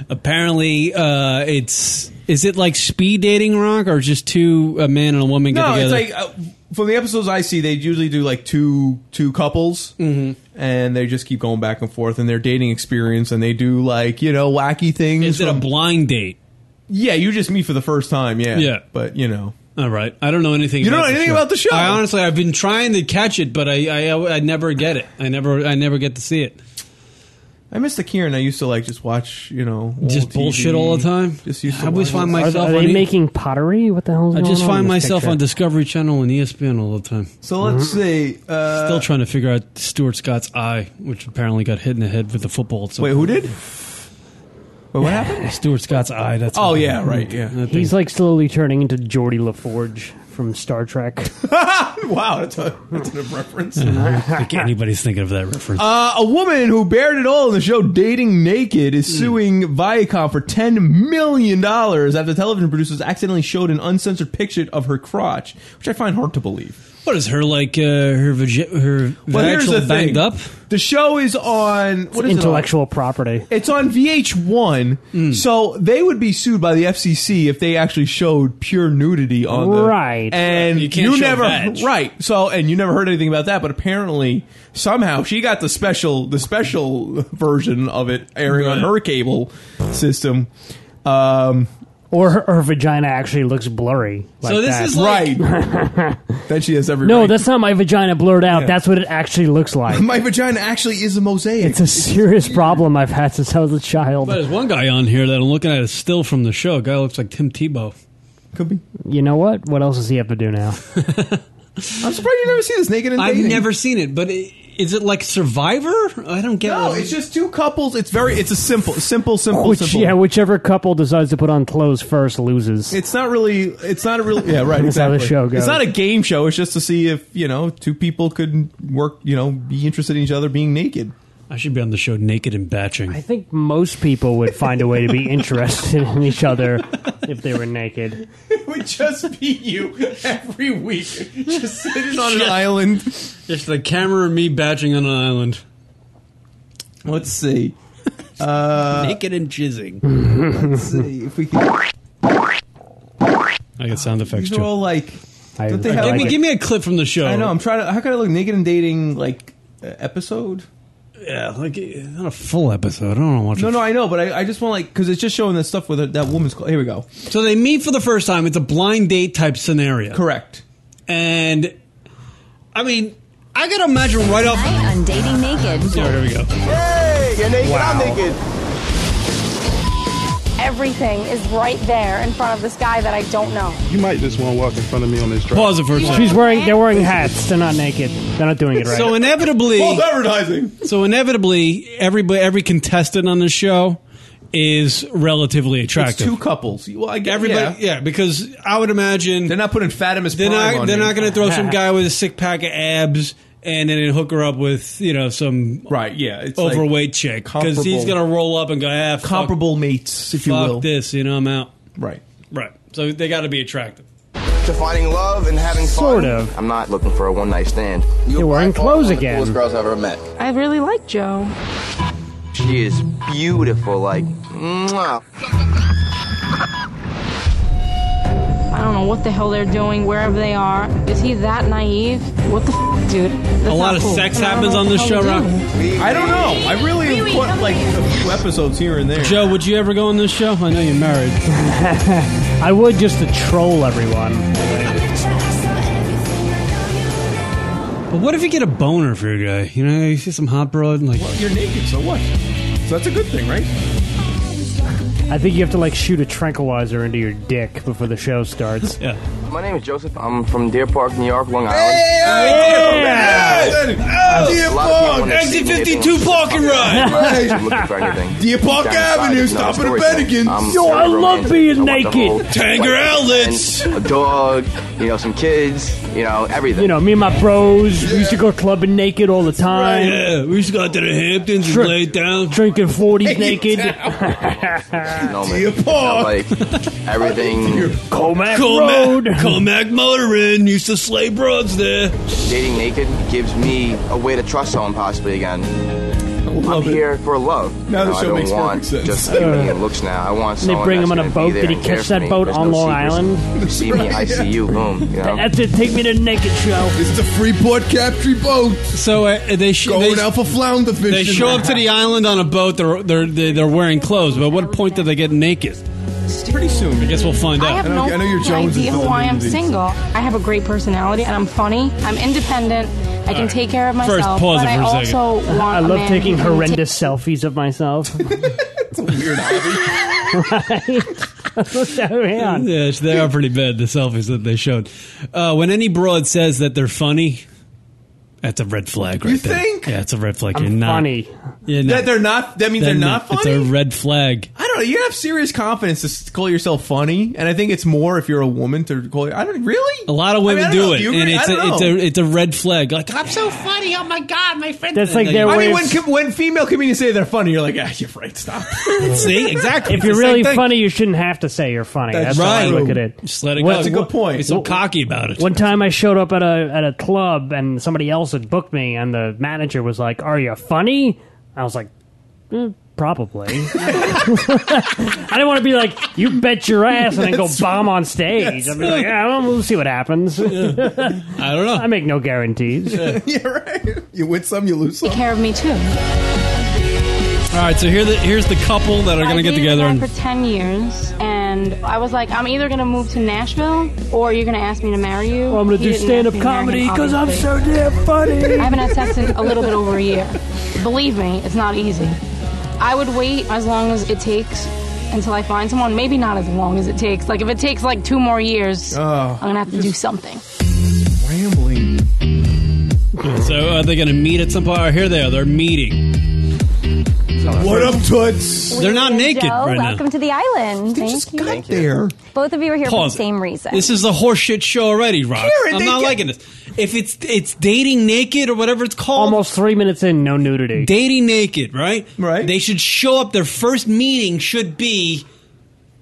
Speaker 4: apparently uh, it's is it like speed dating rock or just two a man and a woman get
Speaker 3: No,
Speaker 4: together?
Speaker 3: it's like uh, from the episodes I see, they usually do like two two couples,
Speaker 4: Mm-hmm.
Speaker 3: and they just keep going back and forth in their dating experience, and they do like you know wacky things.
Speaker 4: Is it a blind date?
Speaker 3: Yeah, you just meet for the first time. Yeah,
Speaker 4: Yeah.
Speaker 3: but you know.
Speaker 4: All right, I don't know anything.
Speaker 3: You don't
Speaker 4: about
Speaker 3: know anything
Speaker 4: show.
Speaker 3: about the show.
Speaker 4: I honestly, I've been trying to catch it, but I, I I never get it. I never I never get to see it.
Speaker 3: I miss the Kieran. I used to like just watch, you know, old
Speaker 4: Just
Speaker 3: TV.
Speaker 4: bullshit all the time.
Speaker 3: Just used to
Speaker 4: I always
Speaker 3: watch
Speaker 4: find
Speaker 3: it.
Speaker 4: myself
Speaker 5: Are, are
Speaker 4: on
Speaker 5: they
Speaker 4: E-
Speaker 5: making pottery? What the hell? Is
Speaker 4: I
Speaker 5: going
Speaker 4: just
Speaker 5: on
Speaker 4: find
Speaker 5: in this
Speaker 4: myself
Speaker 5: picture?
Speaker 4: on Discovery Channel and E ESPN all the time. Mm-hmm.
Speaker 3: So let's see. Uh,
Speaker 4: Still trying to figure out Stuart Scott's eye, which apparently got hit in the head with the football. at some
Speaker 3: wait, who did?
Speaker 4: point.
Speaker 3: Wait, what happened?
Speaker 4: Stuart Scott's eye? That's
Speaker 3: Oh yeah, right. Yeah.
Speaker 4: That thing-
Speaker 5: He's like slowly turning into Geordie LaForge from Star Trek.
Speaker 3: wow, that's a that's a reference.
Speaker 4: I don't think anybody's thinking of that reference.
Speaker 3: Uh, a woman who bared it all in the show Dating Naked is
Speaker 4: Hmm.
Speaker 3: suing Viacom for $10 million after television producers accidentally showed an uncensored picture of her crotch, which I find hard to believe.
Speaker 4: What is her like? Uh, her vagi- her
Speaker 3: Well, here's
Speaker 4: vaginal
Speaker 3: the
Speaker 4: banged
Speaker 3: thing.
Speaker 4: up.
Speaker 3: The show is on. What is
Speaker 5: Intellectual property.
Speaker 3: It on? It's on VH1,
Speaker 4: Hmm.
Speaker 3: so they would be sued by the FCC if they actually showed pure nudity on the
Speaker 5: Right.
Speaker 3: And
Speaker 4: You can't show
Speaker 3: never
Speaker 4: vag.
Speaker 3: right. So and you never heard anything about that, but apparently somehow she got the special the special version of it airing on her cable system. Um,
Speaker 5: Or her, her vagina actually looks blurry. Like
Speaker 4: So this
Speaker 5: that.
Speaker 4: is like-
Speaker 3: right. then she has every
Speaker 5: no,
Speaker 3: right.
Speaker 5: that's not my vagina blurred out.
Speaker 3: Yeah.
Speaker 5: That's what it actually looks like.
Speaker 3: my vagina actually is a mosaic.
Speaker 5: It's a serious problem I've had since I was a child.
Speaker 4: But there's one guy on here that I'm looking at is still from the show. guy looks like Tim Tebow.
Speaker 3: Could be.
Speaker 5: You know what? What else does he have to do now?
Speaker 3: I'm surprised you never see this naked and
Speaker 4: I've
Speaker 3: dating.
Speaker 4: never seen it, but i is it like Survivor? I don't get.
Speaker 3: No,
Speaker 4: what-
Speaker 3: it's just two couples. It's very. It's a simple, simple, simple,
Speaker 5: Which,
Speaker 3: simple.
Speaker 5: Oh, yeah, whichever couple decides to put on clothes first loses.
Speaker 3: It's not really. It's not a real. Yeah, right.
Speaker 5: That's how
Speaker 3: Exactly.
Speaker 5: the show goes.
Speaker 3: It's not a game show. It's just to see if you know two people could work. You know, be interested in each other being naked.
Speaker 4: I should be on the show naked and batching.
Speaker 5: I think most people would find a way to be interested in each other if they were naked.
Speaker 3: It would just be you every week, just sitting on an
Speaker 4: Just-
Speaker 3: island.
Speaker 4: Just the camera and me batching on an island.
Speaker 3: Let's see. Uh,
Speaker 4: Naked and jizzing.
Speaker 3: Let's see if we can.
Speaker 4: I got sound effects
Speaker 3: These
Speaker 4: too.
Speaker 3: are all like. don't they
Speaker 4: give,
Speaker 3: have,
Speaker 4: me,
Speaker 3: like-
Speaker 4: give me a clip from the show.
Speaker 3: I know. I'm trying to. How can I look naked and dating like uh, episode?
Speaker 4: Yeah, like not a full episode. I don't want to watch.
Speaker 3: No, no, I know, but I, I just want like because it's just showing the stuff with her- that woman's. Cl- Here we go.
Speaker 4: So they meet for the first time. It's a blind date type scenario.
Speaker 3: Correct.
Speaker 4: And I mean, I gotta imagine right off.
Speaker 6: on dating naked.
Speaker 4: Oh, here we go.
Speaker 6: Hey,
Speaker 21: you're naked, I'm Wow. naked.
Speaker 6: Everything is right there in front of this guy that I don't know.
Speaker 22: You might just want to walk in front of me on this drive.
Speaker 5: She's wearing. They're wearing hats. They're not naked. They're not doing it right.
Speaker 4: So inevitably,
Speaker 5: False
Speaker 3: advertising.
Speaker 4: So inevitably, every every contestant on the show is relatively attractive.
Speaker 3: two couples. Well, I get
Speaker 4: Everybody, yeah. because I would imagine
Speaker 3: they're not putting Fatimus.
Speaker 4: They're
Speaker 3: Prime
Speaker 4: not.
Speaker 3: on
Speaker 4: They're
Speaker 3: me.
Speaker 4: not going to throw some guy with a sick pack of abs and then hook her up with you know some
Speaker 3: right. Yeah, it's like
Speaker 4: overweight chick because he's
Speaker 3: comparable-
Speaker 4: going to roll up and go ah, fuck,
Speaker 3: comparable mates, if you
Speaker 4: fuck
Speaker 3: will.
Speaker 4: this. You know, I'm out.
Speaker 3: Right.
Speaker 4: Right. So they got to be attractive.
Speaker 23: Defining love and having fun.
Speaker 5: Sort of.
Speaker 23: I'm not looking for a one night stand.
Speaker 5: You're wearing clothes
Speaker 23: One of the
Speaker 5: again.
Speaker 23: coolest girls I've ever met.
Speaker 6: I really like Joe.
Speaker 23: She is beautiful, like, mwah.
Speaker 6: I don't know what the hell they're doing, wherever they are. Is he that naive? What the f- dude? That's
Speaker 4: a lot
Speaker 6: not
Speaker 4: of
Speaker 6: cool.
Speaker 4: sex
Speaker 6: And I don't
Speaker 4: happens
Speaker 6: know
Speaker 4: on
Speaker 6: what
Speaker 4: this
Speaker 6: the
Speaker 4: show,
Speaker 6: hell they're
Speaker 4: Rock.
Speaker 6: doing.
Speaker 3: I don't know. I really
Speaker 6: Wee-wee,
Speaker 3: put
Speaker 6: come
Speaker 3: like a few episodes here and there.
Speaker 4: Joe, would you ever go on this show? I know you're married.
Speaker 5: I would just to troll everyone.
Speaker 4: But what if you get a boner for your guy? You know, you see some hot broad and like.
Speaker 3: You're naked, so what? So that's a good thing, right?
Speaker 5: I think you have to like shoot a tranquilizer into your dick before the show starts.
Speaker 4: Yeah.
Speaker 23: My name is Joseph. I'm from Deer Park, New York, Long Island.
Speaker 5: Yeah.
Speaker 23: Yeah.
Speaker 5: Deer
Speaker 23: A lot of people
Speaker 5: Park,
Speaker 23: when they see
Speaker 5: exit
Speaker 23: me, they think
Speaker 5: 52
Speaker 23: I'm
Speaker 5: parking
Speaker 23: fucking
Speaker 5: ride.
Speaker 23: crazy, looking for anything.
Speaker 5: Deer Park
Speaker 23: Down the side,
Speaker 5: Avenue,
Speaker 23: you know,
Speaker 5: stop at a
Speaker 23: storytelling.
Speaker 5: Bennigan's.
Speaker 23: I'm
Speaker 5: Yo,
Speaker 23: very
Speaker 5: I love
Speaker 23: romantic.
Speaker 5: being
Speaker 23: I want the
Speaker 5: naked.
Speaker 23: whole
Speaker 5: Tanger
Speaker 23: white
Speaker 5: outlets.
Speaker 23: man, A dog, you know, some kids, you know, everything.
Speaker 5: You know, me and my bros, we used to go clubbing naked all the time.
Speaker 4: Yeah, we used to go out to the Hamptons and lay down.
Speaker 5: Drinking 40s
Speaker 23: Lay
Speaker 5: naked.
Speaker 23: Deer Park. Like everything.
Speaker 5: Comac
Speaker 23: Road.
Speaker 4: Comac Motorin used to slay broads there.
Speaker 23: Dating naked gives me a way to trust someone possibly again. I'm here for love.
Speaker 5: Now
Speaker 23: You
Speaker 5: the
Speaker 23: know,
Speaker 5: show
Speaker 23: I
Speaker 5: makes
Speaker 23: don't want
Speaker 5: perfect sense.
Speaker 23: just
Speaker 5: Uh,
Speaker 23: beauty and looks now. I want
Speaker 5: they
Speaker 23: someone
Speaker 5: bring
Speaker 23: that's
Speaker 5: him on a
Speaker 23: gonna be
Speaker 5: boat.
Speaker 23: there
Speaker 5: Did he
Speaker 23: and care
Speaker 5: catch
Speaker 23: for
Speaker 5: that
Speaker 23: me.
Speaker 5: boat
Speaker 23: There's
Speaker 5: on
Speaker 23: no
Speaker 5: Long
Speaker 23: secrets.
Speaker 5: Island?
Speaker 23: You see me, I see you. Boom. You know?
Speaker 5: That's it. Take me to the naked show.
Speaker 4: It's
Speaker 3: the Freeport Capture boat.
Speaker 4: So uh, they sh-
Speaker 3: Going
Speaker 4: they,
Speaker 3: out for flounder fishing.
Speaker 4: They show up to the island on a boat. They're they're they're they're wearing clothes. But at what point do they get naked?
Speaker 3: Pretty soon.
Speaker 4: I guess we'll find
Speaker 6: I
Speaker 4: out.
Speaker 6: have no fucking idea why I'm single. I have a great personality and I'm funny. I'm independent. I can
Speaker 5: Alright.
Speaker 6: take care of
Speaker 5: First,
Speaker 6: myself.
Speaker 5: pause
Speaker 6: but
Speaker 5: it for
Speaker 6: I
Speaker 5: a second.
Speaker 6: also want
Speaker 5: I
Speaker 6: a
Speaker 5: love
Speaker 6: man
Speaker 5: taking
Speaker 6: who can take-
Speaker 5: horrendous selfies of myself. right?
Speaker 4: Yes, they are pretty bad. The selfies that they showed. Uh, when any broad says that they're funny, that's a red flag, right
Speaker 3: You
Speaker 4: there.
Speaker 3: think?
Speaker 4: Yeah, it's a red flag.
Speaker 5: I'm
Speaker 4: You're not
Speaker 5: funny.
Speaker 4: You're
Speaker 3: That they're not. That means
Speaker 4: Then
Speaker 3: they're not
Speaker 4: it's
Speaker 3: funny.
Speaker 4: a red flag.
Speaker 3: I don't know. You have serious confidence to s- call yourself funny, and I think it's more if you're a woman to call. I don't really.
Speaker 4: A lot of
Speaker 3: I mean,
Speaker 4: women
Speaker 3: I don't know.
Speaker 4: do it,
Speaker 3: Do you
Speaker 4: and
Speaker 3: agree?
Speaker 4: it's
Speaker 3: I
Speaker 4: a,
Speaker 3: don't
Speaker 4: it's
Speaker 3: know.
Speaker 4: a it's a red flag. Like I'm so
Speaker 7: funny. Oh my god, my friend.
Speaker 3: I mean, when com- when female comedians say they're funny, you're like, ah, you're right. Stop.
Speaker 4: See, exactly.
Speaker 5: If
Speaker 4: It's
Speaker 5: you're
Speaker 4: the same
Speaker 5: really
Speaker 4: thing.
Speaker 5: funny, you shouldn't have to say you're funny. That's,
Speaker 4: That's
Speaker 5: how I
Speaker 4: right.
Speaker 5: look at it.
Speaker 4: Just let it go. That's a good point. Be so cocky about it.
Speaker 5: One time I showed up at a at a club and somebody else had booked me, and the manager was like, "Are you funny?" I was like, "Eh, "Probably." I didn't want to be like, "You bet your ass," and then go bomb on stage. I'd be like, "Yeah, well, we'll see what happens." I don't
Speaker 4: know.
Speaker 5: I make no guarantees.
Speaker 3: You win some, you lose
Speaker 6: Take care of me too.
Speaker 4: All right, so here the, here's the couple that are going to get
Speaker 6: dated
Speaker 4: together.
Speaker 6: a
Speaker 4: And
Speaker 6: guy for 10 years and I was like I'm either going to move to Nashville or you're going to ask me to marry you
Speaker 5: I'm gonna
Speaker 6: He
Speaker 5: do
Speaker 6: didn't
Speaker 5: stand-up
Speaker 6: ask me to marry
Speaker 5: comedy
Speaker 6: him,
Speaker 5: 'cause I'm
Speaker 6: obviously.
Speaker 5: so damn funny.
Speaker 6: I haven't had sex in a little bit over a year believe me it's not easy I would wait as long as it takes until I find someone maybe not as long as it takes like if it takes like two more years
Speaker 4: Oh,
Speaker 6: I'm going to have to do something
Speaker 3: Rambling.
Speaker 4: Oh, so are they going to meet at some point? All right, here they are. They're meeting.
Speaker 3: What up, toots?
Speaker 4: They're not naked
Speaker 24: Joe,
Speaker 4: right now.
Speaker 24: welcome to the island. Thank you.
Speaker 3: there.
Speaker 24: Both of you are here
Speaker 4: Pause
Speaker 24: for
Speaker 4: it.
Speaker 24: the same reason.
Speaker 4: This is the horseshit show already, Rob.
Speaker 24: Karen,
Speaker 4: I'm
Speaker 24: they
Speaker 4: not
Speaker 24: get-
Speaker 4: liking this. If it's it's dating naked or whatever it's called,
Speaker 5: Almost three minutes in, no nudity.
Speaker 4: dating naked, right? Right. They should show up. Their first meeting should be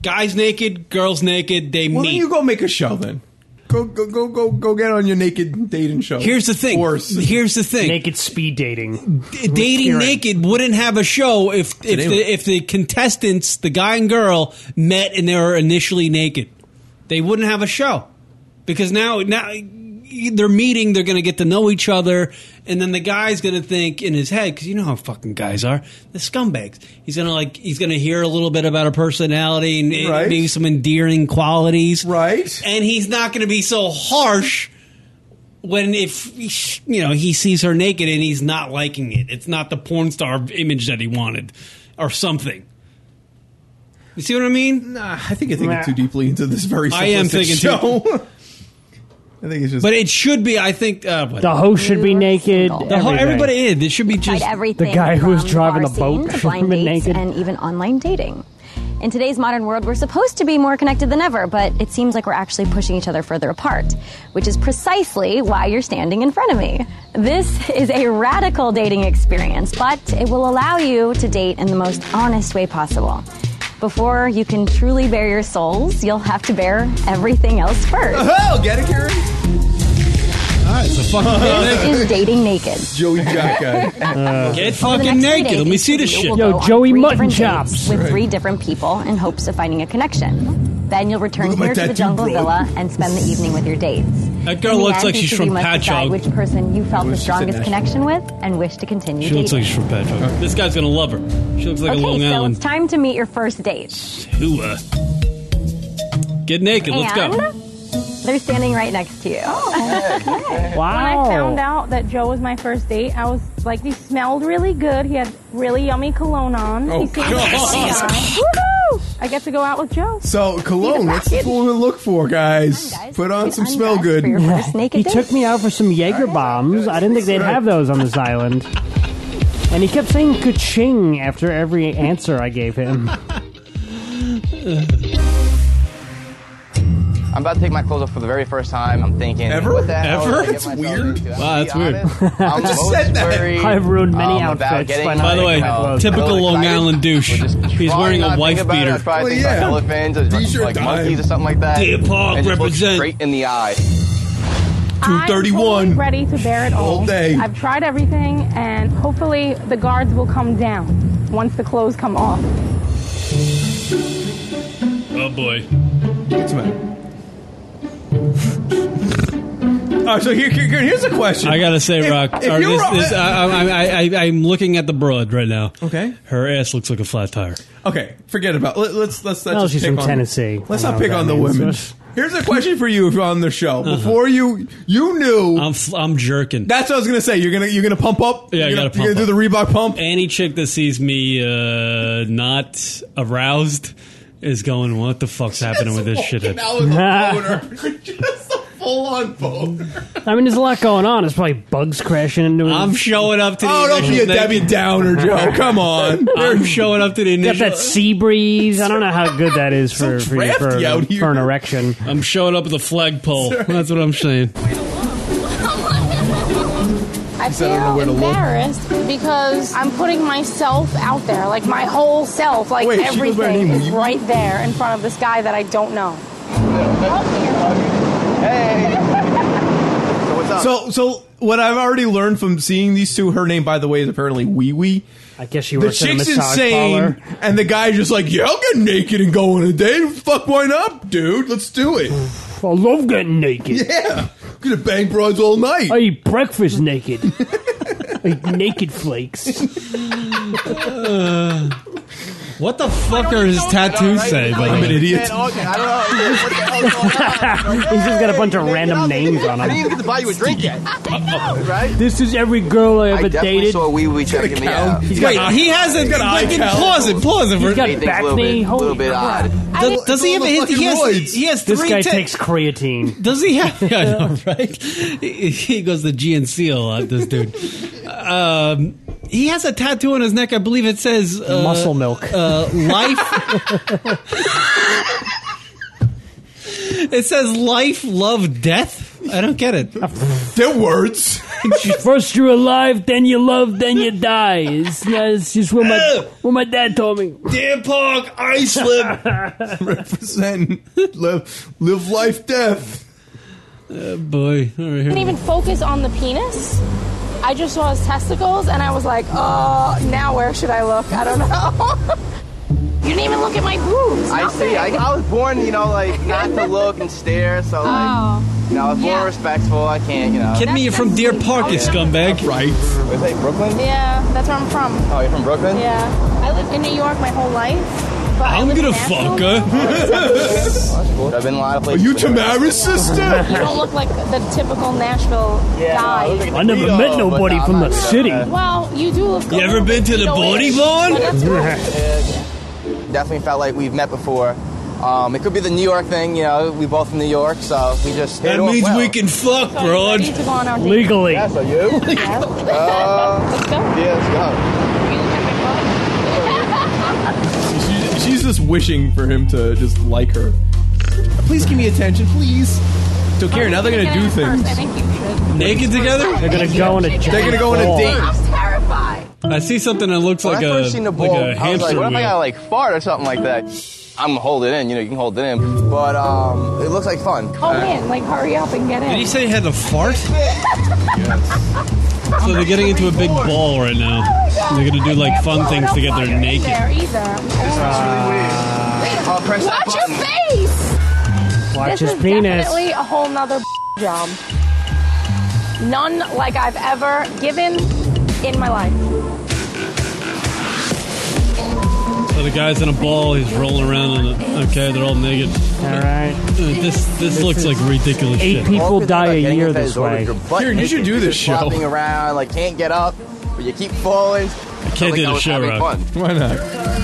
Speaker 4: guys naked, girls naked. They
Speaker 3: Well,
Speaker 4: meet.
Speaker 3: then you go make a show then. Go go go go go get on your naked dating show.
Speaker 4: Here's the thing. Here's the thing. Naked
Speaker 5: speed dating.
Speaker 4: dating
Speaker 5: Karen.
Speaker 4: naked wouldn't have a show if if
Speaker 5: Today
Speaker 4: the, if the contestants, the guy and girl, met and they were initially naked. They wouldn't have a show because now now they're meeting. They're going to get to know each other, and then the guy's going to think in his head because you know how fucking guys are, the scumbags. He's going to like he's going to hear a little bit about her personality and and
Speaker 3: Right.
Speaker 4: maybe some endearing qualities, right? And he's not going to be so harsh when if you know he sees her naked and he's not liking it it's not the porn star image that he wanted or something you see what i mean
Speaker 3: nah Ah, i think you're thinking too deeply into this very.
Speaker 4: i am
Speaker 3: simplistic
Speaker 4: thinking
Speaker 3: show.
Speaker 4: too
Speaker 3: I think it's just.
Speaker 4: but it should be i think uh,
Speaker 5: The host should be naked.
Speaker 4: the whole,
Speaker 5: everything.
Speaker 4: everybody is it should be
Speaker 24: Tried
Speaker 4: just
Speaker 24: everything
Speaker 5: The guy who was
Speaker 24: from
Speaker 5: driving
Speaker 24: bar
Speaker 5: the boat
Speaker 24: scene to
Speaker 5: should
Speaker 24: blind
Speaker 5: have been
Speaker 24: dates
Speaker 5: naked.
Speaker 24: and even online dating. In today's modern world, we're supposed to be more connected than ever, but it seems like we're actually pushing each other further apart, which is precisely why you're standing in front of me. This is a radical dating experience, but it will allow you to date in the most honest way possible. Before you can truly bare your souls, you'll have to bare everything else first.
Speaker 3: Oh, get it, Karen?
Speaker 4: All right, so fucking
Speaker 24: This is dating naked.
Speaker 3: Joey Jack
Speaker 4: Get
Speaker 24: Over the next few
Speaker 4: fucking naked. Let
Speaker 24: days,
Speaker 4: me see this
Speaker 24: each of
Speaker 4: shit.
Speaker 24: you will go on three different dates With three different people in hopes of finding a connection. Then you'll return
Speaker 4: Look at my
Speaker 24: here to the
Speaker 4: tattoo,
Speaker 24: jungle
Speaker 4: bro.
Speaker 24: villa and spend the evening with your dates.
Speaker 4: That girl
Speaker 24: In the
Speaker 4: looks
Speaker 24: end,
Speaker 4: like
Speaker 24: each
Speaker 4: she's
Speaker 24: of
Speaker 4: from
Speaker 24: you must
Speaker 4: Patchogue.
Speaker 24: decide which person you felt
Speaker 4: Well,
Speaker 24: the
Speaker 4: she's at
Speaker 24: strongest
Speaker 4: Nashville.
Speaker 24: connection with and wish to continue
Speaker 4: she looks
Speaker 24: dating.
Speaker 4: like she's from Patchogue. this guy's gonna love her she looks like
Speaker 24: okay,
Speaker 4: a long
Speaker 24: so it's
Speaker 4: island
Speaker 24: time to meet your first date.
Speaker 4: who uh get naked let's go
Speaker 24: and they're standing right next to you.
Speaker 6: When I
Speaker 24: Wow.
Speaker 6: found out that Joe was my first date, I was like, he smelled really good. He had really yummy cologne on.
Speaker 3: Oh,
Speaker 6: he seemed
Speaker 3: God.
Speaker 6: like
Speaker 3: Jesus.
Speaker 6: a nice guy. Woo-hoo! I get to go out with Joe.
Speaker 3: So cologne, that's what we look for, guys. Put on some smell good.
Speaker 24: naked
Speaker 5: He took me out for some Jaeger bombs. I didn't think they'd have those on this island. And he kept saying ka-ching after every answer I gave him.
Speaker 23: I'm about to take my clothes off for the very first time. I'm thinking,
Speaker 5: Ever?
Speaker 23: what the hell
Speaker 7: Oh,
Speaker 23: did
Speaker 5: Ever?
Speaker 23: I get
Speaker 5: It's
Speaker 23: myself
Speaker 5: weird.
Speaker 23: into? I'm
Speaker 5: Wow,
Speaker 23: gonna
Speaker 5: that's
Speaker 23: be
Speaker 5: weird.
Speaker 23: honest, I'm
Speaker 5: I just
Speaker 23: most
Speaker 5: said that.
Speaker 23: worried,
Speaker 5: I've ruined many
Speaker 23: um, about
Speaker 5: outfits
Speaker 23: getting
Speaker 5: by
Speaker 23: my-
Speaker 5: By the way,
Speaker 23: know,
Speaker 5: typical
Speaker 23: clothes
Speaker 5: Long
Speaker 23: excited.
Speaker 5: Island douche.
Speaker 23: We're just
Speaker 5: He's
Speaker 23: trying
Speaker 5: wering a
Speaker 23: not to
Speaker 5: wife
Speaker 23: think about it. I was
Speaker 5: beater.
Speaker 23: probably
Speaker 5: Well,
Speaker 23: thinking about
Speaker 5: yeah.
Speaker 23: elephants, I was
Speaker 5: These
Speaker 23: thinking
Speaker 5: are
Speaker 23: like
Speaker 5: dying.
Speaker 23: monkeys or something like that.
Speaker 5: Deer Park
Speaker 23: and just look
Speaker 5: represent.
Speaker 23: straight in the eye.
Speaker 6: I'm totally ready to bear it all.
Speaker 23: All day.
Speaker 6: I've tried everything, and hopefully the guards will come down once the clothes come off.
Speaker 20: Oh boy.
Speaker 3: What's the matter? All right, so here, here- here's a question.
Speaker 4: I gotta say,
Speaker 3: If-
Speaker 4: Rock.
Speaker 3: if
Speaker 4: or
Speaker 3: you
Speaker 4: this-
Speaker 3: were-
Speaker 4: this- I, I, I, I, I'm looking at the broad right now.
Speaker 3: Okay.
Speaker 4: Her ass looks like a flat tire.
Speaker 3: Okay, forget about. Let, let's let's not
Speaker 4: Well,
Speaker 3: just
Speaker 4: she's
Speaker 3: pick
Speaker 4: from
Speaker 3: on,
Speaker 4: Tennessee.
Speaker 3: Let's
Speaker 4: I
Speaker 3: not
Speaker 4: know
Speaker 3: pick
Speaker 4: what
Speaker 3: on the
Speaker 4: that means. Uh-huh.
Speaker 3: women. Here's a question for you if you're on the show. Before you you knew
Speaker 4: I'm f- I'm jerking.
Speaker 3: That's what I was gonna say. You're gonna you're gonna pump up.
Speaker 4: Yeah, I
Speaker 3: you're gonna,
Speaker 4: gotta pump
Speaker 3: you're gonna do the Reebok pump.
Speaker 4: Any chick that sees me uh, not aroused is going, "What the fuck's happening with this
Speaker 3: Walking
Speaker 4: shithead?"
Speaker 3: out with a boner. Just a full on boner.
Speaker 5: I mean, there's a lot going on. It's probably bugs crashing into him.
Speaker 4: I'm showing up to the
Speaker 5: Oh, don't
Speaker 4: initial
Speaker 5: be a
Speaker 4: thing.
Speaker 5: Debbie Downer, Joe. Come on.
Speaker 4: I'm showing up to the
Speaker 5: Got
Speaker 4: initial.
Speaker 5: that sea breeze. I don't know how good that is for for, you- for,
Speaker 4: drafty out here.
Speaker 5: for an erection.
Speaker 4: I'm showing up with a flagpole. That's what I'm saying.
Speaker 6: I
Speaker 4: said I don't know
Speaker 6: feel
Speaker 4: where to look.
Speaker 6: embarrassed because I'm putting myself out there, like my whole self, like
Speaker 3: Wait, she goes by her
Speaker 6: everything
Speaker 3: name,
Speaker 6: is
Speaker 3: you-
Speaker 6: right there in front of this guy that I don't know. Hey.
Speaker 3: So so what I've already learned from seeing these two, her name by the way is apparently Wee Wee.
Speaker 5: I guess she
Speaker 3: the
Speaker 5: works at a
Speaker 3: chick's
Speaker 5: massage
Speaker 3: insane,
Speaker 5: parlor.
Speaker 3: and the guy's just like, "Yeah, I'll get naked and go on a date. Fuck, why not, dude? Let's do it."
Speaker 5: I love getting naked.
Speaker 3: Yeah, gonna bang broads all night.
Speaker 5: I eat breakfast naked. I eat naked flakes.
Speaker 4: what the fuck are his tattoos say? by the way?
Speaker 5: He's just got a bunch of random names on
Speaker 23: I didn't
Speaker 5: him.
Speaker 23: even get to buy you a drink yet. right?
Speaker 5: This is every girl I
Speaker 23: I
Speaker 5: ever
Speaker 23: definitely
Speaker 5: dated.
Speaker 23: saw Wee Wee checking me out.
Speaker 4: Wait, he hasn't. fucking pause it, pause it.
Speaker 5: He's
Speaker 4: for-
Speaker 5: got
Speaker 23: Anything's a little bit- little bit odd.
Speaker 4: Does, does he have? His, he has. He has three.
Speaker 5: This guy
Speaker 4: ta-
Speaker 5: takes creatine.
Speaker 4: Does he have? Yeah, I know, right? He goes to GNC a lot. This dude. Um, He has a tattoo on his neck. I believe it says uh,
Speaker 5: Muscle milk.
Speaker 4: Uh, life. it says life, love, death. I don't get it.
Speaker 3: They're words.
Speaker 5: First you're alive, then you love, then you die. It's, it's just what my what my dad told me.
Speaker 25: Damn punk, I slip.
Speaker 3: Represent live, live life death.
Speaker 4: Uh, boy, all right,
Speaker 26: I didn't even focus on the penis. I just saw his testicles, and I was like, "Oh,
Speaker 6: "Uh,
Speaker 26: now where should I look? I don't know." you didn't even look at my boobs.
Speaker 23: I see. I, I was born, you know, like not to look and stare. So, like,
Speaker 26: Oh.
Speaker 23: you know, I was born respectful. I can't, you know.
Speaker 4: Kid me, you're from Deer Park, you scumbag.
Speaker 3: Right.
Speaker 23: Wait, hey, Brooklyn?
Speaker 6: Yeah, that's where I'm from.
Speaker 23: Oh, you're from Brooklyn?
Speaker 6: Yeah. I lived in New York my whole life. But I
Speaker 23: I'm
Speaker 6: live in
Speaker 23: gonna
Speaker 6: Nashville.
Speaker 23: fuck her. I've been a lot of places. Are you Tamara's sister?
Speaker 6: You don't look like the typical Nashville guy.
Speaker 5: I never met nobody from the city.
Speaker 6: Well, you do look.
Speaker 4: You ever been to the Body
Speaker 23: Definitely felt like we've met before. Um, it could be the New York thing, you know. We both from New York, so we just. hit
Speaker 4: That
Speaker 23: it off
Speaker 4: means
Speaker 23: well.
Speaker 4: we can fuck, bro.
Speaker 23: ready to go on our date?
Speaker 5: Legally.
Speaker 23: Yes, are you? Uh, let's go. Yeah, let's go.
Speaker 7: Oh,
Speaker 3: She- She's just wishing for him to just like her. Please give me attention, please. Don't care. Now they're gonna do things.
Speaker 6: I think you should.
Speaker 4: Naked together?
Speaker 5: They're gonna go on a
Speaker 3: They're gonna go on a date.
Speaker 6: I'm terrified.
Speaker 4: I see something that looks
Speaker 23: When
Speaker 4: like
Speaker 23: I
Speaker 4: a,
Speaker 23: first seen the
Speaker 4: like
Speaker 23: ball,
Speaker 4: a
Speaker 23: I was
Speaker 4: hamster
Speaker 23: like, what if I
Speaker 4: wheel.
Speaker 23: got like fart or something like that? I'm gonna hold it in. You know, you can hold it in, but um, it looks like fun.
Speaker 6: Go in, like hurry up and get in.
Speaker 4: Did he say he had a fart? So they're getting into a big ball right now. They're gonna do like fun things to get there naked.
Speaker 6: there either.
Speaker 23: I'll press that
Speaker 6: Watch your face.
Speaker 5: Watch
Speaker 6: this
Speaker 5: his
Speaker 6: is
Speaker 5: penis.
Speaker 6: definitely a whole nother job. None like I've ever given in my life.
Speaker 4: So the guy's in a ball. He's rolling around on it. Okay, they're all naked. All
Speaker 5: right.
Speaker 4: This this, looks like ridiculous
Speaker 5: Eight
Speaker 4: shit.
Speaker 5: people die a year
Speaker 23: that
Speaker 5: this
Speaker 23: is over
Speaker 5: way.
Speaker 23: your butt
Speaker 4: Kieran, you
Speaker 23: naked.
Speaker 4: should do
Speaker 23: You're
Speaker 4: this
Speaker 23: just
Speaker 4: show.
Speaker 23: Flopping around, like can't get up, but you keep falling. I
Speaker 4: can't do the show, Rob.
Speaker 3: Why not?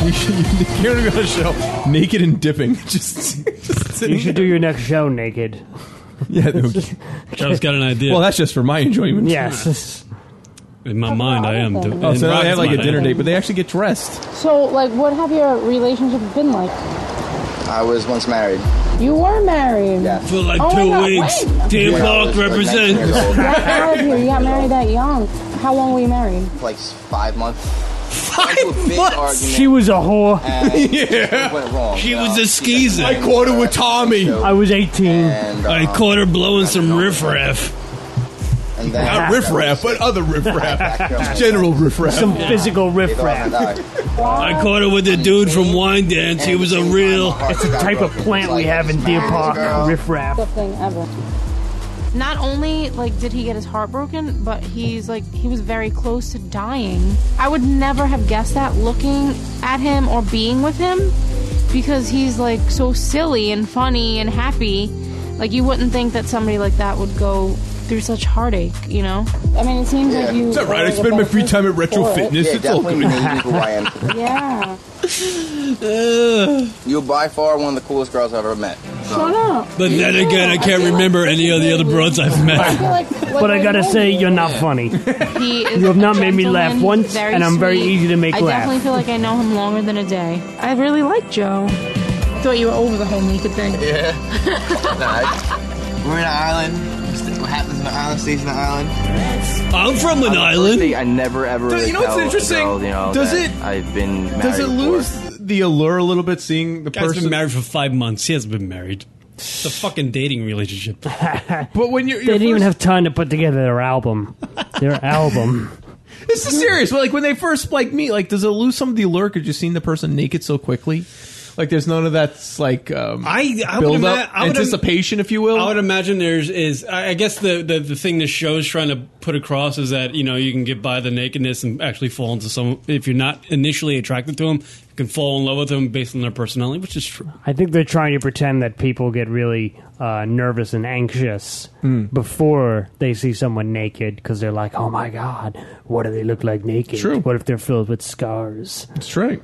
Speaker 3: You should. You're gonna go to show naked and dipping. Just, just sitting
Speaker 5: You should do your next show naked.
Speaker 3: Yeah, okay.
Speaker 4: Joe's got an idea.
Speaker 3: Well, that's just for my enjoyment.
Speaker 5: Yes.
Speaker 4: In my mind, I am. doing-
Speaker 3: Oh,
Speaker 4: in
Speaker 3: so now
Speaker 4: Rob's
Speaker 3: they have like a
Speaker 4: mind, I
Speaker 3: dinner
Speaker 4: am.
Speaker 3: date, but they actually get dressed.
Speaker 6: So, like, what have your relationships been like?
Speaker 23: I was once married.
Speaker 6: You were married.
Speaker 23: Yeah.
Speaker 4: For like
Speaker 6: Oh
Speaker 4: two
Speaker 6: my God,
Speaker 4: weeks.
Speaker 6: when?
Speaker 4: Deer
Speaker 23: Yeah, I was,
Speaker 4: Park
Speaker 23: like, 19 years
Speaker 4: represents.
Speaker 23: old.
Speaker 6: Out of here, you got married that young. How long were you married?
Speaker 23: like five months. Five big argument.
Speaker 5: She was a whore.
Speaker 23: and it went wrong.
Speaker 4: She
Speaker 23: you know?
Speaker 4: was a skeezer.
Speaker 23: I caught her with
Speaker 4: Tommy.
Speaker 5: I was 18.
Speaker 4: I caught her blowing some riffraff.
Speaker 23: And then
Speaker 3: Not riffraff, but other riffraff. Just General riffraff.
Speaker 5: Some physical riffraff.
Speaker 4: I caught her with a dude from Wine Dance. He was a real.
Speaker 5: It's the type of plant we have in Deer Park. Riffraff.
Speaker 6: Best thing ever.
Speaker 27: Not only like did he get his heart broken, but he's like he was very close to dying. I would never have guessed that looking at him or being with him because he's like so silly and funny and happy. Like you wouldn't think that somebody like that would go through such heartache, you know?
Speaker 6: I mean, it seems like you.
Speaker 3: It's all right. I spend my free time at Retro Fitness.
Speaker 23: Yeah,
Speaker 3: it's all
Speaker 23: definitely
Speaker 3: good.
Speaker 23: made who I am.
Speaker 6: Yeah.
Speaker 23: You're by far one of the coolest girls I've ever met.
Speaker 6: Shut up.
Speaker 4: But then again, I can't remember any of the other broads I've met.
Speaker 5: But I gotta say, you're not funny.
Speaker 27: He is
Speaker 5: You have
Speaker 27: a
Speaker 5: not made me
Speaker 27: gentleman,
Speaker 5: laugh
Speaker 27: he's
Speaker 5: once,
Speaker 27: very
Speaker 5: and I'm very
Speaker 27: sweet.
Speaker 5: easy to make
Speaker 27: I
Speaker 5: laugh.
Speaker 27: definitely feel like I know him longer than a day. I really like Joe. Thought you were over the whole naked thing.
Speaker 23: Yeah. Nice. We're in an island. What happens in the island stays in the island.
Speaker 4: I'm from an island.
Speaker 23: I never ever.
Speaker 3: Does-
Speaker 23: Really
Speaker 3: you know what's
Speaker 23: tell a
Speaker 3: interesting?
Speaker 23: girl, you know,
Speaker 3: Does
Speaker 23: that
Speaker 3: it-
Speaker 23: I've been. Married
Speaker 3: Does it lose the allure a little bit seeing the
Speaker 4: Guy's
Speaker 3: person?
Speaker 4: been married for five months. He hasn't been married. It's a fucking dating relationship.
Speaker 3: But when you're,
Speaker 5: They didn't even have time to put together their album. Their album.
Speaker 3: this is serious. But like when they first like meet, like does it lose some of the allure? Cause you've seen the person naked so quickly. Like there's none of that's like um,
Speaker 4: I, I would
Speaker 3: build
Speaker 4: ima-
Speaker 3: up
Speaker 4: I would im-
Speaker 3: anticipation, if you will.
Speaker 4: I would imagine there's is I I guess the, the the thing this show's trying to put across is that you know you can get by the nakedness and actually fall into some if you're not initially attracted to them you can fall in love with them based on their personality which is true.
Speaker 5: I think they're trying to pretend that people get really uh, nervous and anxious
Speaker 3: Hmm.
Speaker 5: before they see someone naked because they're like, oh my God, what do they look like naked?
Speaker 3: True.
Speaker 5: What if they're filled with scars?
Speaker 3: That's right.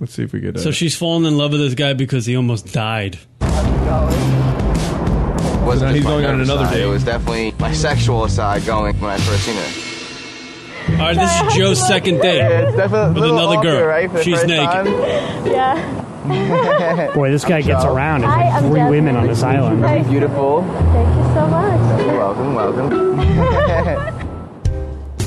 Speaker 3: Let's see if we get. Uh,
Speaker 4: So she's fallen in love with this guy because he almost died.
Speaker 23: wasn't.
Speaker 3: He's
Speaker 23: just my
Speaker 3: going on
Speaker 23: nervous
Speaker 3: another
Speaker 23: side.
Speaker 3: date.
Speaker 23: It was definitely my sexual side going when I first seen her.
Speaker 4: All right, this is Joe's second date
Speaker 23: Yeah, it's definitely a
Speaker 4: with
Speaker 23: little
Speaker 4: another
Speaker 23: awkward,
Speaker 4: girl.
Speaker 23: right, for the
Speaker 4: She's
Speaker 23: first
Speaker 4: naked.
Speaker 23: time. Yeah.
Speaker 5: Boy, this guy gets around. There's
Speaker 23: Hi,
Speaker 5: like
Speaker 23: I'm
Speaker 5: three
Speaker 23: Jasmine.
Speaker 5: women on this island.
Speaker 23: Very beautiful.
Speaker 10: Thank you so much.
Speaker 23: You're welcome, welcome.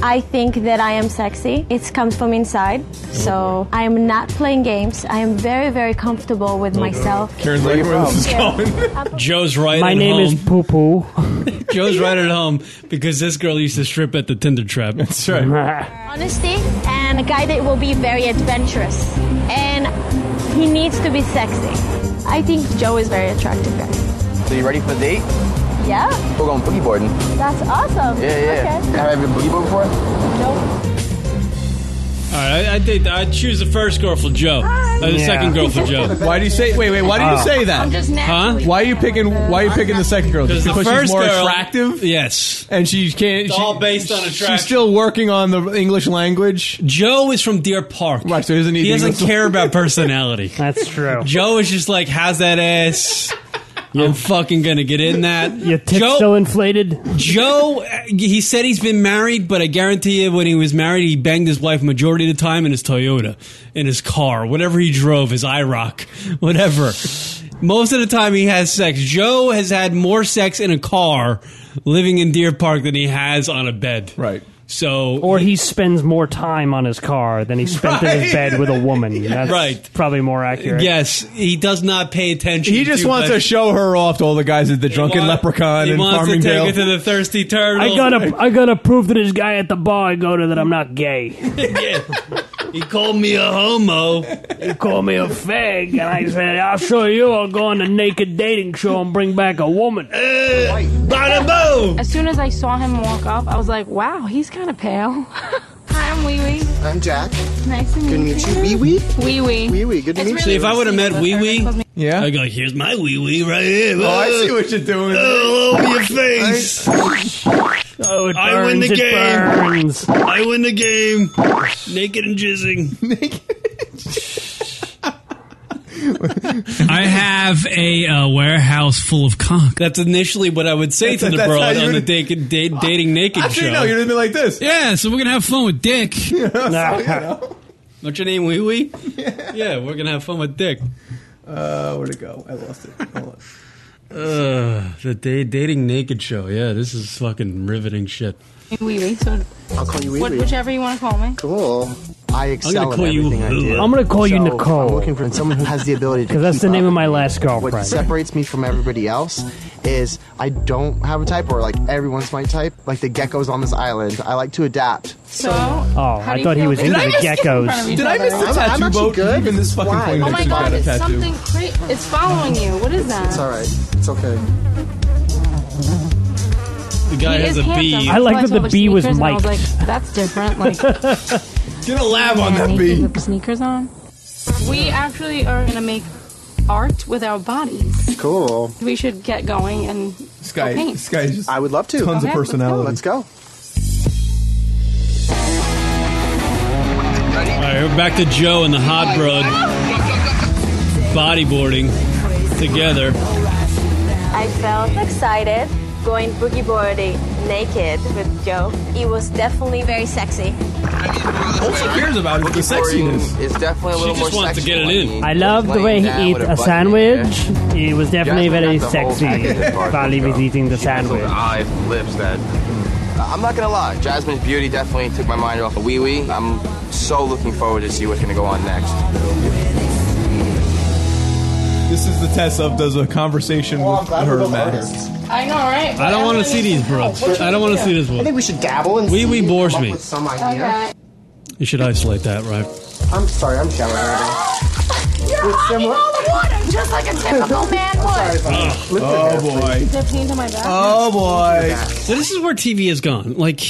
Speaker 10: I think that I am sexy. It comes from inside. So I am not playing games. I am very, very comfortable with myself.
Speaker 3: Karen's like, where this is going.
Speaker 4: Joe's right.
Speaker 5: My
Speaker 4: at
Speaker 5: name
Speaker 4: home.
Speaker 5: is Poo Poo.
Speaker 4: Joe's right at home because this girl used to strip at the Tinder trap. That's right.
Speaker 10: Honesty and a guy that will be very adventurous. And he needs to be sexy. I think Joe is very attractive guy.
Speaker 23: so you ready for the date?
Speaker 10: Yeah?
Speaker 23: We're going boogie boarding.
Speaker 10: That's awesome.
Speaker 23: Yeah, yeah. Have you ever boogie board before?
Speaker 4: All right, I, I think I choose the first girl for Joe. Uh, the
Speaker 3: Yeah.
Speaker 4: second girl for Joe.
Speaker 3: Why do you say? Wait, wait. Why do you
Speaker 4: Oh.
Speaker 3: say that?
Speaker 4: I'm just naturally Huh?
Speaker 3: Why are you picking? Why are you picking the second girl? Just
Speaker 4: the
Speaker 3: because she's
Speaker 4: first
Speaker 3: more
Speaker 4: girl-
Speaker 3: attractive.
Speaker 4: Yes,
Speaker 3: and she can't.
Speaker 4: It's
Speaker 3: she-
Speaker 4: all based on attraction.
Speaker 3: She's still working on the English language.
Speaker 4: Joe is from Deer Park,
Speaker 3: right? So he doesn't need.
Speaker 4: He
Speaker 3: the
Speaker 4: doesn't
Speaker 3: English-
Speaker 4: care about personality.
Speaker 5: That's true.
Speaker 4: Joe is just like, how's that ass? I'm fucking gonna get in that.
Speaker 5: Your tip still inflated.
Speaker 4: Joe, uh, he said he's been married, but I guarantee you, when he was married, he banged his wife majority of the time in his Toyota, in his car, whatever he drove, his IROC, whatever. Most of the time, he has sex. Joe has had more sex in a car living in Deer Park than he has on a bed. Right. So
Speaker 5: Or he spends more time on his car than he spent in his
Speaker 4: Right.
Speaker 5: bed with a woman. That's
Speaker 4: Right.
Speaker 5: probably more accurate.
Speaker 4: Yes, he does not pay attention.
Speaker 3: He just wants
Speaker 4: much.
Speaker 3: to show her off to all the guys at the Drunken
Speaker 4: wa-
Speaker 3: Leprechaun
Speaker 4: He
Speaker 3: in
Speaker 4: wants to take it
Speaker 3: Farmingdale.
Speaker 4: to the thirsty turtle.
Speaker 5: I gotta, I gotta prove to this guy at the bar I go to that I'm not gay.
Speaker 4: He called me a homo.
Speaker 5: He called me a fag, and I said, "I'll show you. I'll go on a naked dating show and bring back a woman."
Speaker 6: As soon as I saw him walk up, I was like, wow, he's kind of pale. Hi, I'm Wee Wee.
Speaker 17: I'm Jack.
Speaker 6: Nice to meet you.
Speaker 17: Wee Wee?
Speaker 6: Wee Wee. Wee
Speaker 17: Wee, good
Speaker 6: to meet
Speaker 4: See, if I would have met Wee Wee,
Speaker 3: yeah,
Speaker 4: I'd go, here's my Wee Wee right here.
Speaker 3: Oh, I see what you're doing.
Speaker 4: Oh, over your face.
Speaker 5: Oh, it
Speaker 4: I win
Speaker 5: burns,
Speaker 4: the
Speaker 5: it
Speaker 4: game.
Speaker 5: burns.
Speaker 4: I win the game. Naked and jizzing. I have a uh, warehouse full of cock. That's initially what I would say
Speaker 3: That's-
Speaker 4: to the
Speaker 3: that's
Speaker 4: bro
Speaker 3: how you
Speaker 4: on the
Speaker 3: would-
Speaker 4: dating, da- dating naked
Speaker 3: I
Speaker 4: show.
Speaker 3: should know. You'd have been like this.
Speaker 4: Yeah, so we're gonna have fun with Dick. What's your name, Wee Wee? Yeah. we're gonna have fun with Dick.
Speaker 3: Uh, where'd it go? I lost it. Hold on.
Speaker 4: Uh, the da- dating naked show. Yeah, this is fucking riveting shit.
Speaker 6: Wee Wee. So,
Speaker 17: I'll call you Wee
Speaker 6: what,
Speaker 17: Wee.
Speaker 6: whichever you want to call me.
Speaker 17: Cool. I excel
Speaker 4: call
Speaker 17: in
Speaker 4: you
Speaker 17: everything I
Speaker 4: Lulu.
Speaker 17: do.
Speaker 4: I'm
Speaker 5: gonna call you
Speaker 17: So,
Speaker 5: Nicole.
Speaker 17: I'm looking for someone who has the ability to.
Speaker 5: 'Cause that's
Speaker 17: keep
Speaker 5: the name
Speaker 17: up.
Speaker 5: of my last
Speaker 17: What
Speaker 5: girlfriend.
Speaker 17: separates me from everybody else is I don't have a type, or like everyone's my type. Like the geckos on this island, I like to adapt.
Speaker 6: So,
Speaker 5: Oh,
Speaker 17: How do
Speaker 5: I
Speaker 17: you
Speaker 5: thought he
Speaker 17: feel
Speaker 5: was
Speaker 17: about
Speaker 5: into
Speaker 17: it? Did I
Speaker 5: the
Speaker 17: just get in
Speaker 5: geckos.
Speaker 17: front of you?
Speaker 3: Did I miss the
Speaker 17: I'm- I'm
Speaker 3: tattoo
Speaker 17: actually
Speaker 3: boat?
Speaker 17: good.
Speaker 3: Even this fucking
Speaker 17: Why?
Speaker 3: point.
Speaker 6: oh my
Speaker 3: actually got
Speaker 6: god,
Speaker 3: a
Speaker 6: it's
Speaker 3: tattoo.
Speaker 6: something crazy. It's following you. What is that?
Speaker 17: It's all right. It's okay.
Speaker 4: The guy
Speaker 6: He is
Speaker 4: has a bee.
Speaker 6: handsome.
Speaker 5: I like that
Speaker 6: So I
Speaker 5: the
Speaker 6: saw
Speaker 5: bee was
Speaker 6: sneakers and I was
Speaker 5: Mike.
Speaker 6: like, that's different. Like,
Speaker 4: Get a lab
Speaker 6: man,
Speaker 4: on that
Speaker 6: he
Speaker 4: bee.
Speaker 6: with the sneakers on. We actually are gonna make art with our bodies.
Speaker 17: Cool.
Speaker 6: We should get going and
Speaker 17: Sky,
Speaker 6: go paint.
Speaker 3: Sky's just
Speaker 17: I would love to.
Speaker 6: tons of Okay, let's go. personality.
Speaker 17: Let's go.
Speaker 4: All right, we're back to Joe and the hot broad bodyboarding together.
Speaker 10: I felt excited going boogie boarding naked with Joe. It was definitely very sexy.
Speaker 3: All she cares about is the sexiness.
Speaker 23: It's definitely a little more sexual. mean,
Speaker 5: I love the
Speaker 23: laying
Speaker 5: way he
Speaker 23: down
Speaker 5: ate
Speaker 23: with
Speaker 5: a
Speaker 23: butt in
Speaker 5: sandwich. He was definitely
Speaker 23: Jasmine
Speaker 5: very
Speaker 23: got the whole
Speaker 5: sexy
Speaker 23: package of
Speaker 5: while he was eating the
Speaker 23: the
Speaker 5: sandwich.
Speaker 23: air. Eyes, lips, that. Uh, I'm not gonna lie, Jasmine's beauty definitely took my mind off of Wee Wee. I'm so looking forward to see what's gonna go on next.
Speaker 3: This is the test of does a conversation with her matter.
Speaker 6: I know, right? Oh,
Speaker 4: I don't want to see these broads. I don't want to see this
Speaker 17: I
Speaker 4: one.
Speaker 17: think we should dabble and
Speaker 4: Wee Wee
Speaker 17: see,
Speaker 4: bores
Speaker 17: come up
Speaker 4: me.
Speaker 17: with some idea.
Speaker 4: You should isolate that, right?
Speaker 17: I'm sorry. I'm showering. Right
Speaker 6: You're hopping on the water just like a typical man would.
Speaker 3: Oh boy.
Speaker 6: Did I paint on my back?
Speaker 3: Oh boy.
Speaker 4: So this is where TV has gone. Like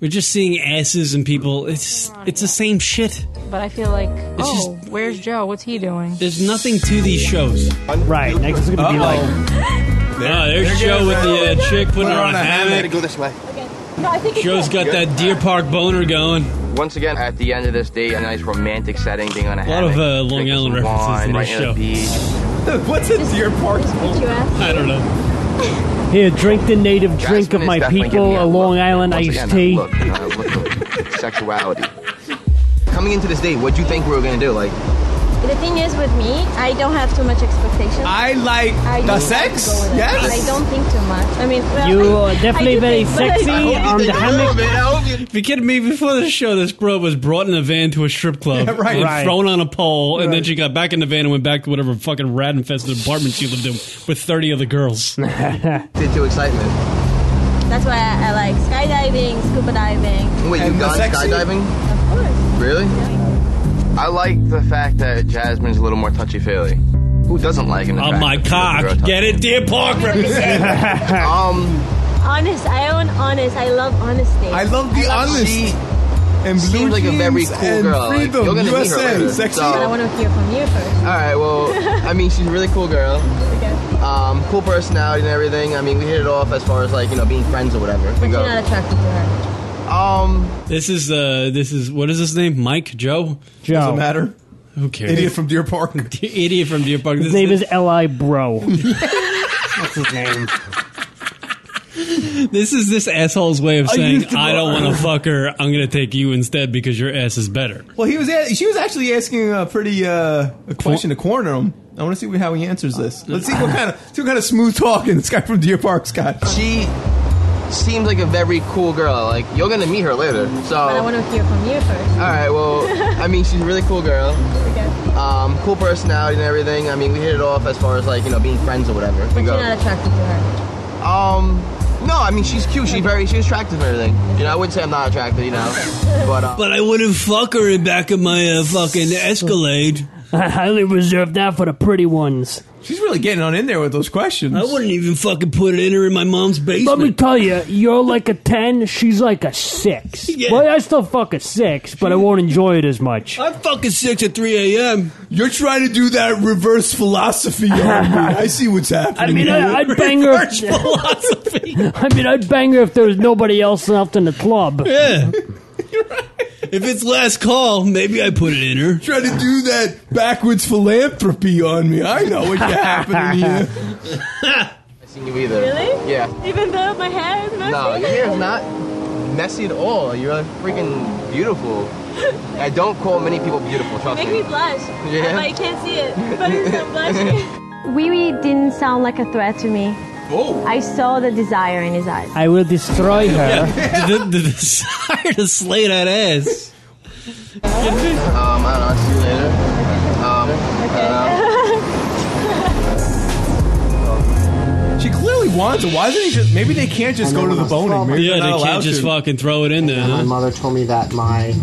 Speaker 4: we're just seeing asses and people. It's it's the same shit.
Speaker 6: But I feel like, oh, where's Joe? What's he doing?
Speaker 4: There's nothing to these shows.
Speaker 5: Right, next is gonna be
Speaker 4: Uh-oh.
Speaker 5: like
Speaker 4: Ah, there's Joe with the uh, chick putting her on a hammock.
Speaker 17: go this way.
Speaker 10: No, I think
Speaker 4: Joe's got that Deer Park boner going.
Speaker 23: Once again, at the end of this day, a nice romantic setting, being on a
Speaker 4: A lot of uh, Long Island references in
Speaker 23: right
Speaker 4: this
Speaker 23: near the
Speaker 4: show.
Speaker 23: beach.
Speaker 3: What's a deer park?
Speaker 10: Picturesque.
Speaker 4: I don't know.
Speaker 5: Here, drink the native drink
Speaker 23: Jasmine
Speaker 5: of
Speaker 23: is
Speaker 5: my
Speaker 23: definitely giving me
Speaker 5: people, a Long
Speaker 23: look.
Speaker 5: Island
Speaker 23: Once
Speaker 5: iced
Speaker 23: again,
Speaker 5: tea.
Speaker 23: That look, you know, that look of sexuality. Coming into this date, what do you think we were gonna do? Like,
Speaker 10: The thing is with me, I don't have too much expectations.
Speaker 23: I like
Speaker 10: I
Speaker 23: the
Speaker 10: don't
Speaker 23: sex,
Speaker 10: go with it.
Speaker 23: yes.
Speaker 10: And I don't think too much. I mean, well,
Speaker 5: You
Speaker 10: I-
Speaker 5: are definitely
Speaker 10: I do
Speaker 5: very
Speaker 10: think, but I-
Speaker 5: sexy on the hammock.
Speaker 4: If you kidding me, before the show, this bro was brought in a van to a strip club
Speaker 5: Yeah, right.
Speaker 4: and
Speaker 5: Right.
Speaker 4: thrown on a pole, and then
Speaker 5: Right.
Speaker 4: she got back in the van and went back to whatever fucking rat infested apartment she lived in with 30 other girls.
Speaker 23: to excitement.
Speaker 10: That's why I, I like skydiving, scuba diving.
Speaker 23: Wait, you've gone skydiving?
Speaker 10: Of course.
Speaker 23: Really? I like the fact that Jasmine's a little more touchy feely. Who doesn't like an
Speaker 4: On my cock. Get it? Deer Park represent.
Speaker 23: um,
Speaker 10: Honest, I own honest. I love honesty.
Speaker 23: I love the honesty.
Speaker 3: And
Speaker 23: seems like a very cool girl. Like,
Speaker 3: freedom,
Speaker 23: you're gonna meet
Speaker 3: USA,
Speaker 23: her later,
Speaker 3: sexy.
Speaker 23: so-
Speaker 10: But I want to hear from you first.
Speaker 23: All right. Well, I mean, she's a really cool girl. Um, cool personality and everything. I mean, we hit it off as far as like you know being friends or whatever.
Speaker 10: But you're not attracted to her.
Speaker 23: Um,
Speaker 4: This is, uh, this is, what is his name? Mike? Joe?
Speaker 5: Joe. Doesn't matter.
Speaker 4: Who cares?
Speaker 5: Idiot
Speaker 4: from Deer Park. Idiot from Deer Park.
Speaker 5: His
Speaker 4: This
Speaker 5: name is Li Bro.
Speaker 4: What's his name? This is this asshole's way of
Speaker 3: I
Speaker 4: saying,
Speaker 3: used to-
Speaker 4: I don't want to fuck her. I'm going to take you instead because your ass is better.
Speaker 3: Well, he was. a- She was actually asking a pretty uh, a question to corner him. I want to see how he answers
Speaker 4: Uh,
Speaker 3: this. Let's see what kind of see what kind of smooth talking this guy from Deer Park's got.
Speaker 23: She seems like a very cool girl. Like you're gonna meet her later. So.
Speaker 10: But I want to hear from you first.
Speaker 23: All right. Well, I mean, she's a really cool girl. Um, cool personality and everything. I mean, we hit it off as far as like you know being friends or whatever.
Speaker 10: But
Speaker 23: We
Speaker 10: you're
Speaker 23: go.
Speaker 10: not attracted to her.
Speaker 23: Um, no, I mean she's cute. She's very she's attractive and everything. You know, I wouldn't say I'm not attractive. You know, but um,
Speaker 4: But I wouldn't fuck her in back of my uh, fucking Escalade.
Speaker 5: I highly reserve that for the pretty ones.
Speaker 3: She's really getting on in there with those questions.
Speaker 4: I wouldn't even fucking put it in her in my mom's
Speaker 5: Let
Speaker 4: basement.
Speaker 5: me tell you, you're like a 10, she's like a 6. Well, I still fuck a 6, but I won't enjoy it as much.
Speaker 4: I'm fucking six at 3 a.m.
Speaker 3: You're trying to do that reverse philosophy on me. I see what's happening.
Speaker 5: I mean, I, I'd bang her.
Speaker 4: Reverse philosophy.
Speaker 5: I mean, I'd bang her if there was nobody else left in the club.
Speaker 4: Yeah. If it's last call, maybe I put it in her.
Speaker 3: Try to do that backwards philanthropy on me. I know what's happening here.
Speaker 23: I seen you either. Really? Yeah.
Speaker 10: Even though my hair is messy.
Speaker 23: No, your hair's not messy at all. You're like, freaking beautiful. I don't call many people beautiful. Trust me.
Speaker 10: blush.
Speaker 23: Yeah. But
Speaker 10: you can't see it. But I'm blushing. Wee didn't sound like a threat to me.
Speaker 23: Oh.
Speaker 10: I saw the desire in his eyes.
Speaker 5: I will destroy her.
Speaker 4: Yeah. The, the desire to slay that ass.
Speaker 23: Um, I don't know. I'll see you later. Um,
Speaker 3: She clearly wants it. Why isn't he just? Maybe they can't just go to the boning. Maybe
Speaker 4: Yeah,
Speaker 3: they're not
Speaker 4: they
Speaker 3: allowed
Speaker 4: can't just
Speaker 3: to.
Speaker 4: fucking throw it in there.
Speaker 17: My
Speaker 4: huh?
Speaker 17: mother told me that my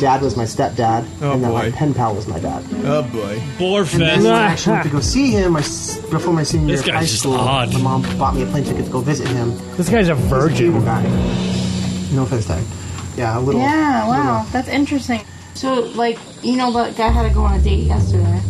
Speaker 17: dad was my stepdad, and that my
Speaker 3: boy.
Speaker 17: pen pal was my dad.
Speaker 3: Oh boy.
Speaker 17: And then
Speaker 4: Borefest.
Speaker 17: when I actually went to go see him my, s- before my senior
Speaker 4: This
Speaker 17: year of
Speaker 4: guy's
Speaker 17: high
Speaker 4: just
Speaker 17: school.
Speaker 4: odd.
Speaker 17: My mom bought me a plane ticket to go visit him.
Speaker 5: This guy's a virgin.
Speaker 17: He's a guy. No offense, Doug. Yeah, a little.
Speaker 6: Yeah, wow, that's interesting. So, like, you know, that guy had to go on a date yesterday.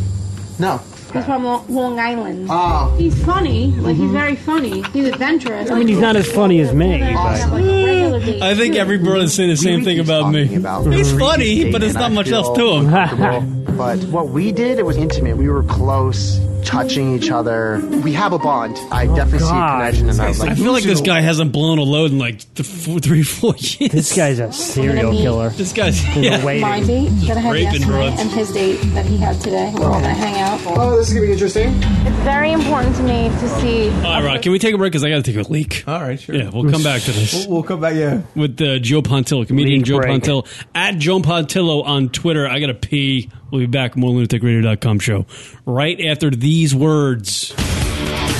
Speaker 17: No.
Speaker 6: He's from Lo- Long Island.
Speaker 17: Oh.
Speaker 6: He's funny. Like, he's very funny. He's adventurous.
Speaker 5: I mean, he's not as funny as me.
Speaker 4: I think every brother's saying the same thing about me. He's funny, but it's not much else to him.
Speaker 17: but what we did, it was intimate. We were close, touching each other. We have a bond. I definitely
Speaker 5: God.
Speaker 17: see a connection, and I was like,
Speaker 4: I feel like this guy hasn't blown a load in like th- four, three, four years.
Speaker 5: This guy's a serial killer.
Speaker 4: This guy's yeah.
Speaker 6: My date that I had
Speaker 4: Raping
Speaker 6: yesterday
Speaker 4: broads.
Speaker 6: and his date that he had today. We're all gonna hang out.
Speaker 17: Oh, this is gonna be interesting.
Speaker 6: It's very important to me to see.
Speaker 4: All right, Rock, can we take a break? Because I got to take a leak.
Speaker 3: All right, sure.
Speaker 4: Yeah, we'll come back to this.
Speaker 3: We'll, we'll come back. Yeah.
Speaker 4: With uh, Joe Pontillo, comedian
Speaker 3: Leak
Speaker 4: Joe
Speaker 3: break.
Speaker 4: Pontillo, at Joe Pontillo on Twitter. I got to pee. We'll be back. More lunaticradio.com show right after these words.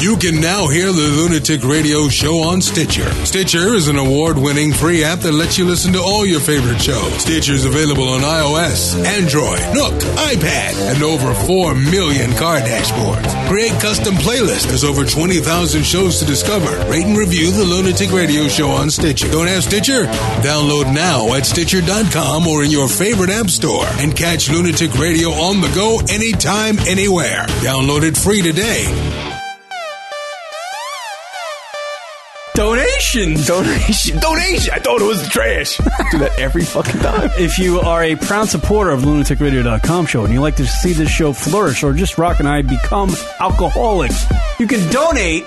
Speaker 1: You can now hear the Lunatic Radio show on Stitcher. Stitcher is an award winning free app that lets you listen to all your favorite shows. Stitcher is available on iOS, Android, Nook, iPad, and over 4 million car dashboards. Create custom playlists. There's over 20,000 shows to discover. Rate and review the Lunatic Radio show on Stitcher. Don't have Stitcher? Download now at Stitcher.com or in your favorite app store and catch Lunatic Radio on the go anytime, anywhere. Download it free today.
Speaker 2: Donations.
Speaker 16: Donation. Donation. I thought it was trash. Do that every fucking time.
Speaker 2: If you are a proud supporter of lunaticradio.com show and you like to see this show flourish or just Rock and I become alcoholics, you can donate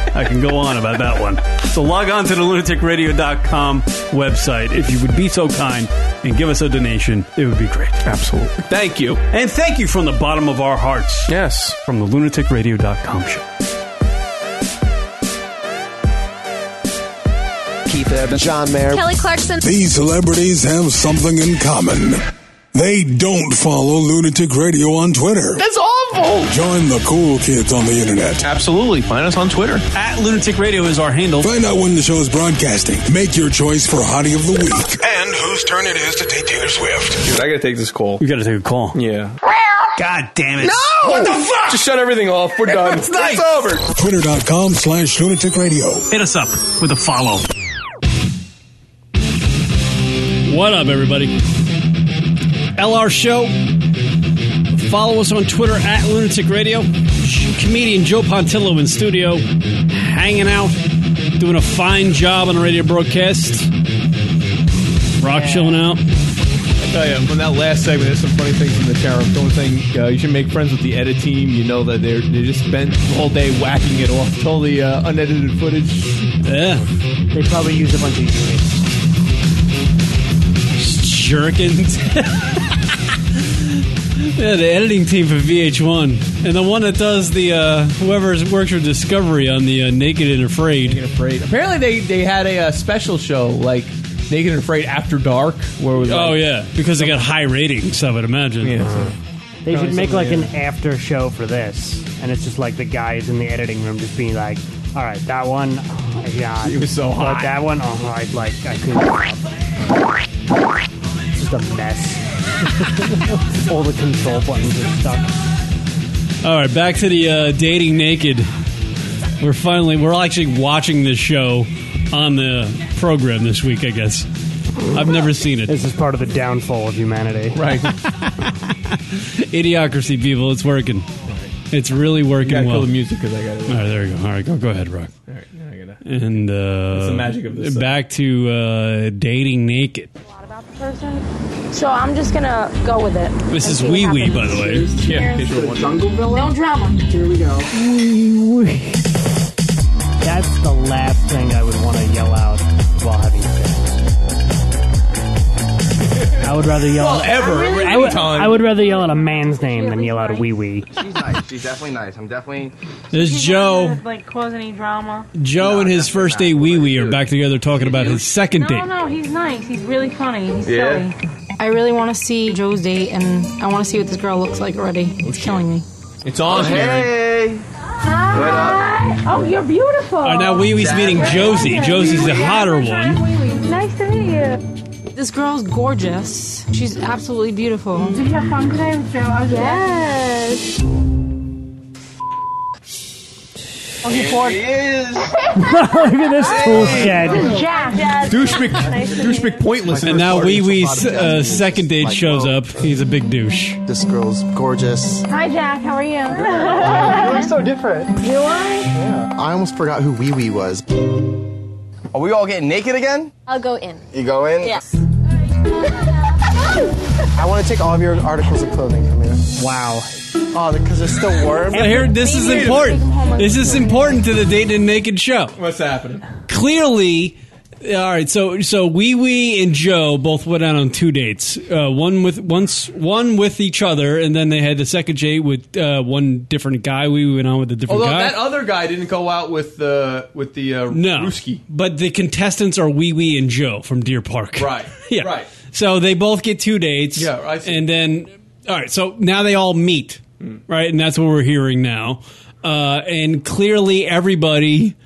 Speaker 2: I can go on about that one. So log on to the lunaticradio.com website if you would be so kind and give us a donation. It would be great. Absolutely.
Speaker 16: Thank you.
Speaker 2: And thank you from the bottom of our hearts.
Speaker 16: Yes.
Speaker 2: From the lunaticradio.com show.
Speaker 17: Keith Evans, John Mayer,
Speaker 28: Kelly Clarkson.
Speaker 1: These celebrities have something in common. They don't follow Lunatic Radio on Twitter.
Speaker 16: That's awful.
Speaker 1: Join the cool kids on the internet.
Speaker 16: Absolutely. Find us on Twitter.
Speaker 2: At Lunatic Radio is our handle.
Speaker 1: Find out when the show is broadcasting. Make your choice for Hottie of the Week.
Speaker 8: And whose turn it is to take Taylor Swift.
Speaker 16: Dude, I gotta take this call.
Speaker 2: You gotta take a call.
Speaker 16: Yeah.
Speaker 2: God damn it.
Speaker 8: No!
Speaker 16: What the fuck? Just shut everything off. We're done.
Speaker 8: It's nice.
Speaker 16: over.
Speaker 1: Twitter.com slash lunatic radio.
Speaker 2: Hit us up with a follow.
Speaker 4: What up, everybody? LR Show. Follow us on Twitter at Lunatic Radio. Comedian Joe Pontillo in studio, hanging out, doing a fine job on the radio broadcast. Rock chilling out.
Speaker 3: I tell you, from that last segment, there's some funny things in the chat room. Don't think uh, you should make friends with the edit team. You know that they're they just spent the whole day whacking it off. Totally uh, unedited footage.
Speaker 4: Yeah,
Speaker 5: they probably use a bunch of units.
Speaker 4: Jerkins. yeah, the editing team for VH1, and the one that does the uh, whoever works for Discovery on the uh, Naked and Afraid. Naked
Speaker 3: Afraid. Apparently, they they had a, uh special show like Naked and Afraid After Dark, where it was
Speaker 4: Oh
Speaker 3: like,
Speaker 4: yeah, because they got high ratings. I would imagine.
Speaker 5: They should make like an
Speaker 4: an
Speaker 5: after show for this, and it's just like the guys in the editing room just being like, "All right, that one, oh my god,
Speaker 3: He was so
Speaker 5: But
Speaker 3: hot.
Speaker 5: That one, oh, I like, I couldn't. It's just a mess. All the control buttons are stuck.
Speaker 4: All right, back to the uh, dating naked. We're finally we're actually watching this show on the program this week. I guess I've never seen it.
Speaker 5: This is part of the downfall of humanity,
Speaker 3: right?
Speaker 4: Idiocracy, people. It's working. It's really working
Speaker 3: gotta
Speaker 4: well.
Speaker 3: kill the music 'cause I gotta-
Speaker 4: All right, there you go. All right, go go ahead, Rock. All right,
Speaker 3: I gotta.
Speaker 4: And uh,
Speaker 3: That's the magic of this, uh,
Speaker 4: Back to uh, dating naked.
Speaker 28: Person. So I'm just gonna go with it.
Speaker 4: This
Speaker 28: and
Speaker 4: is
Speaker 28: see what
Speaker 4: Wee Wee,
Speaker 28: happens.
Speaker 4: by the way.
Speaker 28: Yeah,
Speaker 4: in case you were wondering.
Speaker 28: No drama. Here we go.
Speaker 5: That's the last thing I would want to yell out while having sex. I would rather yell.
Speaker 3: Well, ever,
Speaker 5: I would,
Speaker 3: any time.
Speaker 5: I would rather yell out a man's name than yell out a wee wee.
Speaker 23: She's nice. She's definitely nice. I'm definitely.
Speaker 4: There's Joe.
Speaker 6: like cause any drama.
Speaker 4: Joe and his first date, Wee Wee, are back together talking about his second
Speaker 6: No,
Speaker 4: date.
Speaker 6: no, he's nice. He's really funny. He's
Speaker 4: Yeah.
Speaker 6: silly. I really want to see Joe's date, and I want to see what this girl looks like already. It's killing me.
Speaker 3: It's on here.
Speaker 23: Hey.
Speaker 6: Hi. Oh, you're beautiful.
Speaker 4: All right, now Wee Wee's meeting Josie. Josie's the hotter one.
Speaker 6: Nice to meet you. This girl's gorgeous. She's absolutely beautiful. Did you have fun today with Joe? Oh, Yes.
Speaker 5: Look at this tool shed.
Speaker 3: Douche Mc, douche McPointless.
Speaker 4: And now Wee Wee's uh, second date shows up. He's a big douche.
Speaker 17: This girl's gorgeous.
Speaker 28: Hi, Jack. How are you?
Speaker 17: You look so
Speaker 28: different. You are?
Speaker 17: I almost forgot who Wee Wee was.
Speaker 23: Are we all getting naked again?
Speaker 28: I'll go in.
Speaker 23: You go in.
Speaker 28: Yes.
Speaker 17: I want to take all of your articles of clothing from here.
Speaker 5: Wow.
Speaker 17: Oh, because they're still warm.
Speaker 4: Well, here, this is important. This is important to the Date and Naked show.
Speaker 3: What's happening?
Speaker 4: Clearly, uh, all right. So, so Wee Wee and Joe both went out on two dates. Uh, one with once, one with each other, and then they had the second date with uh, one different guy. Wee Wee went on with a different
Speaker 3: Although
Speaker 4: guy.
Speaker 3: that other guy didn't go out with the with the uh,
Speaker 4: no, but the contestants are Wee Wee and Joe from Deer Park.
Speaker 3: right.
Speaker 4: yeah.
Speaker 3: Right.
Speaker 4: So they both get two dates.
Speaker 3: Yeah, I see. Hmm.
Speaker 4: And then, all right. So now they all meet, right? And that's what we're hearing now. Uh, and clearly, everybody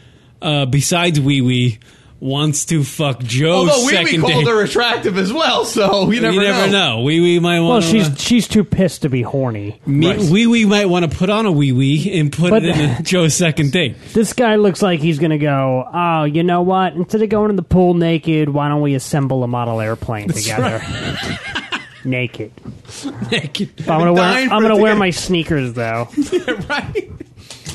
Speaker 4: uh, besides Wee Wee wants to fuck Joe's
Speaker 3: Although we, we
Speaker 4: second
Speaker 3: called
Speaker 4: date.
Speaker 3: her attractive as well, so we never,
Speaker 4: you never know. Wee wee might
Speaker 5: Well,
Speaker 4: want.
Speaker 5: she's she's too pissed to be horny.
Speaker 4: wee wee might want to put on a wee wee and put
Speaker 5: But-
Speaker 4: it in a Joe's second date.
Speaker 5: This guy looks like he's gonna go. Oh, you know what? Instead of going to the pool naked, why don't we assemble a model airplane
Speaker 4: That's
Speaker 5: together? naked. Naked. I'm gonna
Speaker 4: I've been
Speaker 5: wear.
Speaker 4: dying
Speaker 5: I'm
Speaker 4: for it
Speaker 5: gonna
Speaker 4: to
Speaker 5: wear
Speaker 4: get-
Speaker 5: my sneakers though. right.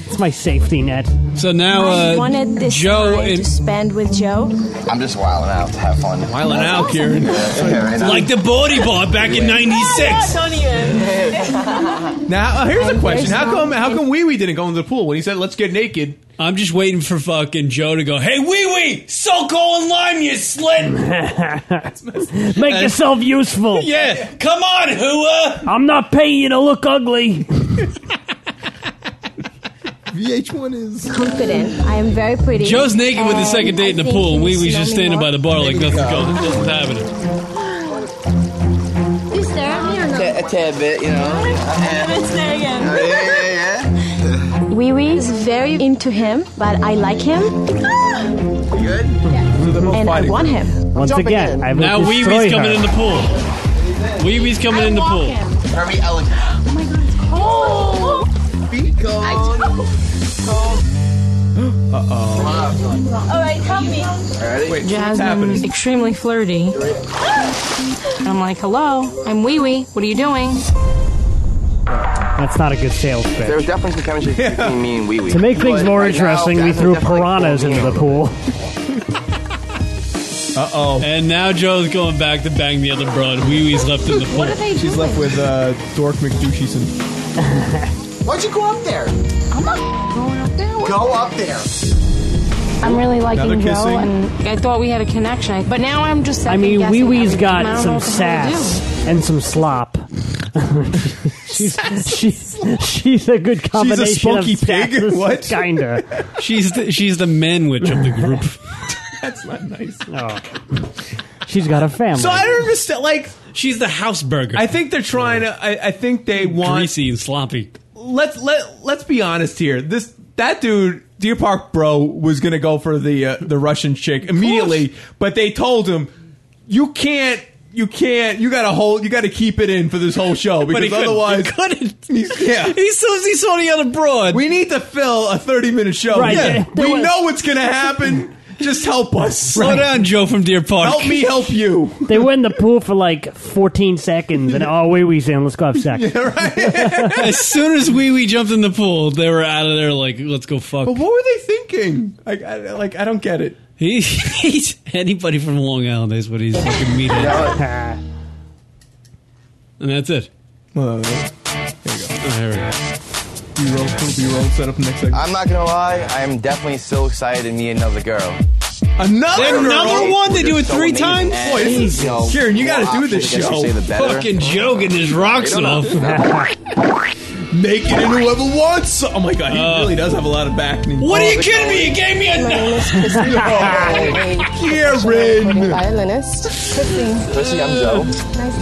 Speaker 5: It's my safety net.
Speaker 4: So now, uh,
Speaker 10: I wanted this time to spend with Joe.
Speaker 23: I'm just wilding out to have fun.
Speaker 4: Wilding out, Kieran.
Speaker 23: yeah, right now.
Speaker 4: like the Bodie Bar back in
Speaker 10: Oh,
Speaker 4: '96.
Speaker 3: Now uh, here's a question: How come how come Wee Wee didn't go into the pool when he said let's get naked?
Speaker 4: I'm just waiting for fucking Joe to go. Hey, wee wee, soak all in lime, you slit.
Speaker 5: Make yourself useful.
Speaker 4: Yeah, come on, Hua.
Speaker 5: I'm not paying you to look ugly.
Speaker 17: VH1 is
Speaker 10: confident. I am very pretty.
Speaker 4: Joe's naked with his
Speaker 10: and
Speaker 4: second date in
Speaker 10: I
Speaker 4: the
Speaker 10: think
Speaker 4: pool, and
Speaker 10: he
Speaker 4: Wee
Speaker 10: will
Speaker 4: Wee's
Speaker 10: smell
Speaker 4: just
Speaker 10: me
Speaker 4: standing
Speaker 10: more.
Speaker 4: by the bar like nothing's going, nothing's happening.
Speaker 23: You staring or not? A tad bit, you know. I'm staring. Yeah, yeah, yeah.
Speaker 10: Wee Wee is very into him, but I like him.
Speaker 23: Good?
Speaker 10: And I want him.
Speaker 5: Once again, I will
Speaker 4: Now Wee
Speaker 5: destroy
Speaker 4: Wee's coming
Speaker 5: her.
Speaker 4: in the pool. Wee Wee's coming in the pool.
Speaker 23: Very elegant. Oh my god, it's cold. Be
Speaker 3: Uh oh.
Speaker 7: All right, help me.
Speaker 3: Wait,
Speaker 29: Jasmine, extremely flirty. I'm like, hello, I'm Wee Wee. What are you doing?
Speaker 5: That's not a good sales
Speaker 23: There was
Speaker 5: pitch.
Speaker 23: definitely some chemistry between me and Wee Wee.
Speaker 5: To make things
Speaker 23: But
Speaker 5: more
Speaker 23: right now,
Speaker 5: interesting, we
Speaker 23: Jasmine
Speaker 5: threw
Speaker 23: definitely
Speaker 5: piranhas
Speaker 23: pulled me
Speaker 5: into the
Speaker 23: in.
Speaker 5: pool.
Speaker 4: Uh oh. And now Joe's going back to bang the other broad. Wee Wee's left in the pool.
Speaker 3: She's left with uh, Dork McDouchieson.
Speaker 17: Why'd you go up there? I'm not going up there. Go up there.
Speaker 29: I'm really
Speaker 3: Now
Speaker 29: liking
Speaker 3: they're
Speaker 29: Joe,
Speaker 3: kissing.
Speaker 29: and I thought we had a connection, but now I'm just.
Speaker 5: I mean,
Speaker 29: second-guessing
Speaker 5: Wee Wee's
Speaker 29: everything. I
Speaker 5: got
Speaker 29: don't know
Speaker 5: some
Speaker 29: what the hell to do.
Speaker 5: sass and some slop. she's, she's, she's a good combination
Speaker 4: spunky
Speaker 5: of sass
Speaker 4: pig?
Speaker 5: and
Speaker 4: What?
Speaker 5: Kinda.
Speaker 4: She's the, she's the man witch of the group.
Speaker 3: That's not nice.
Speaker 5: Oh. She's got a family.
Speaker 3: So I don't understand. Like
Speaker 4: she's the house burger.
Speaker 3: I think they're trying to. I, I think they want
Speaker 4: Greasy and sloppy.
Speaker 3: let's let let's be honest here. This that dude Deer Park Bro was gonna go for the uh, the Russian chick immediately, but they told him you can't. You can't. You got to hold. You got to keep it in for this whole show
Speaker 4: But he
Speaker 3: because
Speaker 4: couldn't.
Speaker 3: otherwise,
Speaker 4: He couldn't.
Speaker 3: He's, yeah,
Speaker 4: He saw he saw the other broad.
Speaker 3: We need to fill a thirty-minute show.
Speaker 4: Right,
Speaker 3: Yeah.
Speaker 4: there- there
Speaker 3: we
Speaker 4: was-
Speaker 3: know what's gonna happen. Just help us. Slow
Speaker 4: Slow down, Joe from Deer Park.
Speaker 3: Help me help you.
Speaker 5: They were in the pool for like 14 seconds, and oh, Wee Wee's in. Let's go have sex.
Speaker 4: as soon as Wee Wee jumped in the pool, they were out of there. Like, let's go fuck.
Speaker 3: But what were they thinking? Like, I, like I don't get it.
Speaker 4: He, he's anybody from Long Island is what he's fucking meeting. and that's it.
Speaker 3: Uh,
Speaker 4: there we go.
Speaker 3: B-roll, B-roll, set up next segment.
Speaker 23: I'm not gonna lie, I'm definitely still excited to meet another girl.
Speaker 3: Another
Speaker 23: They're another one? They do it three times?
Speaker 3: Boy, this is,
Speaker 23: You know,
Speaker 3: Kieran, you got to
Speaker 23: more
Speaker 3: do this
Speaker 23: options, I
Speaker 3: show.
Speaker 23: guess you say the better.
Speaker 4: Fucking Joe getting his rocks
Speaker 3: They don't
Speaker 4: off.
Speaker 3: Make it into whoever wants. Oh my god, he
Speaker 23: Uh.
Speaker 3: really does have a lot of back.
Speaker 4: What are you kidding me? You gave me a.
Speaker 3: Kieran.
Speaker 12: Violinist.
Speaker 23: Listen, I'm Joe.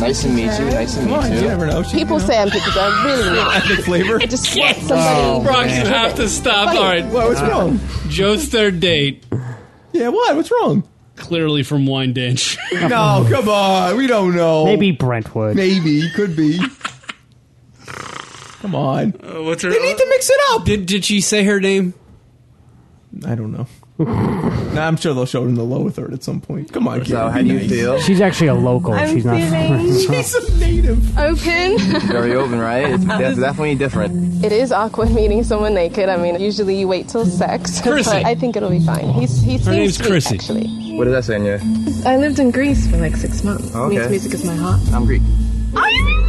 Speaker 23: Nice to meet you. Nice to meet
Speaker 3: Come on,
Speaker 23: you.
Speaker 3: you never know.
Speaker 12: People say I'm picky, but I really not.
Speaker 3: Ethnic flavor.
Speaker 12: I just want
Speaker 7: Oh,
Speaker 12: somebody.
Speaker 4: Rocks, you have to stop. All right. Uh,
Speaker 3: What, what's wrong?
Speaker 4: Joe's third date,
Speaker 3: Yeah, what? What's wrong?
Speaker 4: clearly from Wine Dance.
Speaker 3: No, come on. We don't know.
Speaker 5: Maybe Brentwood.
Speaker 3: Maybe. Could be. Come on.
Speaker 4: Uh, what's her?
Speaker 3: They need to mix it up.
Speaker 4: Did did she say her name?
Speaker 3: I don't know. nah, I'm sure they'll show it in the lower third at some point. Come on, Kieran.
Speaker 23: how
Speaker 3: be
Speaker 23: do you
Speaker 3: nice.
Speaker 23: feel?
Speaker 5: She's actually a local.
Speaker 12: I'm
Speaker 5: She's not.
Speaker 12: feeling-
Speaker 3: She's a native.
Speaker 12: Open.
Speaker 23: Very open, right? It's, that's definitely different.
Speaker 12: It is awkward meeting someone naked. I mean, usually you wait till sex,
Speaker 23: Chrissy.
Speaker 12: but I think it'll be fine. He's he's
Speaker 23: Her name's
Speaker 12: sweet,
Speaker 23: Chrissy.
Speaker 12: Actually,
Speaker 23: What does that say in you?
Speaker 12: I lived in Greece for like six months.
Speaker 23: Okay.
Speaker 12: Means music is my heart.
Speaker 23: I'm Greek.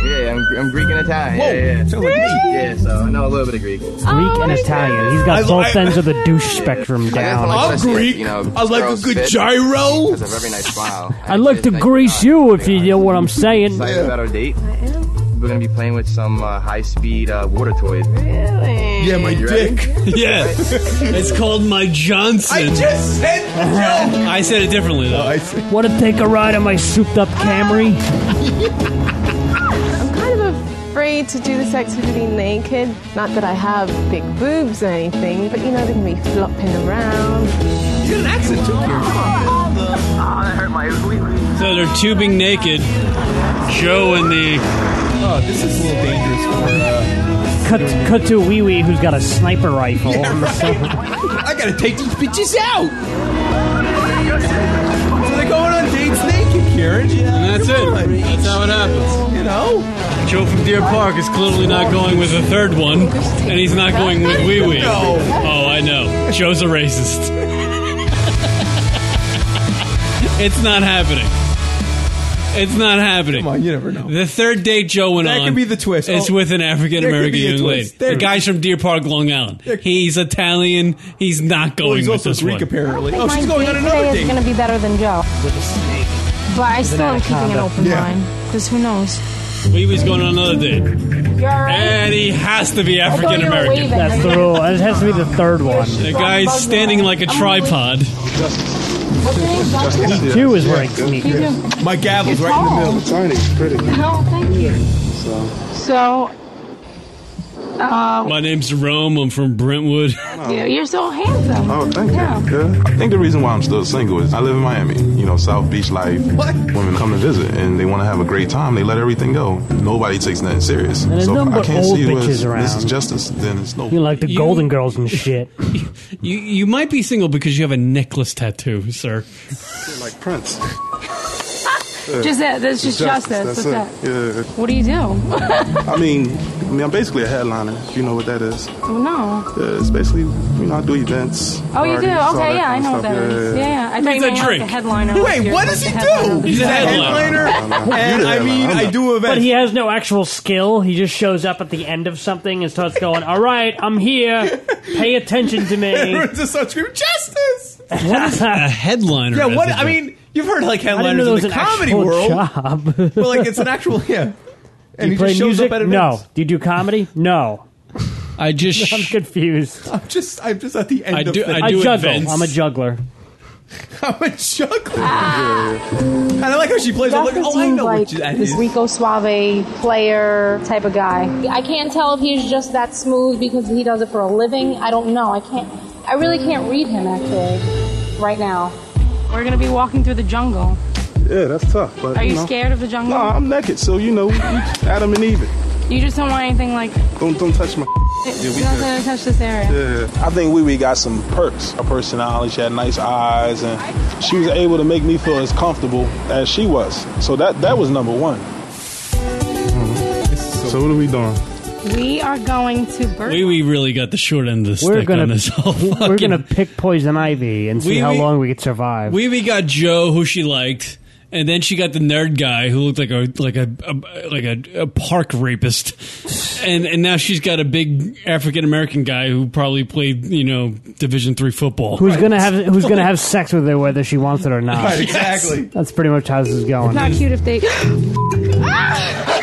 Speaker 23: Yeah, I'm, I'm Greek and Italian.
Speaker 12: Whoa,
Speaker 23: yeah, yeah.
Speaker 12: sounds like me.
Speaker 23: yeah, so I know a little bit of Greek.
Speaker 5: Greek and Italian. Oh, He's got
Speaker 23: I-
Speaker 5: both
Speaker 23: I-
Speaker 5: ends of the douche spectrum down.
Speaker 23: I'm Greek.
Speaker 3: You know, I like a good gyro.
Speaker 23: Because of every nice smile.
Speaker 5: I'd like to grease you if you know what I'm saying.
Speaker 23: Excited about our date? I am. We're gonna be playing with some uh, high-speed uh, water toys.
Speaker 12: Really?
Speaker 23: Yeah, my dick.
Speaker 4: Yeah, it's called my Johnson. I
Speaker 3: just said Joe.
Speaker 4: I said it differently
Speaker 3: Oh,
Speaker 4: though.
Speaker 5: Want to take a ride on my souped up Camry?
Speaker 12: I'm kind of afraid scary to do this activity naked. Not that I have big boobs or anything, but you know, they can be flopping around.
Speaker 16: You had an accent too,
Speaker 12: Oh, that hurt my
Speaker 4: So they're tubing naked. Joe and the.
Speaker 3: Oh, this is a little dangerous.
Speaker 5: Cut, cut to Wee Wee, who's got a sniper
Speaker 4: Oh,
Speaker 5: rifle.
Speaker 3: I gotta take these bitches out. So they're going on dates naked, Karen.
Speaker 4: And that's it. That's how
Speaker 3: uh,
Speaker 4: it happens.
Speaker 3: You know?
Speaker 4: Joe from Deer Park is clearly not going with the third one, and he's not going with Wee Wee.
Speaker 3: No.
Speaker 4: Oh, I know. Joe's a racist. it's not happening. It's not happening. Come
Speaker 3: on, you never know.
Speaker 4: The third date Joe went
Speaker 3: That
Speaker 4: on.
Speaker 3: could be the twist.
Speaker 4: It's
Speaker 3: Oh,
Speaker 4: with an African
Speaker 3: there could
Speaker 4: American
Speaker 3: be a
Speaker 4: young lady.
Speaker 3: twist. There
Speaker 4: The
Speaker 3: could-
Speaker 4: guy's from Deer Park, Long Island. He's Italian. He's not going
Speaker 3: Well, Oh, he's
Speaker 4: with
Speaker 3: also
Speaker 4: this
Speaker 3: Greek,
Speaker 4: one.
Speaker 3: apparently. Oh,
Speaker 6: I think Oh, my date today is going to be better than Joe. But I
Speaker 4: With an
Speaker 6: still am keeping an
Speaker 4: anaconda.
Speaker 6: open
Speaker 4: Yeah.
Speaker 6: mind because who knows?
Speaker 4: Wee Wee's going on another date. And he has to be African American.
Speaker 5: That's the rule. It has to be the third one.
Speaker 4: The guy's standing like a tripod.
Speaker 5: He too is wearing sneakers.
Speaker 3: My gavel's right in the middle.
Speaker 22: Tiny, pretty.
Speaker 6: Oh, thank you.
Speaker 22: So.
Speaker 6: So, uh,
Speaker 4: My name's Jerome. I'm from Brentwood.
Speaker 6: yeah, you're so handsome.
Speaker 22: Oh, thank you. Yeah. I think the reason why I'm still single is I live in Miami. You know, South Beach life. Women come to visit and they want to have a great time. They let everything go. Nobody takes nothing serious.
Speaker 5: And there's
Speaker 22: so if
Speaker 5: nothing
Speaker 22: I
Speaker 5: but
Speaker 22: can't
Speaker 5: old
Speaker 22: see you as
Speaker 5: bitches around.
Speaker 22: this is justice. Then it's no.
Speaker 5: You like the Golden Girls and shit.
Speaker 4: You you might be single because you have a necklace tattoo, sir.
Speaker 22: Like Prince.
Speaker 6: Just it. That's just justice. That's
Speaker 22: it.
Speaker 6: What do you do?
Speaker 22: Yeah. I mean, I mean, I'm basically a headliner. If you know what that is.
Speaker 6: Oh, no.
Speaker 22: Yeah, it's basically, you know, I do events.
Speaker 6: Oh, you do?
Speaker 22: parties, all
Speaker 6: Okay,
Speaker 22: that
Speaker 6: yeah, I
Speaker 22: kind
Speaker 6: know
Speaker 22: of
Speaker 6: what that
Speaker 22: stuff.
Speaker 6: is. Yeah, yeah. I thought you
Speaker 4: a
Speaker 6: meant like the
Speaker 4: drink.
Speaker 6: headliner.
Speaker 3: Wait,
Speaker 6: last year,
Speaker 3: what
Speaker 6: like
Speaker 3: does
Speaker 6: the
Speaker 3: he
Speaker 6: headliner
Speaker 3: do?
Speaker 6: of the
Speaker 3: He's a
Speaker 6: show.
Speaker 3: headliner, and I mean, I do events.
Speaker 5: But he has no actual skill. He just shows up at the end of something and starts going, "All right, I'm here. Pay attention to me."
Speaker 3: Everyone just starts screaming, justice!
Speaker 4: What is a headliner?
Speaker 3: Yeah,
Speaker 4: as
Speaker 3: what,
Speaker 4: a
Speaker 3: I
Speaker 4: joke?
Speaker 3: mean, you've heard like
Speaker 5: I didn't
Speaker 3: headliners
Speaker 5: know
Speaker 3: in
Speaker 5: there was
Speaker 3: the
Speaker 5: an
Speaker 3: comedy
Speaker 5: actual
Speaker 3: world.
Speaker 5: job.
Speaker 3: Well, like, it's an actual, yeah.
Speaker 5: Do you
Speaker 3: he
Speaker 5: play
Speaker 3: just shows
Speaker 5: music?
Speaker 3: up at
Speaker 5: no.
Speaker 3: events.
Speaker 5: Do you do comedy? No.
Speaker 4: I just
Speaker 5: I'm confused.
Speaker 3: I'm just, I'm just at the end
Speaker 4: I
Speaker 3: of
Speaker 4: do-
Speaker 3: things.
Speaker 4: I do
Speaker 5: juggle.
Speaker 4: events.
Speaker 5: I'm a juggler.
Speaker 3: I'm a juggler. And I like how she plays. I'm like,
Speaker 28: Dr.
Speaker 3: oh, I
Speaker 28: seems
Speaker 3: know
Speaker 28: like
Speaker 3: what you, that
Speaker 28: this
Speaker 3: is.
Speaker 28: Rico Suave player type of guy. I can't tell if he's just that smooth because he does it for a living. I don't know. I can't. I really can't read him actually right now.
Speaker 6: We're going to be walking through the jungle.
Speaker 22: Yeah, that's tough. But,
Speaker 6: Are you
Speaker 22: know.
Speaker 6: scared of the jungle?
Speaker 22: No, I'm naked, so you know, we- we- Adam and Eve. it.
Speaker 6: You just don't want anything like.
Speaker 22: Don't don't touch my.
Speaker 6: You're not going to touch this area.
Speaker 22: Yeah, I think Wee Wee got some perks. Her personality, she had nice eyes, and she was able to make me feel as comfortable as she was. So that that was number one. So what are we doing?
Speaker 6: We are going to Bert.
Speaker 4: Wee Wee really got the short end of the
Speaker 5: We're
Speaker 4: stick
Speaker 5: gonna
Speaker 4: on this whole
Speaker 5: we're
Speaker 4: fucking.
Speaker 5: gonna pick poison ivy and see
Speaker 4: We-
Speaker 5: how
Speaker 4: we-
Speaker 5: long we could survive.
Speaker 4: Wee Wee got Joe, who she liked, and then she got the nerd guy who looked like a like a, a- like a, a park rapist, and and now she's got a big African American guy who probably played you know Division three football.
Speaker 5: who's gonna have Who's gonna have sex with her whether she wants it or not?
Speaker 4: Right, exactly.
Speaker 5: That's pretty much how this is going.
Speaker 6: Not cute if they. Ah!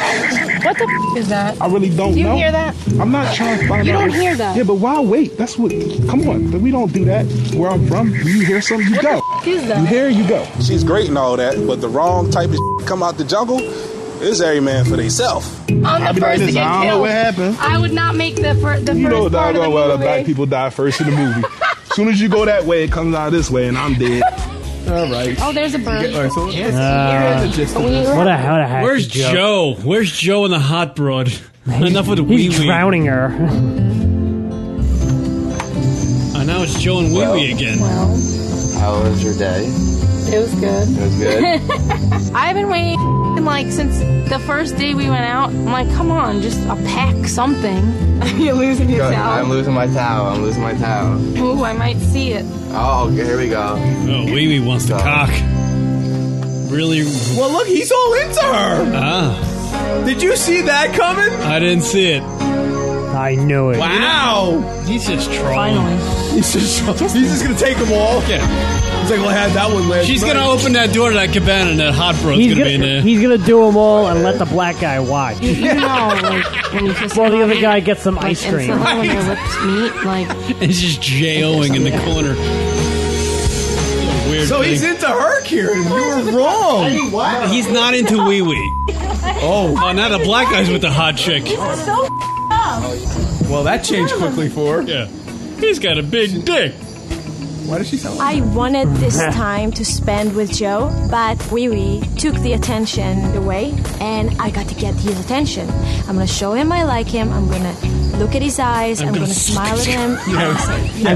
Speaker 6: what the f- is that?
Speaker 22: I really don't
Speaker 6: Do you
Speaker 22: know.
Speaker 6: hear that?
Speaker 22: I'm not trying to find
Speaker 6: You
Speaker 22: out.
Speaker 6: don't
Speaker 22: what-
Speaker 6: hear that.
Speaker 22: Yeah, but why wait? That's what. Come on, we don't do that. Where I'm from, you hear something, you go.
Speaker 6: is that?
Speaker 22: You hear, you go. She's great and all that, but the wrong type of come out the jungle is every man for themselves.
Speaker 6: I'm the
Speaker 22: I be like
Speaker 6: first to
Speaker 22: this,
Speaker 6: get
Speaker 22: I don't know
Speaker 6: killed.
Speaker 22: what happened.
Speaker 6: I would not make the, fir- the
Speaker 22: You know,
Speaker 6: first part of the
Speaker 22: doggone well, the
Speaker 6: movie.
Speaker 22: black people die first in the movie. soon as you go that way, it comes out this way, and I'm dead.
Speaker 3: All right.
Speaker 6: Oh, there's a bird.
Speaker 3: All right, so let's-
Speaker 5: Uh,
Speaker 3: here's the gist of
Speaker 6: we-
Speaker 3: this.
Speaker 5: what a what a hacky
Speaker 4: Where's
Speaker 5: joke.
Speaker 4: Joe? Where's Joe and the hot broad? Enough with the Wee
Speaker 5: He's
Speaker 4: Wee.
Speaker 5: drowning her.
Speaker 4: And now it's Joe and Wee Wee again.
Speaker 17: How was your day?
Speaker 28: It was good.
Speaker 17: It was good.
Speaker 6: I've been waiting like since the first day we went out. I'm like, come on, just a pack something. You're losing your
Speaker 17: I'm
Speaker 6: towel.
Speaker 17: losing my towel. I'm losing my towel.
Speaker 6: Ooh, I might see it.
Speaker 17: Oh, okay, here we go.
Speaker 4: Oh, Wee Wee wants to cock. Really?
Speaker 3: Well, look, he's all into her.
Speaker 4: Ah,
Speaker 3: Did you see that coming?
Speaker 4: I didn't see it.
Speaker 5: I knew it.
Speaker 3: Wow.
Speaker 4: He's just trolling.
Speaker 6: Finally.
Speaker 3: He's just, he's just gonna take them all.
Speaker 4: Yeah.
Speaker 3: He's like, well, I had that one last.
Speaker 4: She's
Speaker 3: night.
Speaker 4: gonna open that door to that cabana, and that hot bro's
Speaker 5: He's
Speaker 4: gonna, be in
Speaker 5: gonna,
Speaker 4: there.
Speaker 5: he's gonna do them all and let the black guy watch.
Speaker 6: You, you know, like when you kiss
Speaker 5: While the
Speaker 6: someone,
Speaker 5: other guy gets some
Speaker 6: like,
Speaker 5: ice cream.
Speaker 6: instantly when their lips meet, like
Speaker 4: It's just J.O.ing in the corner.
Speaker 7: weird.
Speaker 3: So he's
Speaker 7: thing.
Speaker 3: into Hercule. You were wrong.
Speaker 7: He's not into wee wee. Oh. oh, now the black guy's with the hot chick.
Speaker 30: So
Speaker 3: Well, that changed quickly for her.
Speaker 7: Yeah. He's got a big dick.
Speaker 3: Why does she sound
Speaker 10: I wanted this time to spend with Joe, but Wee Wee took the attention away, and I got to get his attention. I'm gonna show him I like him. I'm gonna look at his eyes. I'm,
Speaker 5: I'm
Speaker 10: gonna,
Speaker 5: gonna
Speaker 10: smile at him.
Speaker 5: Yes.
Speaker 10: and I'm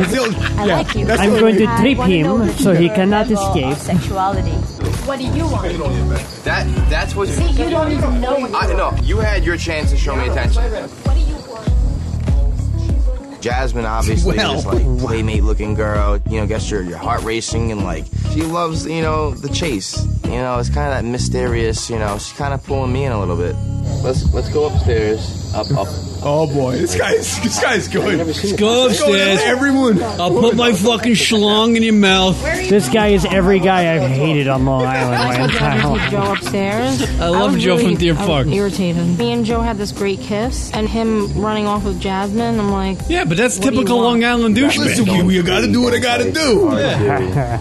Speaker 5: Yes.
Speaker 10: gonna say,
Speaker 5: Yes.
Speaker 10: I
Speaker 5: Yeah.
Speaker 10: like you.
Speaker 5: That's I'm the going only- to trip
Speaker 10: I wanna
Speaker 5: him
Speaker 10: know that
Speaker 5: so he
Speaker 10: you're a
Speaker 5: cannot
Speaker 10: level of
Speaker 5: escape.
Speaker 10: Sexuality. What do you want?
Speaker 23: That that's what.
Speaker 10: See, you don't even know what you
Speaker 23: I know. You had your chance to show me attention. Jasmine obviously
Speaker 31: Well,
Speaker 23: is like playmate looking girl. You know, gets your your heart racing and like she loves you know the chase. You know, it's kind of that mysterious. You know, she's kind of pulling me in a little bit. Let's let's go upstairs. Up up.
Speaker 3: Oh boy, this guy's this guy's good. Let's
Speaker 4: Go upstairs.
Speaker 3: Everyone.
Speaker 4: I'll put my fucking schlong in your mouth.
Speaker 5: This guy is every guy I've hated on Long Island my entire life.
Speaker 6: Joe upstairs.
Speaker 5: I love
Speaker 6: was
Speaker 5: Joe from Deer
Speaker 6: I was
Speaker 5: Park.
Speaker 6: Irritated. Me and Joe had this great kiss, and him running off with Jasmine. I'm like,
Speaker 4: Yeah, but that's
Speaker 6: What do you
Speaker 4: typical
Speaker 6: want?
Speaker 4: Long Island douchebag.
Speaker 23: Listen, we- we gotta do what I gotta do.
Speaker 4: Yeah.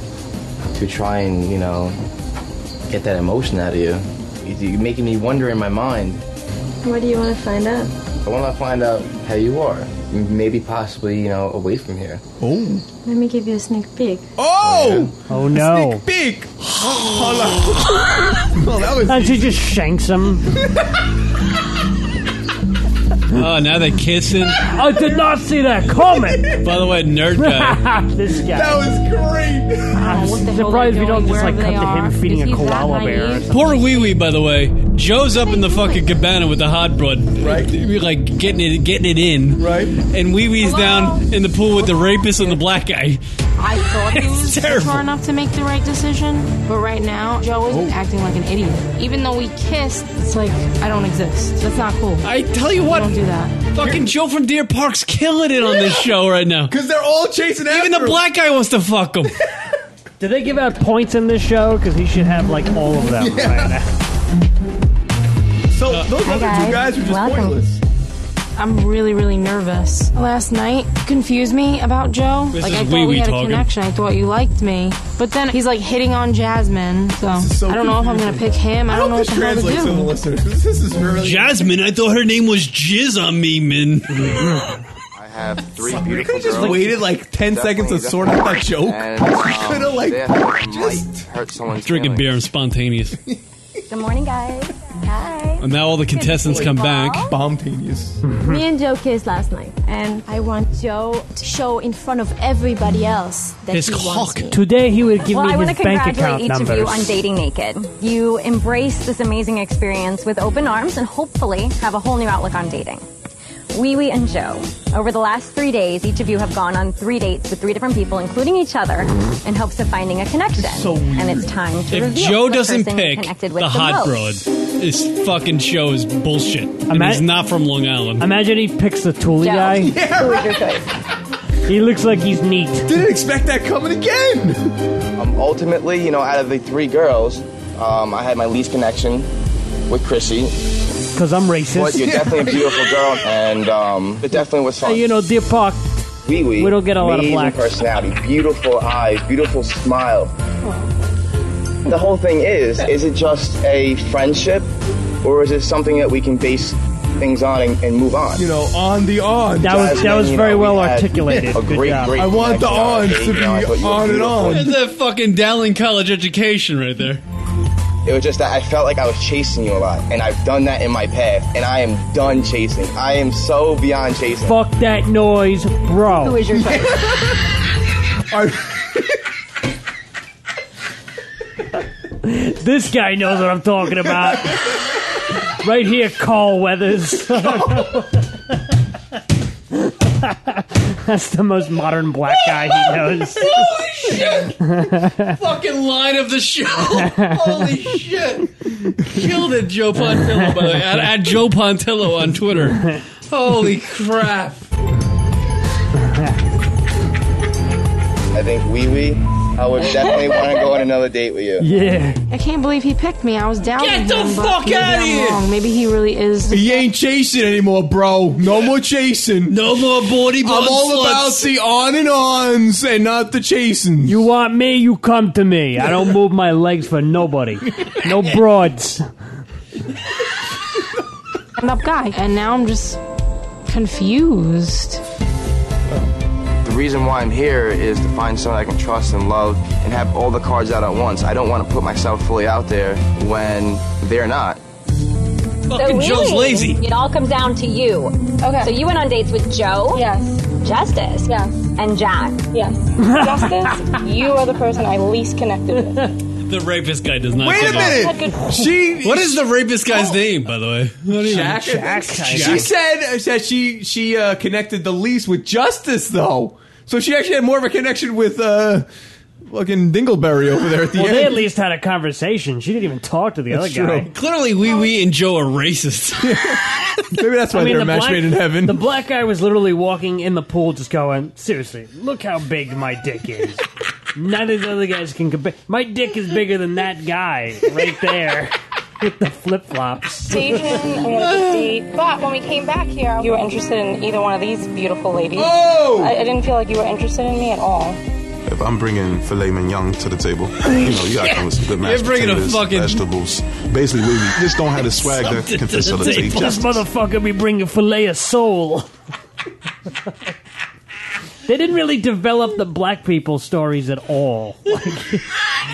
Speaker 23: to try and you know get that emotion out of you. You- You're making me wonder in my mind.
Speaker 10: What do you want to find out?
Speaker 23: I want to find out how you are. M- Maybe possibly you know away from here. Oh.
Speaker 10: Let me give you a sneak peek.
Speaker 3: Oh!
Speaker 5: Oh no!
Speaker 3: Big. well, that was
Speaker 5: and she just shanks him.
Speaker 4: Oh, now they're kissing.
Speaker 5: I did not see that coming.
Speaker 4: By the way, nerd guy.
Speaker 5: this guy.
Speaker 3: That was great.
Speaker 24: Oh,
Speaker 5: I'm surprised we don't just like cut to him feeding a koala bear. or something.
Speaker 4: Poor Wee Wee, by the way. Joe's up in the fucking cabana with the hot broad, right? Like getting it, getting it in, right? And Wee Wee's down in the pool with the rapist and the black guy.
Speaker 6: I thought he was
Speaker 4: terrible.
Speaker 6: mature enough to make the right decision, but right now Joe is acting like an idiot. Even though we kissed, it's like I don't exist. That's not cool.
Speaker 4: I tell you what,
Speaker 6: don't do that.
Speaker 4: Fucking Joe from Deer Park's killing it on this show right now. Because
Speaker 3: they're all chasing
Speaker 4: after Even the black guy wants to fuck him.
Speaker 5: Do they give out points in this show? Because he should have like all of them right now.
Speaker 3: So those
Speaker 6: Hi,
Speaker 3: other two guys
Speaker 6: guys.
Speaker 3: were just
Speaker 6: Welcome.
Speaker 3: pointless.
Speaker 6: I'm really, really nervous. Last night confused me about Joe.
Speaker 3: This
Speaker 6: like
Speaker 3: is
Speaker 6: I
Speaker 3: wee
Speaker 6: thought we
Speaker 3: wee
Speaker 6: had a
Speaker 3: talking.
Speaker 6: connection. I thought you liked me, but then he's like hitting on Jasmine. So, I don't know if I'm gonna pick him. I, don't know what the hell to
Speaker 3: Translate to the
Speaker 6: do.
Speaker 3: listeners. This is really
Speaker 4: Jasmine, I thought her name was Jizz on me, man.
Speaker 23: I have three
Speaker 3: Sorry.
Speaker 23: beautiful
Speaker 3: You could've just
Speaker 23: girls.
Speaker 3: waited, like, 10 seconds to
Speaker 23: Definitely,
Speaker 3: sort out that
Speaker 23: definitely.
Speaker 3: joke.
Speaker 23: And,
Speaker 3: You
Speaker 23: um,
Speaker 3: could've, like,
Speaker 23: they might hurt someone's
Speaker 4: Drinking
Speaker 23: feelings.
Speaker 4: beer and spontaneous.
Speaker 10: Good morning, guys. Hi.
Speaker 4: And now all the contestants come back.
Speaker 3: Spontaneous.
Speaker 10: Me and Joe kissed last night, and I want Joe to show in front of everybody else that
Speaker 5: His
Speaker 10: he wants me.
Speaker 5: Today he would give
Speaker 24: well, I
Speaker 5: me
Speaker 24: want
Speaker 5: his
Speaker 24: to
Speaker 5: bank
Speaker 24: congratulate
Speaker 5: account
Speaker 24: each
Speaker 5: numbers.
Speaker 24: of you on dating naked. You embraced this amazing experience with open arms and hopefully have a whole new outlook on dating. Wee Wee and Joe, over the last three days, each of you have gone on three dates with three different people, including each other, in hopes of finding a connection. And it's time to
Speaker 4: If
Speaker 24: reveal
Speaker 4: Joe
Speaker 24: the
Speaker 4: doesn't
Speaker 24: person
Speaker 4: pick
Speaker 24: connected with
Speaker 4: the
Speaker 24: the most.
Speaker 4: hot broad, this fucking show is bullshit. And
Speaker 5: Ima-
Speaker 4: he's not from Long Island.
Speaker 5: Imagine he picks the Thule
Speaker 24: Joe,
Speaker 5: guy.
Speaker 24: who is your choice?
Speaker 5: He looks like he's neat.
Speaker 3: Didn't expect that coming again.
Speaker 23: Um, ultimately, you know, out of the three girls, um, I had my least connection with Chrissy.
Speaker 5: Because I'm racist.
Speaker 23: But you're definitely a beautiful girl, and um, it definitely was fun.
Speaker 5: Hey, Uh, you know, Deer Park.
Speaker 23: Wee wee.
Speaker 5: We don't get a lot of
Speaker 23: Amazing
Speaker 5: blacks.
Speaker 23: personality, beautiful eyes, beautiful smile.
Speaker 5: Oh.
Speaker 23: The whole thing is, is it just a friendship, or is it something that we can base things on and, and move on?
Speaker 3: You know, on the on.
Speaker 23: That was- that was very well articulated.
Speaker 3: A
Speaker 23: Good
Speaker 3: great,
Speaker 23: job.
Speaker 3: great I want the ons
Speaker 23: connection.
Speaker 3: to be
Speaker 23: You know, I thought you were
Speaker 3: on and
Speaker 23: beautiful.
Speaker 3: on.
Speaker 4: There's that fucking Dowling College education right there.
Speaker 23: It was just that I felt like I was chasing you a lot, and I've done that in my past, and I am done chasing. I am so beyond chasing.
Speaker 5: Fuck that noise, bro.
Speaker 24: Who is your choice?
Speaker 5: This guy knows what I'm talking about. right here, Carl Weathers. That's the most modern black guy he knows.
Speaker 4: Holy shit! fucking line of the show. Holy shit! Killed it, Joe Pontillo. By the way, at, at Joe Pontillo on Twitter. Holy crap!
Speaker 23: I think Wee Wee I would definitely want to go on another date with you.
Speaker 5: Yeah.
Speaker 6: I can't believe he picked me. I was down.
Speaker 23: Get the fuck
Speaker 6: maybe
Speaker 23: outta
Speaker 6: I'm
Speaker 23: here!
Speaker 6: Wrong. Maybe he really is.
Speaker 3: He ain't chasing anymore, bro. No more chasing.
Speaker 15: No more body
Speaker 3: I'm all about the on and ons and not the chasing.
Speaker 5: You want me? You come to me. I don't move my legs for nobody. No broads.
Speaker 6: End up guy, and now I'm just confused.
Speaker 23: The reason why I'm here is to find someone I can trust and love and have all the cards out at once. I don't want to put myself fully out there when they're not.
Speaker 15: Fucking Joe's lazy.
Speaker 24: It all comes down to you. Okay. So you went on dates with Joe. Yes. Justice. Yes. And Jack. Yes.
Speaker 28: Justice, you are the person I least connected with.
Speaker 4: The rapist guy does not.
Speaker 28: Wait a
Speaker 4: give
Speaker 28: minute!
Speaker 4: Up.
Speaker 3: She. Oh.
Speaker 4: What is the rapist guy's name, by the way?
Speaker 3: Shaq. She said that she she uh, connected the least with Justice though, so she actually had more of a connection with uh, fucking Dingleberry over there at the
Speaker 5: Well,
Speaker 3: end.
Speaker 5: they at least had a conversation. She didn't even talk to the
Speaker 3: That's
Speaker 5: other guy.
Speaker 3: true.
Speaker 15: Clearly, Wee Wee and Joe are racists.
Speaker 3: Maybe that's why they're a
Speaker 5: the
Speaker 3: match
Speaker 5: black-
Speaker 3: made in heaven.
Speaker 5: The black guy was literally walking in the pool, just going, "Seriously, look how big my dick is. None of the other guys can compare. My dick is bigger than that guy right there with the flip flops."
Speaker 28: Dayton, I wanted to date. But when we came back here, you were interested in either one of these beautiful ladies.
Speaker 3: Oh!
Speaker 28: I, I didn't feel like you were interested in me at all.
Speaker 22: If I'm bringing filet mignon to the table, you know, you gotta come with some good mashed
Speaker 15: You're bringing a
Speaker 22: potatoes,
Speaker 15: fucking-
Speaker 22: vegetables. Basically, we just don't have the swag that can facilitate
Speaker 5: This
Speaker 22: justice.
Speaker 5: motherfucker be bringing fillet of soul. they didn't really develop the black people stories at all.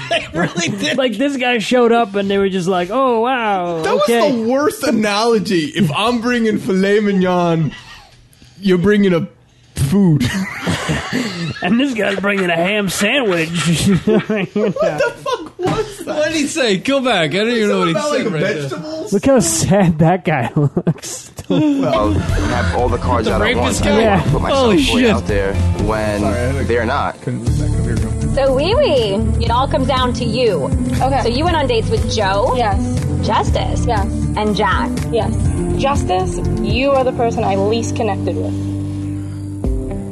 Speaker 5: Like, Like this guy showed up and they were just like, "Oh wow,
Speaker 3: That
Speaker 5: okay."
Speaker 3: was the worst analogy. If I'm bringing filet mignon, you're bringing a food.
Speaker 5: and this guy's bringing a ham sandwich.
Speaker 15: What did he say? Go back. I don't even know what he
Speaker 3: about,
Speaker 15: said.
Speaker 3: like,
Speaker 15: right there.
Speaker 5: Look how sad that guy looks.
Speaker 23: Well, and have all the cards
Speaker 5: The
Speaker 23: out at
Speaker 5: rapist
Speaker 23: once.
Speaker 5: guy?
Speaker 23: I don't want
Speaker 5: Yeah.
Speaker 23: to put myself
Speaker 5: Holy
Speaker 23: fully
Speaker 5: shit.
Speaker 23: out there when they're not.
Speaker 24: So wee wee. It all comes down to you. Okay. So you went on dates with Joe.
Speaker 28: Yes.
Speaker 24: Justice.
Speaker 28: Yes.
Speaker 24: And Jack.
Speaker 28: Yes. Justice, you are the person I least connected with.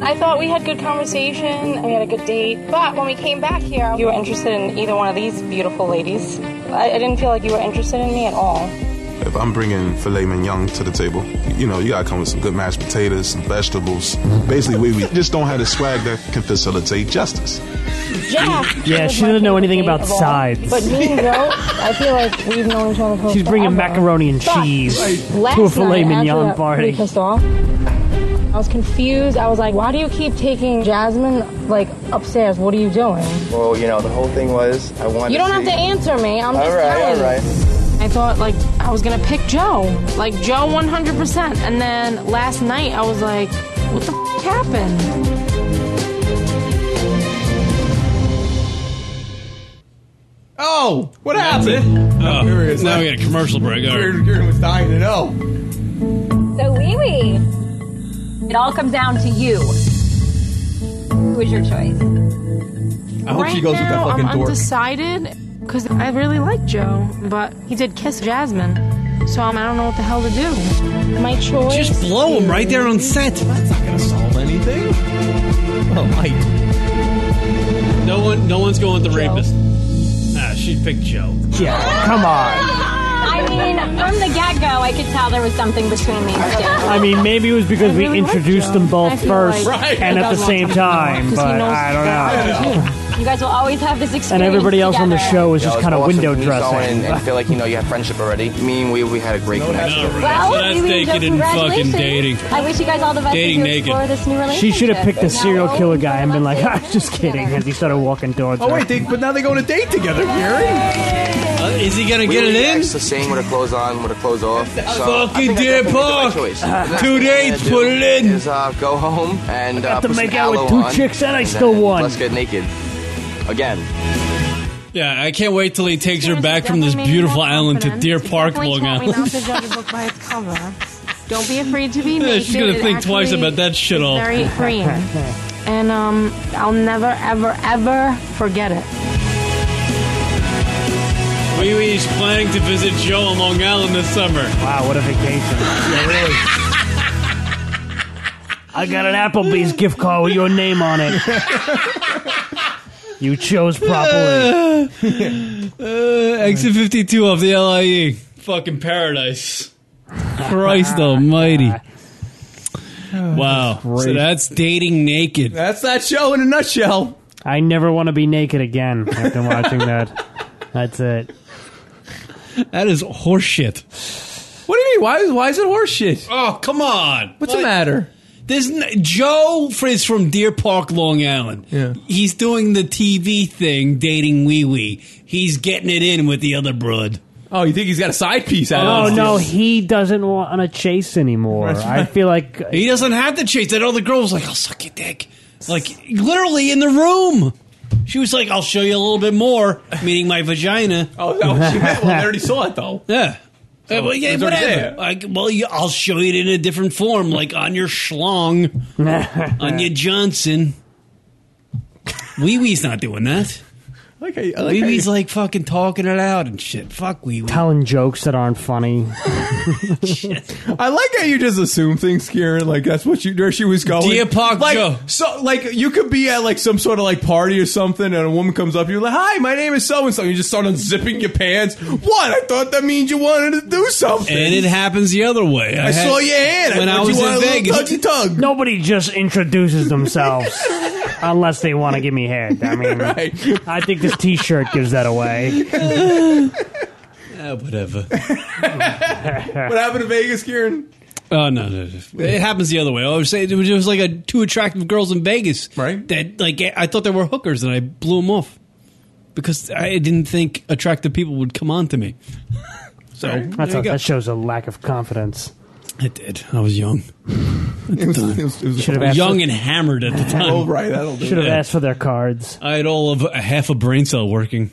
Speaker 28: I thought we had good conversation and we had a good date, but when we came back here, you were interested in either one of these beautiful ladies. I, I didn't feel like you were interested in me at all.
Speaker 22: If I'm bringing filet mignon to the table, you know, you gotta come with some good mashed potatoes, some vegetables. Basically, we, we just don't have the swag that can facilitate justice.
Speaker 28: Jack.
Speaker 5: Yeah, she doesn't know anything about sides.
Speaker 28: But me and Joe, I feel like we've known each other for
Speaker 5: She's bringing
Speaker 28: forever.
Speaker 5: macaroni and
Speaker 28: But
Speaker 5: cheese
Speaker 28: last
Speaker 5: to a filet
Speaker 28: night, after
Speaker 5: mignon
Speaker 28: that pretty
Speaker 5: party.
Speaker 28: pissed off. I was confused. I was like, why do you keep taking Jasmine like upstairs? What are you doing?
Speaker 23: Well, you know, the whole thing was I wanted.
Speaker 28: You don't have to answer me. I'm just
Speaker 23: All right,
Speaker 28: telling
Speaker 23: all
Speaker 28: you.
Speaker 23: right.
Speaker 6: I thought like I was gonna pick Joe, like Joe 100%. And then last night I was like, what the f- happened?
Speaker 3: Oh, what happened?
Speaker 4: Oh, now we got a commercial break. All right.
Speaker 3: Kieran Kieran was dying to know.
Speaker 24: So wee wee. It all comes down to you. Who is your choice?
Speaker 3: I hope
Speaker 6: right
Speaker 3: she goes with that
Speaker 6: now
Speaker 3: fucking
Speaker 6: I'm
Speaker 3: dork.
Speaker 6: undecided because I really like Joe, but he did kiss Jasmine, so I'm, I don't know what the hell to do.
Speaker 28: My choice.
Speaker 15: Just blow him right there on set. That's not gonna solve anything.
Speaker 3: Oh my!
Speaker 4: No one, no one's going with the rapist. Ah, she picked Joe.
Speaker 5: Yeah, come on.
Speaker 24: I mean, from the get go, I could tell there was something between these two.
Speaker 5: I mean, maybe it was because we introduced them
Speaker 24: I
Speaker 5: both
Speaker 24: feel
Speaker 5: first
Speaker 24: like Right.
Speaker 5: and
Speaker 24: he
Speaker 5: at the
Speaker 24: does
Speaker 5: same
Speaker 24: want
Speaker 5: time,
Speaker 24: because he
Speaker 5: but
Speaker 24: knows
Speaker 5: I
Speaker 23: that.
Speaker 5: don't know.
Speaker 24: You guys will always have this experience.
Speaker 5: And everybody else on the
Speaker 24: together.
Speaker 5: show is just
Speaker 23: it's
Speaker 5: kind of
Speaker 23: awesome
Speaker 5: window
Speaker 23: to meet someone And, and
Speaker 5: dressing.
Speaker 23: feel like you know you have friendship already. Me and we we had a great connection.
Speaker 24: Well,
Speaker 4: So that's
Speaker 24: we mean,
Speaker 4: naked and fucking dating.
Speaker 24: I wish you guys all the best
Speaker 4: Dating
Speaker 24: as you
Speaker 4: naked.
Speaker 24: explore this new relationship.
Speaker 5: She should have picked a
Speaker 24: Now
Speaker 5: serial
Speaker 24: we'll
Speaker 5: killer guy and been like, "I'm just kidding," as he started walking towards her.
Speaker 3: Oh wait, they, but now they go on a date together, Kieran.
Speaker 15: Uh, is he gonna
Speaker 23: We
Speaker 15: get
Speaker 23: were
Speaker 15: it
Speaker 23: the
Speaker 15: in?
Speaker 23: ex- The same with her clothes on, with her clothes off. So I
Speaker 15: Fucking
Speaker 23: think I
Speaker 15: dear
Speaker 23: definitely made the right
Speaker 15: Park.
Speaker 23: choice.
Speaker 15: Two
Speaker 23: The next thing I'm gonna
Speaker 15: dates,
Speaker 23: do
Speaker 15: put it in.
Speaker 23: Is uh, go home and
Speaker 5: got
Speaker 23: uh,
Speaker 5: to
Speaker 23: put some
Speaker 5: make out with
Speaker 23: aloe
Speaker 5: two
Speaker 23: on,
Speaker 5: chicks and I
Speaker 23: and
Speaker 5: still
Speaker 23: then
Speaker 5: won.
Speaker 23: Let's get naked again.
Speaker 4: Yeah, I can't wait till he takes her back from this
Speaker 6: definitely
Speaker 4: beautiful
Speaker 6: made me more
Speaker 4: island to Deer Park,
Speaker 6: Definitely
Speaker 4: Long
Speaker 6: taught me not
Speaker 4: Island.
Speaker 6: to judge a book by its cover. Don't be afraid to be
Speaker 4: Yeah,
Speaker 6: naked.
Speaker 4: she's gonna
Speaker 6: It
Speaker 4: think twice
Speaker 6: actually
Speaker 4: about that shit
Speaker 6: is
Speaker 4: all.
Speaker 6: Very freeing, and um, I'll never, ever, ever forget it.
Speaker 4: Wee Wee's planning to visit Joe on Long Island this summer.
Speaker 5: Wow, what a vacation! I got an Applebee's gift card with your name on it. You chose properly.
Speaker 4: Uh, exit 52 off the LIE. Fucking paradise. Christ almighty. Wow.
Speaker 5: great.
Speaker 4: So that's dating naked.
Speaker 5: That's that show in a nutshell. I never want to be naked again after watching that. That's it.
Speaker 4: That is horseshit.
Speaker 3: What do you mean? Why is why is it horseshit?
Speaker 4: Oh, come on.
Speaker 3: What's the matter?
Speaker 4: There's n- Joe is from Deer Park, Long Island. Yeah. He's doing the TV thing, dating Wee Wee. He's getting it in with the other broad.
Speaker 3: Oh, you think he's got a side piece out
Speaker 5: Oh
Speaker 3: of this?
Speaker 5: no, he doesn't want to chase anymore.
Speaker 3: That's
Speaker 5: I
Speaker 3: right.
Speaker 5: feel like
Speaker 4: He doesn't have to chase that other girl was like, I'll suck your dick. Like literally in the room. She was like, I'll show you a little bit more, meaning my vagina.
Speaker 3: Oh, no, she meant, well, they already saw it though.
Speaker 4: Yeah.
Speaker 3: So,
Speaker 4: Uh, well, yeah,
Speaker 3: it's already
Speaker 4: whatever.
Speaker 3: there.
Speaker 4: Like, well, you, I'll show it in a different form, like on your schlong, on your Johnson. Wee Wee's not doing that.
Speaker 3: Like,
Speaker 4: Wee Wee's like fucking talking it out and shit. Fuck Wee Wee.
Speaker 5: telling jokes that aren't funny.
Speaker 3: I like how you just assume things, Kieran. Like that's what you where she was going.
Speaker 4: Dear Park
Speaker 3: like,
Speaker 4: Joe.
Speaker 3: So like you could be at like some sort of like party or something, and a woman comes up, you're like, "Hi, my name is so and so." You just start unzipping your pants. What? I thought that means you wanted to do something.
Speaker 4: And it happens the other way.
Speaker 3: I saw your hand. I
Speaker 4: when I,
Speaker 3: thought you
Speaker 4: was
Speaker 3: wanted a
Speaker 4: in
Speaker 3: little
Speaker 4: Vegas.
Speaker 3: tug.
Speaker 5: Nobody just introduces themselves unless they want to give me head. I mean, I think this T-shirt gives that away.
Speaker 4: Ah, whatever.
Speaker 3: what happened to Vegas, Kieran?
Speaker 4: Oh no, no, no. it happens the other way. I was saying it was just like a two attractive girls in Vegas, right? That like I thought they were hookers, and I blew them off because I didn't think attractive people would come on to me. So there
Speaker 5: That's
Speaker 4: you
Speaker 5: a,
Speaker 4: go.
Speaker 5: that shows a lack of confidence.
Speaker 4: It did. I was young. It was,
Speaker 5: Should have asked
Speaker 4: young
Speaker 5: for-
Speaker 4: and hammered at the time.
Speaker 5: Oh, right, that'll do. Should have asked for their cards.
Speaker 4: I had all of a half a brain cell working.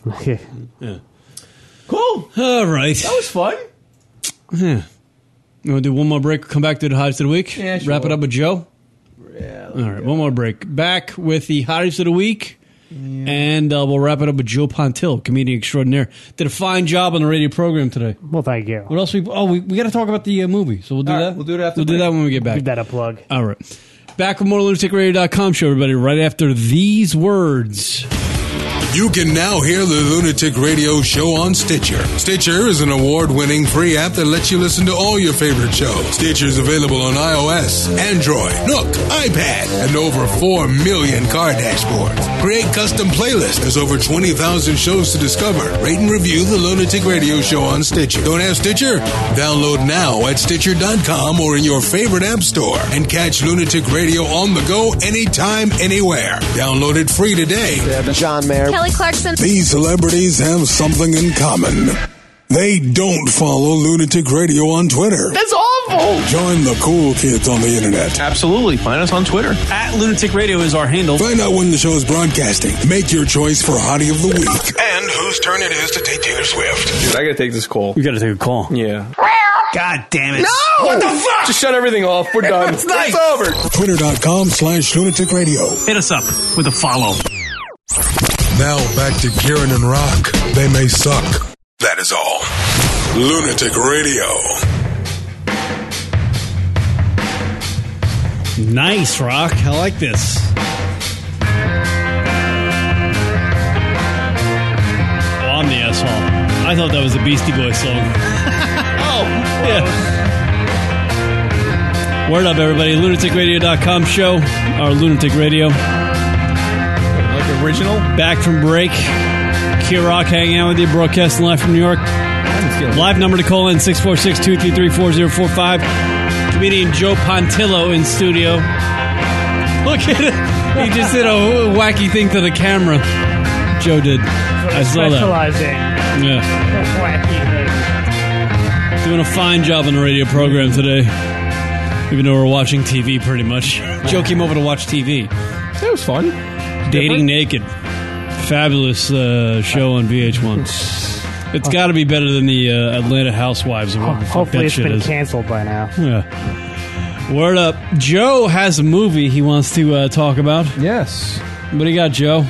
Speaker 4: yeah.
Speaker 3: Cool.
Speaker 4: All right.
Speaker 3: That was fun.
Speaker 4: Yeah. You want to do one more break? Come back to the hottest of the week.
Speaker 3: Yeah,
Speaker 4: Wrap it
Speaker 3: sure.
Speaker 4: up with Joe. Yeah. All right. One more break. Back with the hottest of the week. And uh, we'll wrap it up with Joe Pontil, comedian extraordinaire. Did a fine job on the radio program today.
Speaker 5: Well, thank you.
Speaker 4: What else? We oh, we, we got to talk about the uh, movie, so we'll do
Speaker 5: All right,
Speaker 4: that.
Speaker 5: we'll do it after
Speaker 4: We'll do
Speaker 5: break.
Speaker 4: that when we get back.
Speaker 5: Give that a plug.
Speaker 4: All right. Back with more lunaticradio.com show, everybody. Right after these words.
Speaker 1: You can now hear the Lunatic Radio show on Stitcher. Stitcher is an award winning free app that lets you listen to all your favorite shows. Stitcher is available on iOS, Android, Nook, iPad, and over 4 million car dashboards. Create custom playlists. There's over 20,000 shows to discover. Rate and review the Lunatic Radio show on Stitcher. Don't have Stitcher? Download now at Stitcher.com or in your favorite app store and catch Lunatic Radio on the go anytime, anywhere. Download it free today. John Mayer.
Speaker 9: Kelly Clarkson.
Speaker 1: These celebrities have something in common. They don't follow Lunatic Radio on Twitter.
Speaker 7: That's awful.
Speaker 1: Join the cool kids on the internet.
Speaker 7: Absolutely. Find us on Twitter.
Speaker 4: At Lunatic Radio is our handle.
Speaker 1: Find out when the show's broadcasting. Make your choice for Hottie of the Week.
Speaker 32: And whose turn it is to date Taylor Swift?
Speaker 7: Dude, I gotta take this call.
Speaker 33: You got to take a call.
Speaker 7: Yeah.
Speaker 4: God damn
Speaker 7: No! What the fuck? Just shut everything off. We're done.
Speaker 1: It's
Speaker 7: It's over.
Speaker 1: Twitter.com slash lunatic radio.
Speaker 4: Hit us up with a follow.
Speaker 1: Now back to Kieran and Rock. They may suck.
Speaker 32: That is all.
Speaker 1: Lunatic Radio.
Speaker 4: Nice, Rock. I like this. Oh, I'm the asshole. I thought that was a Beastie Boys song. oh, yeah. Word up, everybody. LunaticRadio.com show, our Lunatic Radio. Like
Speaker 3: original?
Speaker 4: Back from break. Q Rock hanging out with you, broadcasting live from New York. Live number to call in 646 233 4045. Comedian Joe Pontillo in studio. Look at it. He just did a wacky thing to the camera. Joe did. I saw that.
Speaker 5: Specializing.
Speaker 4: Yeah. Doing a fine job on the radio program today. Even though we're watching TV pretty much. Joe came over to watch TV.
Speaker 3: That was fun.
Speaker 4: Dating Naked. Fabulous uh, show on VH1. It's got to be better than the uh, Atlanta Housewives. Or whatever the fuck
Speaker 5: Hopefully,
Speaker 4: that
Speaker 5: it's
Speaker 4: shit
Speaker 5: been
Speaker 4: is.
Speaker 5: canceled by now.
Speaker 4: Yeah. Word up. Joe has a movie he wants to uh, talk about.
Speaker 3: Yes.
Speaker 4: What do you got, Joe?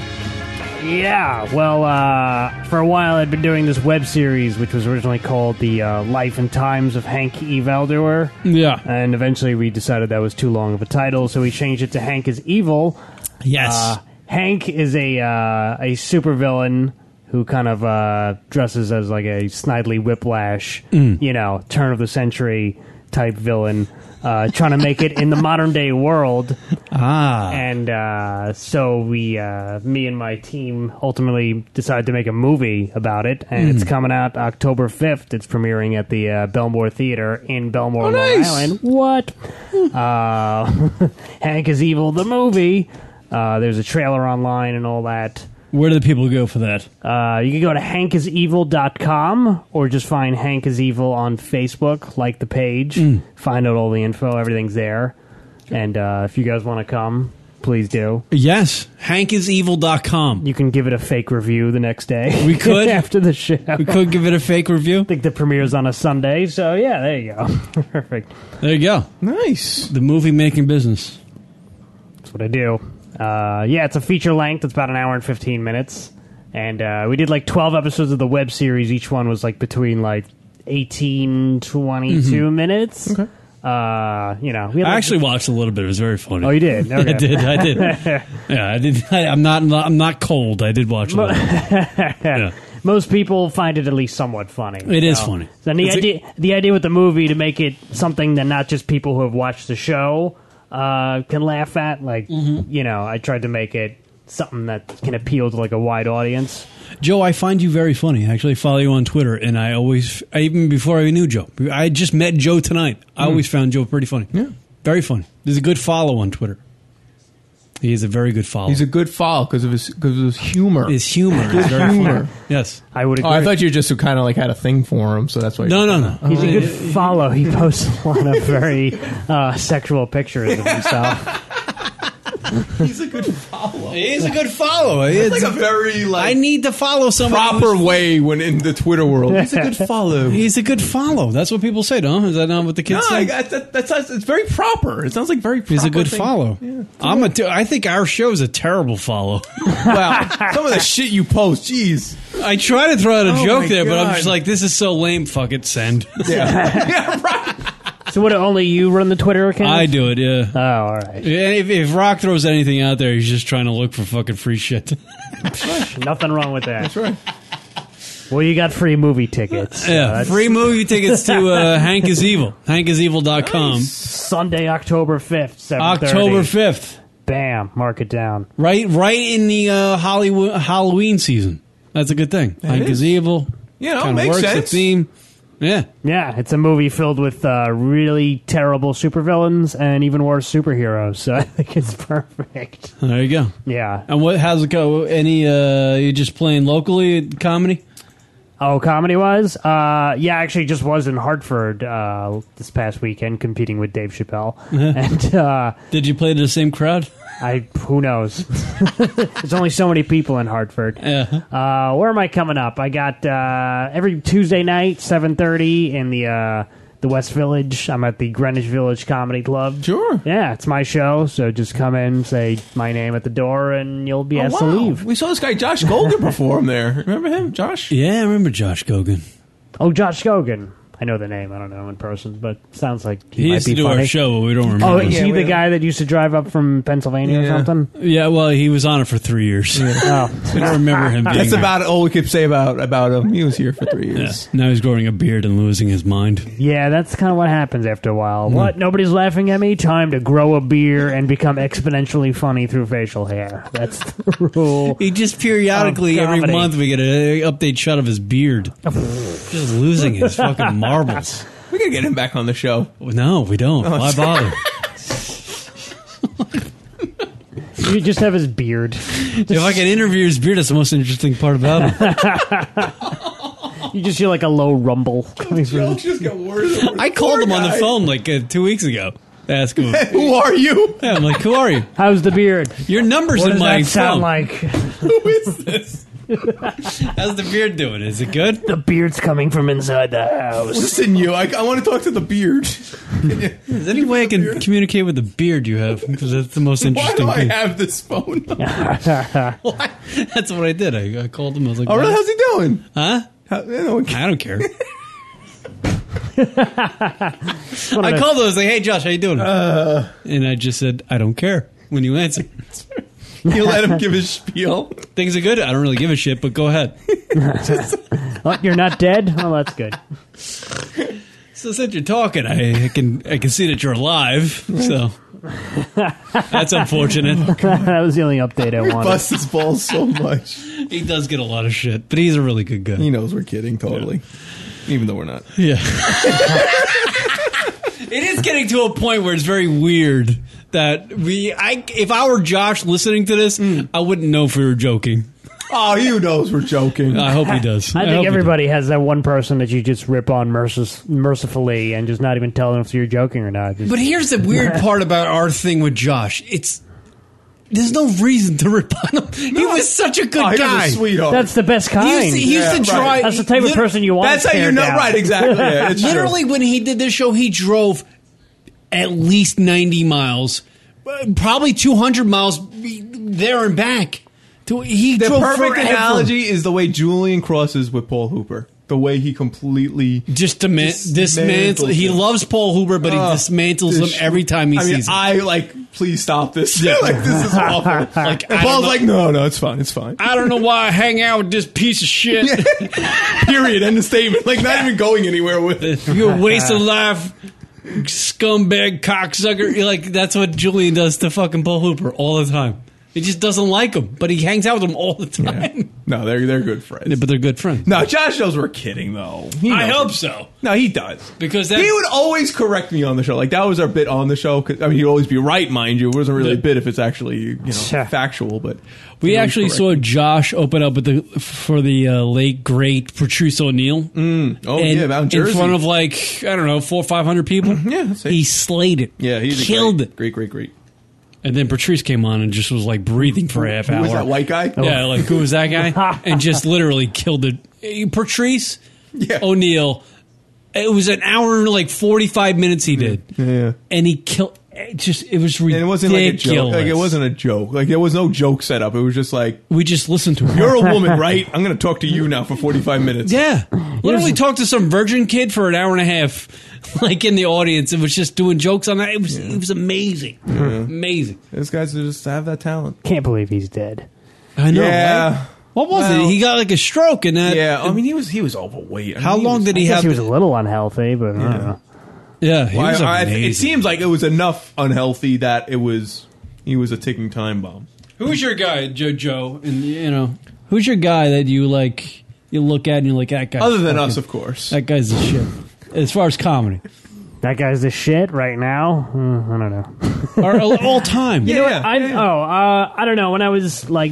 Speaker 5: Yeah, well, uh, for a while I'd been doing this web series, which was originally called The uh, Life and Times of Hank Evildoer.
Speaker 4: Yeah.
Speaker 5: And eventually we decided that was too long of a title, so we changed it to Hank is Evil.
Speaker 4: Yes.
Speaker 5: Uh, Hank is a uh, a supervillain who kind of uh, dresses as like a snidely whiplash,
Speaker 13: Mm.
Speaker 5: you know, turn of the century type villain, uh, trying to make it in the modern day world. Ah, and uh, so we, uh, me and my team, ultimately decided to make a movie about it, and
Speaker 13: Mm.
Speaker 5: it's coming out October fifth. It's premiering at the uh, Belmore Theater in Belmore,
Speaker 13: Oh,
Speaker 5: Long
Speaker 13: nice.
Speaker 5: Island. What? uh, Hank is Evil, the movie. Uh, there's a trailer online and all that.
Speaker 4: Where do the people go for that?
Speaker 5: Uh, you can go to hankisevil.com or just find Hank is Evil on Facebook, like the page,
Speaker 4: Hmm.
Speaker 5: find out all the info, everything's there. And uh, if you guys want to come, please do.
Speaker 4: Yes, hankisevil.com.
Speaker 5: You can give it a fake review the next day.
Speaker 4: We could.
Speaker 5: after the show.
Speaker 4: We could give it a fake review. I
Speaker 5: think the premiere's on a Sunday, so yeah, there you go. Perfect.
Speaker 4: There you go.
Speaker 5: Nice.
Speaker 4: The movie making business.
Speaker 5: That's what I do. Uh, yeah, it's a feature length. It's about an hour and 15 minutes. And uh, we did like 12 episodes of the web series. Each one was like between like 18, 22
Speaker 4: Mhm.
Speaker 5: minutes. Okay. Uh, you know, we had,
Speaker 4: I
Speaker 5: like-
Speaker 4: actually watched a little bit. It was very funny.
Speaker 5: Oh, you did?
Speaker 4: I
Speaker 5: Okay.
Speaker 4: did. I did. yeah, I did. I, I'm not. I'm not cold. I did watch a little.
Speaker 5: most people find it at least somewhat funny.
Speaker 4: It is funny.
Speaker 5: And the
Speaker 4: It's a-
Speaker 5: idea, the idea with the movie to make it something that not just people who have watched the show uh, can laugh at. Like, you know, I tried to make it something that can appeal to like a wide audience.
Speaker 4: Joe, I find you very funny. I actually follow you on Twitter, and I always, I, even before I knew Joe, I just met Joe tonight. I
Speaker 5: Hmm.
Speaker 4: always found Joe pretty funny. Yeah, very funny. He's a good follow on Twitter. He is a very good follow.
Speaker 3: He's a good follow because of his because of his humor.
Speaker 4: His humor is
Speaker 3: Good
Speaker 4: very
Speaker 3: humor.
Speaker 4: funny. Yes,
Speaker 5: I would.
Speaker 3: Oh, I thought you just kind of like had a thing for him, so that's why.
Speaker 4: No, no, no.
Speaker 5: He's a good follow. He posts a lot of very uh, sexual pictures of himself.
Speaker 3: He's a good follow.
Speaker 4: He's a good follow.
Speaker 3: It's
Speaker 4: It's-
Speaker 3: like a very like
Speaker 4: I need to follow someone
Speaker 3: proper way when in the Twitter world. He's a good follow.
Speaker 4: He's a good follow. That's what people say, don't? Is that not what the
Speaker 3: No,
Speaker 4: kids
Speaker 3: I,
Speaker 4: say?
Speaker 3: I, that, that's it's very proper. It sounds like very. proper
Speaker 4: He's a good
Speaker 3: thing.
Speaker 4: follow. I'm a. T- I think our show is a terrible follow.
Speaker 3: wow, some of the shit you post, jeez.
Speaker 4: I try to throw out a
Speaker 3: Oh my
Speaker 4: joke there, but I'm
Speaker 3: God.
Speaker 4: just like, this is so lame. Fuck it, send.
Speaker 5: So, what? Only you run the Twitter account?
Speaker 4: I do it. Yeah. Oh,
Speaker 5: all right.
Speaker 4: If, if Rock throws anything out there, he's just trying to look for fucking free shit.
Speaker 5: Nothing wrong with that. That's right. Well, you got free movie tickets. so
Speaker 4: yeah.
Speaker 5: that's-
Speaker 4: Free movie tickets to uh, Hank is Evil. HankisEvil.com.
Speaker 5: Sunday, October fifth, seven
Speaker 4: October fifth.
Speaker 5: Bam! Mark it down.
Speaker 4: Right, right in the uh, Hollywood Halloween season. That's a good thing. Hank is,
Speaker 5: is.
Speaker 4: Evil.
Speaker 5: You know,
Speaker 4: Kinda
Speaker 5: makes
Speaker 4: works, the
Speaker 5: sense.
Speaker 4: theme. Yeah,
Speaker 5: yeah. It's a movie filled with uh, really terrible supervillains and even worse superheroes. So I think it's perfect.
Speaker 4: There you go.
Speaker 5: Yeah.
Speaker 4: And what? How's it go? Any? uh You just playing locally comedy?
Speaker 5: Oh, comedy wise, uh, yeah, I actually just was in Hartford uh, this past weekend competing with Dave Chappelle, and uh,
Speaker 4: Uh-huh. did you play to the same crowd?
Speaker 5: I who knows? There's only so many people in Hartford.
Speaker 4: Uh-huh.
Speaker 5: Uh, where am I coming up? I got uh, every Tuesday night, seven thirty in the uh, the West Village. I'm at the Greenwich Village Comedy Club.
Speaker 3: Sure.
Speaker 5: Yeah, it's my show, so just come in, say my name at the door, and you'll be
Speaker 3: Oh,
Speaker 5: asked to
Speaker 3: wow.
Speaker 5: leave.
Speaker 3: We saw this guy Josh Golden perform there. Remember him, Josh?
Speaker 4: Yeah, I remember Josh Gogan.
Speaker 5: Oh, Josh Gogan. I know the name. I don't know him in person, but sounds like he,
Speaker 4: He
Speaker 5: might
Speaker 4: used
Speaker 5: be
Speaker 4: to do
Speaker 5: funny.
Speaker 4: our show, but we don't remember.
Speaker 5: Oh, is
Speaker 4: Yeah,
Speaker 5: he
Speaker 4: we
Speaker 5: the
Speaker 4: don't-
Speaker 5: guy that used to drive up from Pennsylvania or something?
Speaker 4: Yeah, well, he was on it for three years.
Speaker 5: Oh.
Speaker 4: I don't remember him. Being
Speaker 3: That's
Speaker 4: there.
Speaker 3: about all we could say about about him. He was here for three years.
Speaker 4: Now he's growing a beard and losing his mind.
Speaker 5: Yeah, that's kind of what happens after a while.
Speaker 4: Hmm.
Speaker 5: What? Nobody's laughing at me? Time to grow a beard and become exponentially funny through facial hair. That's the rule.
Speaker 4: He just periodically
Speaker 5: Oh,
Speaker 4: every
Speaker 5: comedy.
Speaker 4: month we get an update shot of his beard, just losing his fucking marbles.
Speaker 3: We gotta get him back on the show.
Speaker 4: No, we don't.
Speaker 3: Oh,
Speaker 4: Why
Speaker 3: sorry.
Speaker 4: bother?
Speaker 5: You just have his beard.
Speaker 4: if I can interview his beard, that's the most interesting part about him.
Speaker 5: You just hear like a low rumble coming from
Speaker 3: just got worse.
Speaker 4: I called him on the phone like uh, two weeks ago. to Ask him.
Speaker 3: Who are you?
Speaker 4: Yeah, I'm like, who are you?
Speaker 5: How's the beard?
Speaker 4: Your number's
Speaker 5: What
Speaker 4: in
Speaker 5: does
Speaker 4: my
Speaker 5: that sound
Speaker 4: phone.
Speaker 5: like?
Speaker 3: Who is this?
Speaker 4: How's the beard doing? Is it good?
Speaker 5: The beard's coming from inside the house.
Speaker 3: Listen, you. I, I want to talk to the beard.
Speaker 4: Is there any way I can communicate with the beard you have? Because that's the most
Speaker 3: Why
Speaker 4: interesting
Speaker 3: do I
Speaker 4: thing.
Speaker 3: have this phone? number?
Speaker 4: That's what I did. I, I called him. I was like,
Speaker 3: oh, really?
Speaker 4: "What?"
Speaker 3: How's he doing? eh,
Speaker 4: Huh? I don't care. I
Speaker 3: Uh.
Speaker 4: called him. I was like, "Hey, Josh, how you doing?" and I just said, "I don't care." When you answer,
Speaker 15: You let him give his spiel. Things are good. I don't really give a shit, but go ahead.
Speaker 5: oh, you're not dead. Oh, that's good.
Speaker 15: So since you're talking, I, I can I can see that you're alive. So that's unfortunate.
Speaker 5: that was the only update I
Speaker 15: We
Speaker 5: wanted.
Speaker 15: bust his
Speaker 5: balls so much.
Speaker 15: He does get a lot of shit, but he's a really good guy. He
Speaker 3: knows we're kidding totally, even though we're not.
Speaker 15: Yeah. It is getting to a point where it's very weird that we. I if I were Josh listening to this, I wouldn't know if we were joking.
Speaker 3: Oh, he knows we're joking.
Speaker 15: I hope he does.
Speaker 5: I
Speaker 15: hope
Speaker 5: think
Speaker 15: he
Speaker 5: everybody has that one person that you just rip on mercis- mercifully and just not even tell them if you're joking or not. Just-
Speaker 15: But here's the weird part about our thing with Josh. It's there's no reason to rip on him. he was such a good
Speaker 5: Oh, he was a
Speaker 15: guy,
Speaker 5: sweetheart. That's the best
Speaker 15: He used
Speaker 5: kind.
Speaker 15: to, he used
Speaker 5: Yeah,
Speaker 15: to
Speaker 5: right.
Speaker 15: try.
Speaker 5: That's the type of person you want That's how you stared know- down. right, exactly. Yeah, it's true.
Speaker 15: Literally, when he did this show, he drove at least ninety miles, uh, probably two hundred miles there and back. To, he
Speaker 3: The
Speaker 15: drove
Speaker 3: perfect
Speaker 15: forever.
Speaker 3: analogy is the way Julian crosses with Paul Hooper. The way he completely
Speaker 15: just dismantles. dismantle- he loves Paul Hooper, but he dismantles him every time he
Speaker 3: I mean,
Speaker 15: sees him.
Speaker 3: I like, please stop this. like this is awful.
Speaker 15: Like,
Speaker 3: and
Speaker 15: I don't
Speaker 3: Paul's
Speaker 15: know-
Speaker 3: like, no, no, it's fine, it's fine.
Speaker 15: I don't know why I hang out with this piece of shit.
Speaker 3: Period. End of statement. Like not even going anywhere with it.
Speaker 15: You're a waste of life, scumbag, cocksucker. You're like that's what Julian does to fucking Paul Hooper all the time. He just doesn't like him, but he hangs out with him all the time.
Speaker 3: No, they're they're good friends.
Speaker 15: but they're good friends.
Speaker 3: No, Josh knows we're kidding though. He
Speaker 15: I
Speaker 3: knows
Speaker 15: hope
Speaker 3: it.
Speaker 15: so.
Speaker 3: No, he does
Speaker 15: Because that-
Speaker 3: he would always correct me on the show. Like that was our bit on the show. 'cause- I mean, he'd always be right, mind you. It wasn't really a bit if it's actually you know factual. But
Speaker 4: We
Speaker 3: he always
Speaker 4: actually
Speaker 3: corrected
Speaker 4: saw Josh open up at the for the uh, late great Patrice O'Neill. Mm.
Speaker 3: Oh,
Speaker 4: and,
Speaker 3: yeah, out in
Speaker 4: in
Speaker 3: Jersey. Mm-hmm.
Speaker 4: front of like I don't know four or five hundred people. yeah, he slayed it.
Speaker 3: Yeah, he's a
Speaker 4: killed
Speaker 3: great, it. Great, great, great.
Speaker 4: And then Patrice came on and just was like breathing for a half
Speaker 3: Who
Speaker 4: hour.
Speaker 3: was that white guy?
Speaker 4: Yeah, like who was that guy? and just literally killed it. Patrice O'Neill. It was an hour and like forty five minutes. He did.
Speaker 3: Yeah.
Speaker 4: and he killed. It just it was ridiculous.
Speaker 3: And it wasn't like a joke. Like it wasn't a joke. Like there was no joke set up. It was just like
Speaker 4: we just listened to. Her.
Speaker 3: You're a woman, right? I'm going to talk to you now for 45 minutes.
Speaker 15: Yeah. Literally talked to some virgin kid for an hour and a half, like in the audience, and was just doing jokes on that. It was it was amazing,
Speaker 3: Yeah.
Speaker 15: amazing.
Speaker 3: Those guys just have that talent.
Speaker 5: Can't believe he's dead.
Speaker 15: I know.
Speaker 3: Yeah.
Speaker 15: right? What was
Speaker 3: Well-
Speaker 15: it? He got like a stroke and that.
Speaker 3: Yeah, I mean he was he was overweight. I mean,
Speaker 15: How long
Speaker 3: was-
Speaker 15: did he I guess have
Speaker 5: He was a little unhealthy, but uh, I don't know.
Speaker 15: Yeah,
Speaker 3: Well, I- I- it seems like it was enough unhealthy that it was he was a ticking time bomb.
Speaker 15: Who's your guy, JoJo? And you know,
Speaker 4: Who's your guy that you like? You look at and you're like that guy.
Speaker 3: Other than us, of course.
Speaker 4: That guy's the shit. As far as comedy,
Speaker 5: That guy's the shit right now. Hmm, I don't know.
Speaker 4: Or all- all time.
Speaker 5: You know what?
Speaker 4: Yeah,
Speaker 5: I, Oh, uh, I don't know. When I was like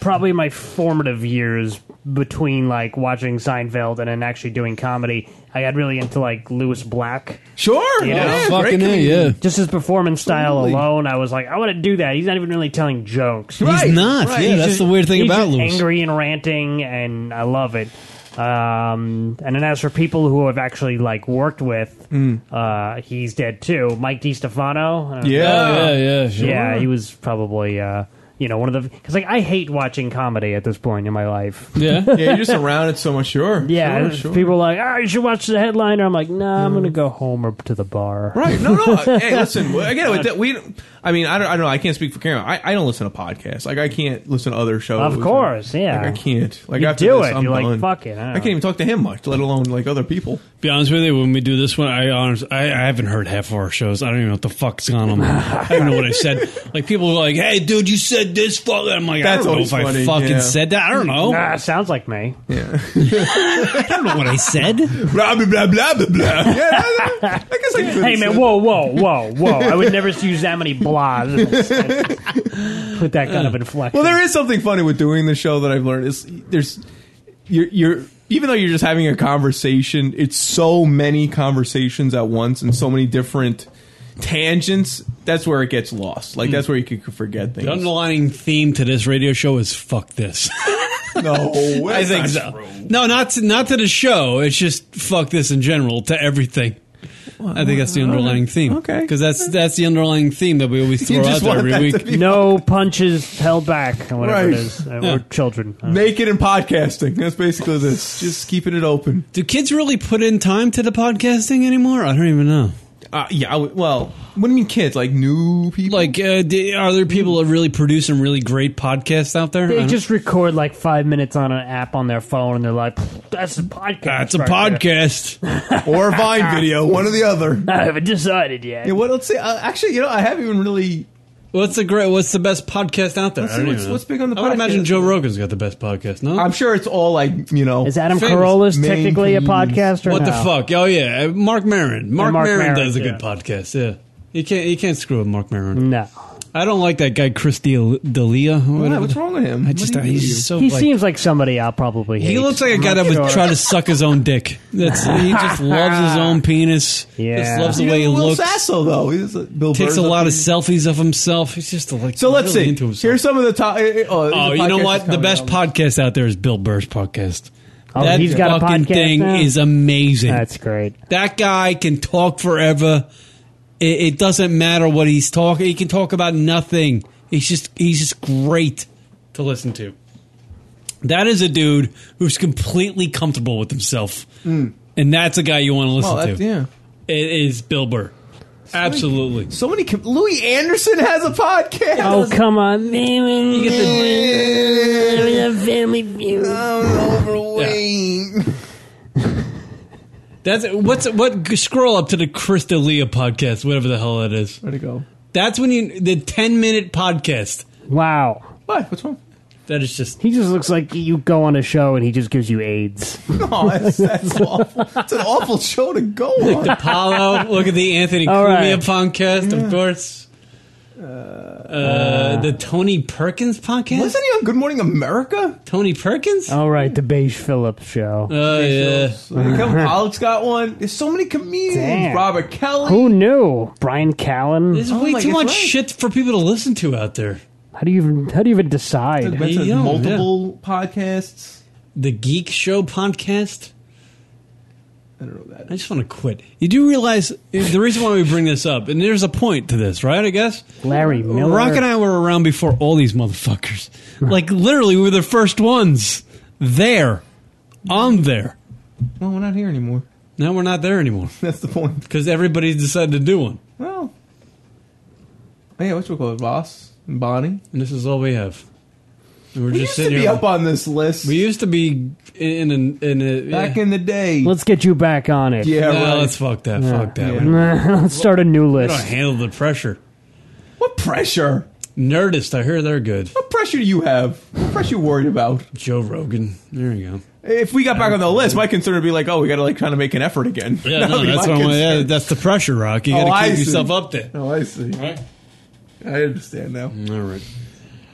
Speaker 5: probably my formative years between like watching Seinfeld and then actually doing comedy, I got really into like Lewis Black.
Speaker 3: Sure,
Speaker 5: You know?
Speaker 4: yeah, fucking A, yeah.
Speaker 5: Just his performance style
Speaker 4: Absolutely.
Speaker 5: alone, I was like, I want to do that. He's not even really telling jokes.
Speaker 4: He's Right, not. right. Yeah, that's the weird thing
Speaker 5: he's
Speaker 4: about
Speaker 5: just
Speaker 4: Lewis.
Speaker 5: Angry and ranting, and I love it. Um, and then as for people who I've actually like worked with, uh, he's dead too. Mike DiStefano. uh,
Speaker 4: Yeah. Oh, yeah, yeah, sure.
Speaker 5: yeah. He was probably. Uh, you know, one of the because like I hate watching comedy at this point in my life.
Speaker 3: yeah, you're just around it so much. Sure,
Speaker 5: Yeah,
Speaker 3: sure, sure. Mm.
Speaker 5: people are like, ah, you should watch the headliner. I'm like, nah, I'm gonna go home or to the bar.
Speaker 3: Right? No, no. hey, listen. well, Again, with that- we. I mean, I don't. I don't. know, I can't speak for Karen. I, I don't listen to podcasts. Like, I can't listen to other shows.
Speaker 5: Of course,
Speaker 3: Like,
Speaker 5: yeah.
Speaker 3: I can't. Like,
Speaker 5: You
Speaker 3: after
Speaker 5: do
Speaker 3: this,
Speaker 5: it,
Speaker 3: I'm
Speaker 5: you're like,
Speaker 3: done.
Speaker 5: fuck it, I
Speaker 3: I,
Speaker 5: don't
Speaker 3: can't even talk to him much, let alone like other people.
Speaker 4: Be honest with you, when we do this one, I honest, I, I haven't heard half of our shows. I don't even know what the fuck's on them. I don't know what I said. Like people are like, "Hey, dude, you said this." Fuck. I'm like,
Speaker 5: That's
Speaker 4: I don't know if
Speaker 5: always funny,
Speaker 4: I fucking
Speaker 5: yeah.
Speaker 4: said that. I don't know.
Speaker 5: Nah, sounds like me.
Speaker 3: Yeah.
Speaker 4: I don't know what I said.
Speaker 3: blah blah blah blah blah.
Speaker 5: hey man, whoa, whoa, whoa, whoa! I would never use that many blahs with that kind of inflection.
Speaker 3: Well, there is something funny with doing the show that I've learned. Is there's you're you're even though you're just having a conversation, it's so many conversations at once and so many different tangents. That's where it gets lost.
Speaker 5: Hmm.
Speaker 3: Like that's where you could forget
Speaker 4: The
Speaker 3: things.
Speaker 4: underlying theme to this radio show is "fuck this."
Speaker 3: No,
Speaker 4: I
Speaker 3: that's
Speaker 4: think
Speaker 3: not
Speaker 4: so. No, not to, not to the show. It's just fuck this in general to everything. I think that's the underlying theme. Okay, because that's that's the underlying theme that we always throw out there every week.
Speaker 5: No punches held back, or whatever
Speaker 3: Right.
Speaker 5: it is. Uh,
Speaker 3: Yeah.
Speaker 5: We're children.
Speaker 3: Naked and podcasting. That's basically this. Just keeping it open.
Speaker 4: Do kids really put in time to the podcasting anymore? I don't even know.
Speaker 3: Uh, yeah. I would- well, what do you mean kids? Like new people?
Speaker 4: Like, uh, d- are there people that really produce some really great podcasts out there? I
Speaker 5: They
Speaker 4: don't-
Speaker 5: just record like five minutes on an app on their phone, and they're like, "That's a podcast.
Speaker 4: That's a
Speaker 5: right there."
Speaker 4: podcast.
Speaker 3: or a Vine video, one or the other.
Speaker 5: I haven't decided yet.
Speaker 3: Yeah, what? Let's see. Uh, actually, you know, I haven't even really.
Speaker 4: What's the great? What's the best podcast out there?
Speaker 3: Let's
Speaker 4: I
Speaker 3: see
Speaker 4: don't
Speaker 3: what's-
Speaker 4: even know.
Speaker 3: what's big on the
Speaker 4: I would imagine
Speaker 3: podcast?
Speaker 4: Joe Rogan's got the best podcast. No,
Speaker 3: I'm sure it's all like you know.
Speaker 5: Is Adam Carolla's technically a podcast or
Speaker 4: what the
Speaker 5: no?
Speaker 4: fuck? Oh yeah, Uh, Mark Maron. Mark,
Speaker 5: Mark
Speaker 4: Maron
Speaker 5: Maron,
Speaker 4: does a
Speaker 5: yeah.
Speaker 4: good podcast. Yeah, you can't you can't screw with Mark Maron.
Speaker 5: No,
Speaker 4: I don't like that guy Chris D'El- D'Elia. Whatever.
Speaker 3: What's wrong with him?
Speaker 4: I just
Speaker 5: What do you do?
Speaker 4: he's so
Speaker 5: he
Speaker 4: like,
Speaker 5: seems like somebody I'll probably hate.
Speaker 4: he looks like a
Speaker 5: I'm
Speaker 4: guy
Speaker 5: not
Speaker 4: that
Speaker 5: sure.
Speaker 4: would try to suck his own dick. That's he just loves his own penis.
Speaker 5: Yeah.
Speaker 4: just loves the
Speaker 5: You
Speaker 4: way he
Speaker 5: know, Will
Speaker 4: looks.
Speaker 5: Sasso,
Speaker 3: though. He's a- Bill
Speaker 4: takes
Speaker 3: Burr's
Speaker 4: a
Speaker 3: up
Speaker 4: lot
Speaker 3: there.
Speaker 4: of selfies of himself. He's just like
Speaker 3: So let's
Speaker 4: really
Speaker 3: see.
Speaker 4: into himself.
Speaker 3: Here's some of the top. Oh,
Speaker 4: Oh, you know what? The best podcast out there is Bill Burr's podcast.
Speaker 5: Oh,
Speaker 4: that
Speaker 5: he's got a
Speaker 4: fucking
Speaker 5: podcast
Speaker 4: thing
Speaker 5: now?
Speaker 4: is amazing.
Speaker 5: That's great.
Speaker 4: That guy can talk forever. It, it doesn't matter what he's talking. He can talk about nothing. He's just he's just great to listen to. That is a dude who's completely comfortable with himself,
Speaker 5: Hmm.
Speaker 4: and that's a guy you want to listen
Speaker 3: Well, that-
Speaker 4: to.
Speaker 3: yeah.
Speaker 4: it is Bill Burr. Absolutely.
Speaker 3: So many. com- Louis Anderson has a podcast.
Speaker 5: Oh come on, man!
Speaker 3: You get the-
Speaker 5: the family view.
Speaker 4: That's what's what. Scroll up to the Chris D'Elia podcast, whatever the hell that is.
Speaker 3: Where'd it go?
Speaker 4: That's when you the ten minute podcast.
Speaker 5: Wow.
Speaker 3: What? What's wrong?
Speaker 4: That is just.
Speaker 5: He just looks like you go on a show and he just gives you AIDS.
Speaker 3: No, that's, that's awful. It's an awful show to go
Speaker 4: Look
Speaker 3: on.
Speaker 4: at Apollo. Look at the Anthony
Speaker 5: All
Speaker 4: Cumia
Speaker 5: right.
Speaker 4: podcast, of course. Uh, the Tony Perkins podcast.
Speaker 3: Wasn't he on Good Morning America?
Speaker 4: Tony Perkins?
Speaker 5: All right, the Beige Phillips show.
Speaker 4: Oh yeah.
Speaker 3: Kevin Pollak's got one. There's so many comedians.
Speaker 5: Damn.
Speaker 3: Robert Kelly.
Speaker 5: Who knew? Brian Callen.
Speaker 4: There's Uh,
Speaker 3: Oh
Speaker 4: way too much shit for people to listen to out there.
Speaker 5: How do you even? How do you even decide?
Speaker 3: That's a
Speaker 4: Yeah,
Speaker 3: multiple podcasts.
Speaker 4: The Geek Show podcast.
Speaker 3: I don't know what that.
Speaker 4: I just want to quit. You do realize the reason why we bring this up, and there's a point to this, right? I guess.
Speaker 5: Larry Miller.
Speaker 4: Rock and I were around before all these motherfuckers. Like literally, we were the first ones there, on there.
Speaker 3: Well, we're not here anymore.
Speaker 4: Now we're not there anymore
Speaker 3: That's the point.
Speaker 4: because everybody decided to do one,
Speaker 3: Well, Oh, yeah. What's we call it? Ross and Bonnie.
Speaker 4: and this is all we have. And we're
Speaker 3: We
Speaker 4: just
Speaker 3: used to
Speaker 4: sitting
Speaker 3: be
Speaker 4: here.
Speaker 3: up on this list
Speaker 4: we used to be in in, in a,
Speaker 3: back in the day.
Speaker 5: Let's get you back on it.
Speaker 3: yeah,
Speaker 4: no,
Speaker 3: right.
Speaker 4: let's fuck that. Fuck that. We, don't,
Speaker 5: Let's start a new
Speaker 4: we don't
Speaker 5: list.
Speaker 4: handle the pressure.
Speaker 3: What pressure?
Speaker 4: Nerdist, I hear they're good.
Speaker 3: What pressure do you have? What pressure you worried about?
Speaker 4: Joe Rogan. There you go.
Speaker 3: If we got back on the list, my concern would be like, oh, we got to like kind of make an effort again.
Speaker 4: Yeah,
Speaker 3: That
Speaker 4: no,
Speaker 3: would be
Speaker 4: that's,
Speaker 3: my
Speaker 4: what I'm- yeah,
Speaker 3: concern.
Speaker 4: that's the pressure, Rock. You
Speaker 3: Oh,
Speaker 4: got
Speaker 3: I
Speaker 4: to keep
Speaker 3: see.
Speaker 4: yourself up there.
Speaker 3: Oh, I see. I understand now.
Speaker 4: All right.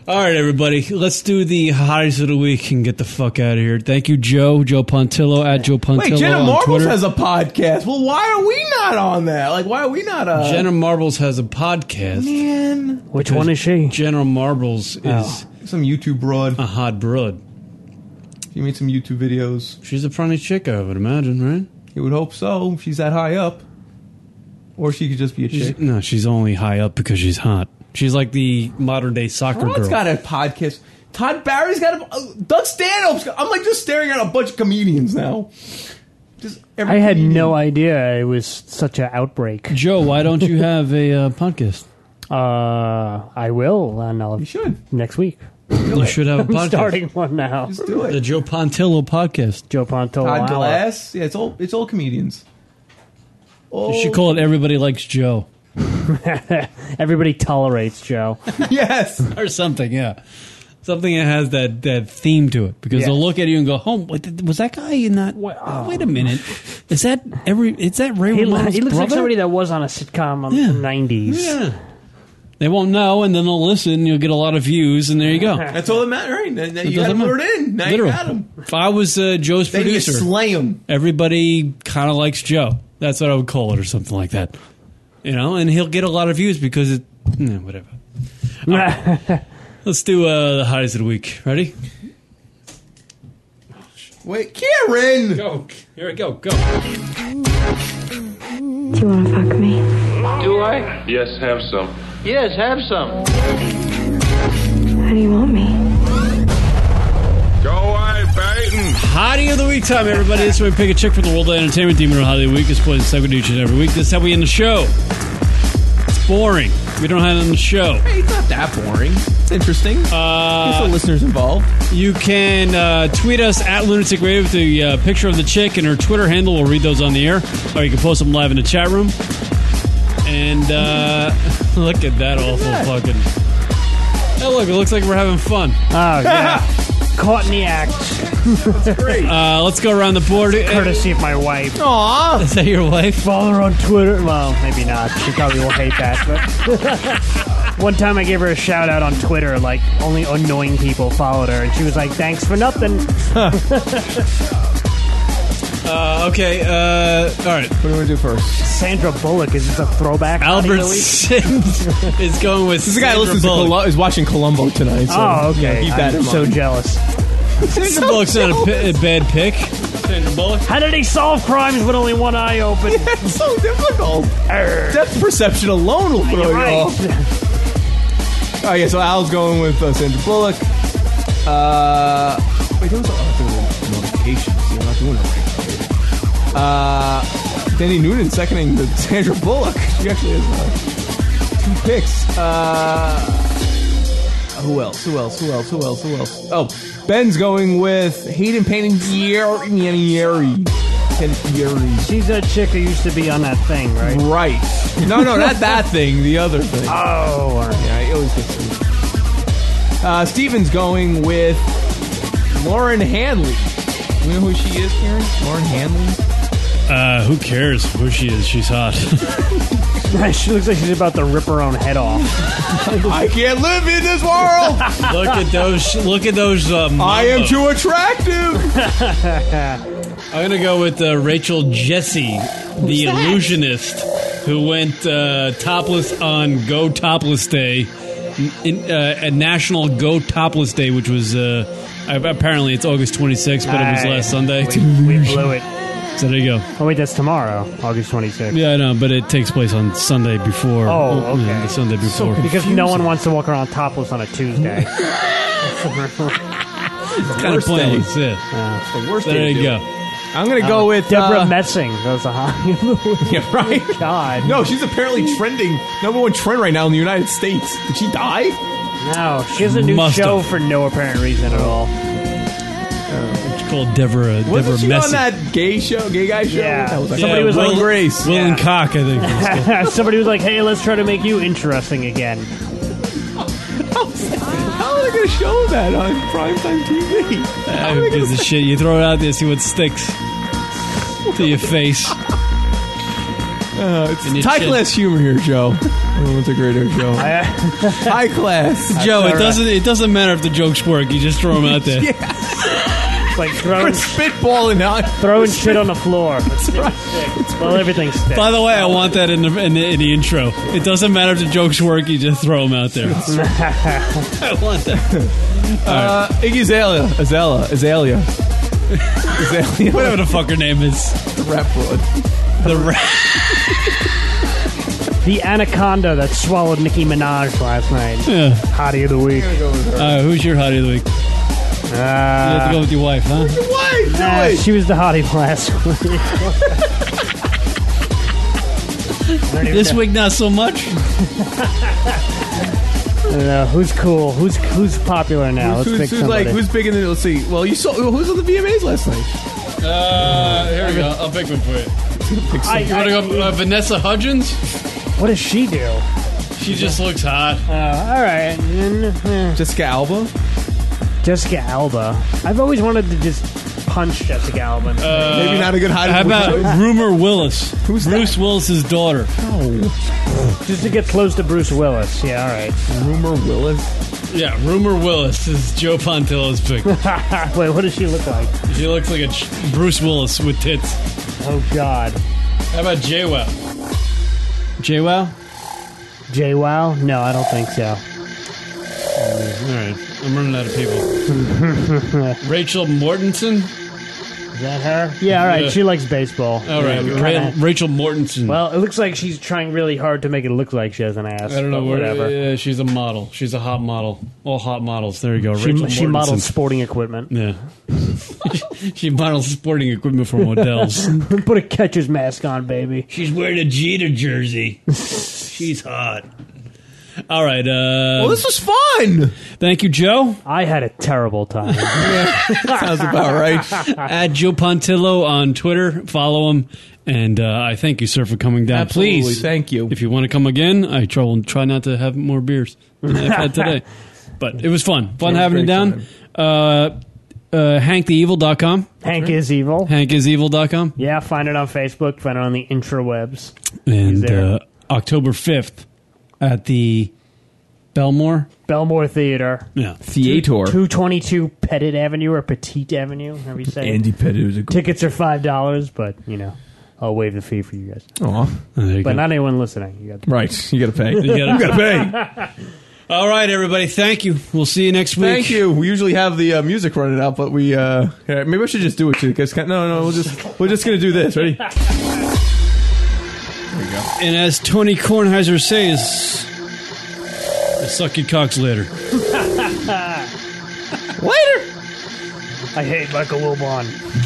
Speaker 4: All right, everybody. Let's do the hotties of the week and get the fuck out of here. Thank you, Joe. Joe Pontillo at Joe Pontillo
Speaker 3: Wait, Jenna
Speaker 4: on
Speaker 3: Marbles
Speaker 4: Twitter.
Speaker 3: has a podcast. Well, why are we not on that? Like, why are we not? Uh,
Speaker 4: Jenna Marbles has a podcast.
Speaker 3: man,
Speaker 5: Which one is she?
Speaker 4: General Marbles is
Speaker 5: Oh.
Speaker 3: some YouTube broad.
Speaker 4: a hot broad.
Speaker 3: She made some YouTube videos.
Speaker 4: She's a funny chick, I would imagine, right?
Speaker 3: You would hope so. if She's that high up, or she could just be a chick.
Speaker 4: She's, no, she's only high up because she's hot. She's like the modern day soccer
Speaker 3: Rod's
Speaker 4: girl.
Speaker 3: got a podcast. Todd Barry's got a. uh, Doug Stanhope's. Got, I'm like just staring at a bunch of comedians now. Just every
Speaker 5: I had
Speaker 3: comedian.
Speaker 5: no idea it was such an outbreak.
Speaker 4: Joe, why don't you have a uh, podcast?
Speaker 5: Uh, I will on uh,
Speaker 3: You should
Speaker 5: next week.
Speaker 4: You should have a
Speaker 5: I'm
Speaker 4: podcast.
Speaker 5: starting one now. Oh,
Speaker 3: just do
Speaker 4: The
Speaker 3: it.
Speaker 4: Joe Pontillo podcast.
Speaker 5: Joe Ponto.
Speaker 3: Todd Glass. Yeah, it's all it's all comedians. Oh,
Speaker 4: You should call it Everybody Likes Joe
Speaker 5: Everybody tolerates Joe.
Speaker 3: yes.
Speaker 4: or something. Yeah, something that has that that theme to it because
Speaker 5: Yeah.
Speaker 4: they'll look at you and go, "Home, was that guy in that?
Speaker 5: Wha- oh.
Speaker 4: Wait a minute, is that every? Is that Ray
Speaker 5: He,
Speaker 4: Romano's
Speaker 5: he looks like
Speaker 4: brother?"
Speaker 5: somebody that was on a sitcom on
Speaker 4: Yeah.
Speaker 5: the 90s.
Speaker 4: yeah. They won't know, and then they'll listen. and You'll get a lot of views, and there you go.
Speaker 3: That's all that matters. Right? Now, now you got
Speaker 4: doesn't
Speaker 3: him
Speaker 4: matter.
Speaker 3: put it in. Now
Speaker 4: Literally.
Speaker 3: you got him.
Speaker 4: If I was uh, Joe's
Speaker 3: Then you
Speaker 4: producer,
Speaker 3: slay him.
Speaker 4: everybody kind of likes Joe. That's what I would call it, or something like that. You know, and he'll get a lot of views because it, yeah, whatever. All right. Let's do uh, the hotties of the week. Ready?
Speaker 3: Wait, Karen.
Speaker 4: Go. Here we go. Go.
Speaker 7: Do you want to fuck me?
Speaker 1: Do I? Yes, have some. Yes, have some.
Speaker 7: How do you want me?
Speaker 1: Go away, Baton.
Speaker 4: Hottie of the Week time, everybody. This is where we pick a chick from the world of entertainment theme of the holiday week. It's played second each and every week. This is how we end the show. It's boring. We don't have it on the show. Hey, it's not that boring. It's interesting. Uh,
Speaker 3: Get the
Speaker 4: listeners involved. You can uh, tweet us at Lunatic Radio with the uh, picture of the chick and her Twitter handle. We'll read those on the air. Or you can post them live in the chat room. And uh, look at that awful fucking. Hey, look, it looks like we're having fun. Oh,
Speaker 5: yeah.
Speaker 4: Caught in the act. That's great. Uh, let's go around the board.
Speaker 5: Courtesy of my wife.
Speaker 4: Aww. Is that your wife?
Speaker 5: Follow her on Twitter. Well, maybe not. She probably will hate that. But one time I gave her a shout out on Twitter, like only annoying people followed her, and she was like, "Thanks for nothing."
Speaker 4: Uh, okay. Uh, all right. What
Speaker 3: do we want to do first?
Speaker 5: Sandra Bullock is this a throwback?
Speaker 4: Albert
Speaker 5: Really?
Speaker 4: Sims is going with.
Speaker 3: This is the guy who
Speaker 4: Sandra
Speaker 3: listens to
Speaker 4: Bullock.
Speaker 3: Colum- is watching Columbo tonight. So,
Speaker 5: Oh,
Speaker 3: you know,
Speaker 5: okay.
Speaker 3: keep that
Speaker 5: I'm
Speaker 3: in
Speaker 5: so
Speaker 3: mind.
Speaker 5: jealous.
Speaker 4: Sandra Bullock's not a, pi- a bad pick.
Speaker 5: How did he solve crimes with only one eye open?
Speaker 3: it's so difficult. Depth perception alone will throw you
Speaker 5: right.
Speaker 3: off. Oh yeah, so Al's going with uh, Sandra Bullock. Uh, wait, there was a oh, there were notifications. You're not doing it right. Uh, Danny Noonan seconding the Sandra Bullock. She actually has uh, two picks. Uh, who else? Who else? Who else? Who else? Who else? Oh, Ben's going with Hayden Panettiere. Panettiere.
Speaker 5: She's a chick who used to be on that thing, right?
Speaker 3: Right. No, no, not that thing. The other thing.
Speaker 5: Oh, all right.
Speaker 3: yeah. It always gets me. Uh, Steven's going with Lauren Hanley. You know who she is, Karen? Lauren Hanley.
Speaker 4: Uh, who cares who she is? She's hot.
Speaker 5: she looks like she's about to rip her own head off.
Speaker 3: I can't live in this world.
Speaker 4: look at those. Look at those. Um,
Speaker 3: I am too attractive.
Speaker 4: I'm gonna go with uh, Rachel Jesse, the illusionist, who went uh, topless on Go Topless Day, in, uh, a National Go Topless Day, which was uh, apparently it's August 26th, but it was
Speaker 5: Aye.
Speaker 4: last Sunday.
Speaker 5: We, we blew it.
Speaker 4: So there you go.
Speaker 5: Oh wait, that's tomorrow, August 26th.
Speaker 4: Yeah, I know, but it takes place on Sunday before.
Speaker 5: Oh, okay.
Speaker 4: yeah, the Sunday before.
Speaker 5: because no one wants to walk around topless on a Tuesday.
Speaker 4: kind of pointless. Yeah.
Speaker 3: Uh, the worst
Speaker 4: There
Speaker 3: day to
Speaker 4: you
Speaker 3: do
Speaker 4: go.
Speaker 3: it. I'm gonna go with
Speaker 5: Deborah
Speaker 3: uh,
Speaker 5: Messing. That's a high.
Speaker 3: yeah, right.
Speaker 5: God.
Speaker 3: No, she's apparently trending number one trend right now in the United States. Did she die?
Speaker 5: No, she has a new
Speaker 3: Must
Speaker 5: show
Speaker 3: have.
Speaker 5: for no apparent reason at all.
Speaker 4: It's called Deborah. Deborah
Speaker 3: Wasn't she
Speaker 4: Messing.
Speaker 3: on that gay show, gay guy show?
Speaker 5: Yeah.
Speaker 3: That was like,
Speaker 5: Somebody was
Speaker 4: Will,
Speaker 5: like-
Speaker 4: Grace, Will and Cock. I think. it was called.
Speaker 5: Somebody was like, "Hey, let's try to make you interesting again."
Speaker 3: how are they gonna show that on primetime TV?
Speaker 4: Ah, Who gives a shit? You throw it out there, see what sticks to your face.
Speaker 3: Uh,
Speaker 4: And your
Speaker 3: it's high
Speaker 4: chin.
Speaker 3: class humor here, Joe. Everyone's a greater show. high class,
Speaker 4: Joe, it doesn't. It doesn't matter if the jokes work. You just throw them out there.
Speaker 5: Like throwing
Speaker 3: spitballing out,
Speaker 5: throwing shit on the floor. That's
Speaker 3: right.
Speaker 5: Well, everything sticks.
Speaker 4: By the way, I want that in the, in the in the intro. It doesn't matter if the jokes work. You just throw them out there. I want that.
Speaker 3: Uh, Iggy Azalea, Azalea, Azalea, Azalea.
Speaker 4: Whatever the fuck her name is,
Speaker 3: the rap broad.
Speaker 4: The rap.
Speaker 5: The anaconda that swallowed Nicki Minaj last night.
Speaker 4: Yeah.
Speaker 5: Hottie of the week.
Speaker 4: Uh, who's your hottie of the week?
Speaker 5: Uh,
Speaker 4: you have to go with your wife, huh?
Speaker 3: Wife,
Speaker 5: Nah, she was the hottie last week. don't even
Speaker 4: This
Speaker 5: know.
Speaker 4: week, not so much.
Speaker 5: I don't know who's cool, who's who's popular now.
Speaker 3: who's,
Speaker 5: Let's pick
Speaker 3: who's, who's
Speaker 5: somebody.
Speaker 3: like who's big in the? Let's see. Well, you saw who's on the VMAs last night.
Speaker 4: Uh, here we go. I'll pick one for you.
Speaker 5: I-
Speaker 4: you want to go uh, Vanessa Hudgens?
Speaker 5: what does she do?
Speaker 4: She just looks hot.
Speaker 5: Uh, all right, Mm, eh.
Speaker 3: Jessica Alba.
Speaker 5: Jessica Alba. I've always wanted to just punch Jessica Alba. in the
Speaker 4: Uh,
Speaker 5: face.
Speaker 4: How about Rumor Willis? Who's Bruce Willis's daughter?
Speaker 5: just to get close to Bruce Willis? Yeah, all right.
Speaker 3: Rumor Willis.
Speaker 4: Yeah, Rumor Willis is Joe Pontillo's pick.
Speaker 5: Wait, what does she look like?
Speaker 4: she looks like a ch- Bruce Willis with tits.
Speaker 5: Oh God,
Speaker 4: How about JWoww? JWoww?
Speaker 5: J Wow? No, I don't think so.
Speaker 4: All right, I'm running out of people. Rachel Mortensen.
Speaker 5: Is that her? Yeah, all right.
Speaker 4: Yeah.
Speaker 5: She likes baseball.
Speaker 4: All right,
Speaker 5: Yeah,
Speaker 4: Ra-
Speaker 5: kinda-
Speaker 4: Rachel Mortensen.
Speaker 5: Well, it looks like she's trying really hard to make it look like she has an ass.
Speaker 4: I don't know
Speaker 5: but
Speaker 4: where-
Speaker 5: whatever.
Speaker 4: Yeah, she's a model. She's a hot model. All hot models. There you go.
Speaker 5: She-
Speaker 4: Rachel
Speaker 5: she models
Speaker 4: Mortensen.
Speaker 5: sporting equipment.
Speaker 4: Yeah. she models sporting equipment for Models.
Speaker 5: Put a catcher's mask on, baby.
Speaker 4: She's wearing a Jeter jersey. she's hot. All right. Uh, well,
Speaker 5: this
Speaker 4: was fun. Thank you, Joe.
Speaker 5: I had a terrible time.
Speaker 4: Sounds about right. At Joe Pontillo on Twitter. Follow him. And uh, I thank you, sir, for coming down.
Speaker 3: Absolutely.
Speaker 4: Please.
Speaker 3: Thank you.
Speaker 4: If you want to come again, I try, will try not to have more beers than I've had today. But it was fun. Fun
Speaker 5: It was
Speaker 4: having you
Speaker 5: very
Speaker 4: down. Uh, uh, HankTheEvil.com.
Speaker 5: Hank is evil.
Speaker 4: HankIsEvil.com.
Speaker 5: Yeah, find it on Facebook. Find it on the intrawebs. He's
Speaker 4: And
Speaker 5: there.
Speaker 4: uh, October 5th at the Belmore.
Speaker 5: Belmore Theater.
Speaker 4: Yeah.
Speaker 5: Two twenty two Pettit Avenue or Petite Avenue, however you say. it.
Speaker 4: Andy Pettit was a good-
Speaker 5: Tickets are five dollars, but you know, I'll waive the fee for you guys.
Speaker 3: Aw.
Speaker 4: There you
Speaker 5: But
Speaker 4: go.
Speaker 5: not anyone listening. You got to
Speaker 3: Right. You got to pay.
Speaker 4: All right, everybody. Thank you. We'll see you next week.
Speaker 3: Thank you. We usually have the uh, music running out, but we uh, here, maybe we should just do it too. Because no, no, we'll just we're just gonna do this. Ready?
Speaker 4: And as Tony Kornheiser says, I suck your cocks later.
Speaker 5: Later. I hate Michael Wilbon.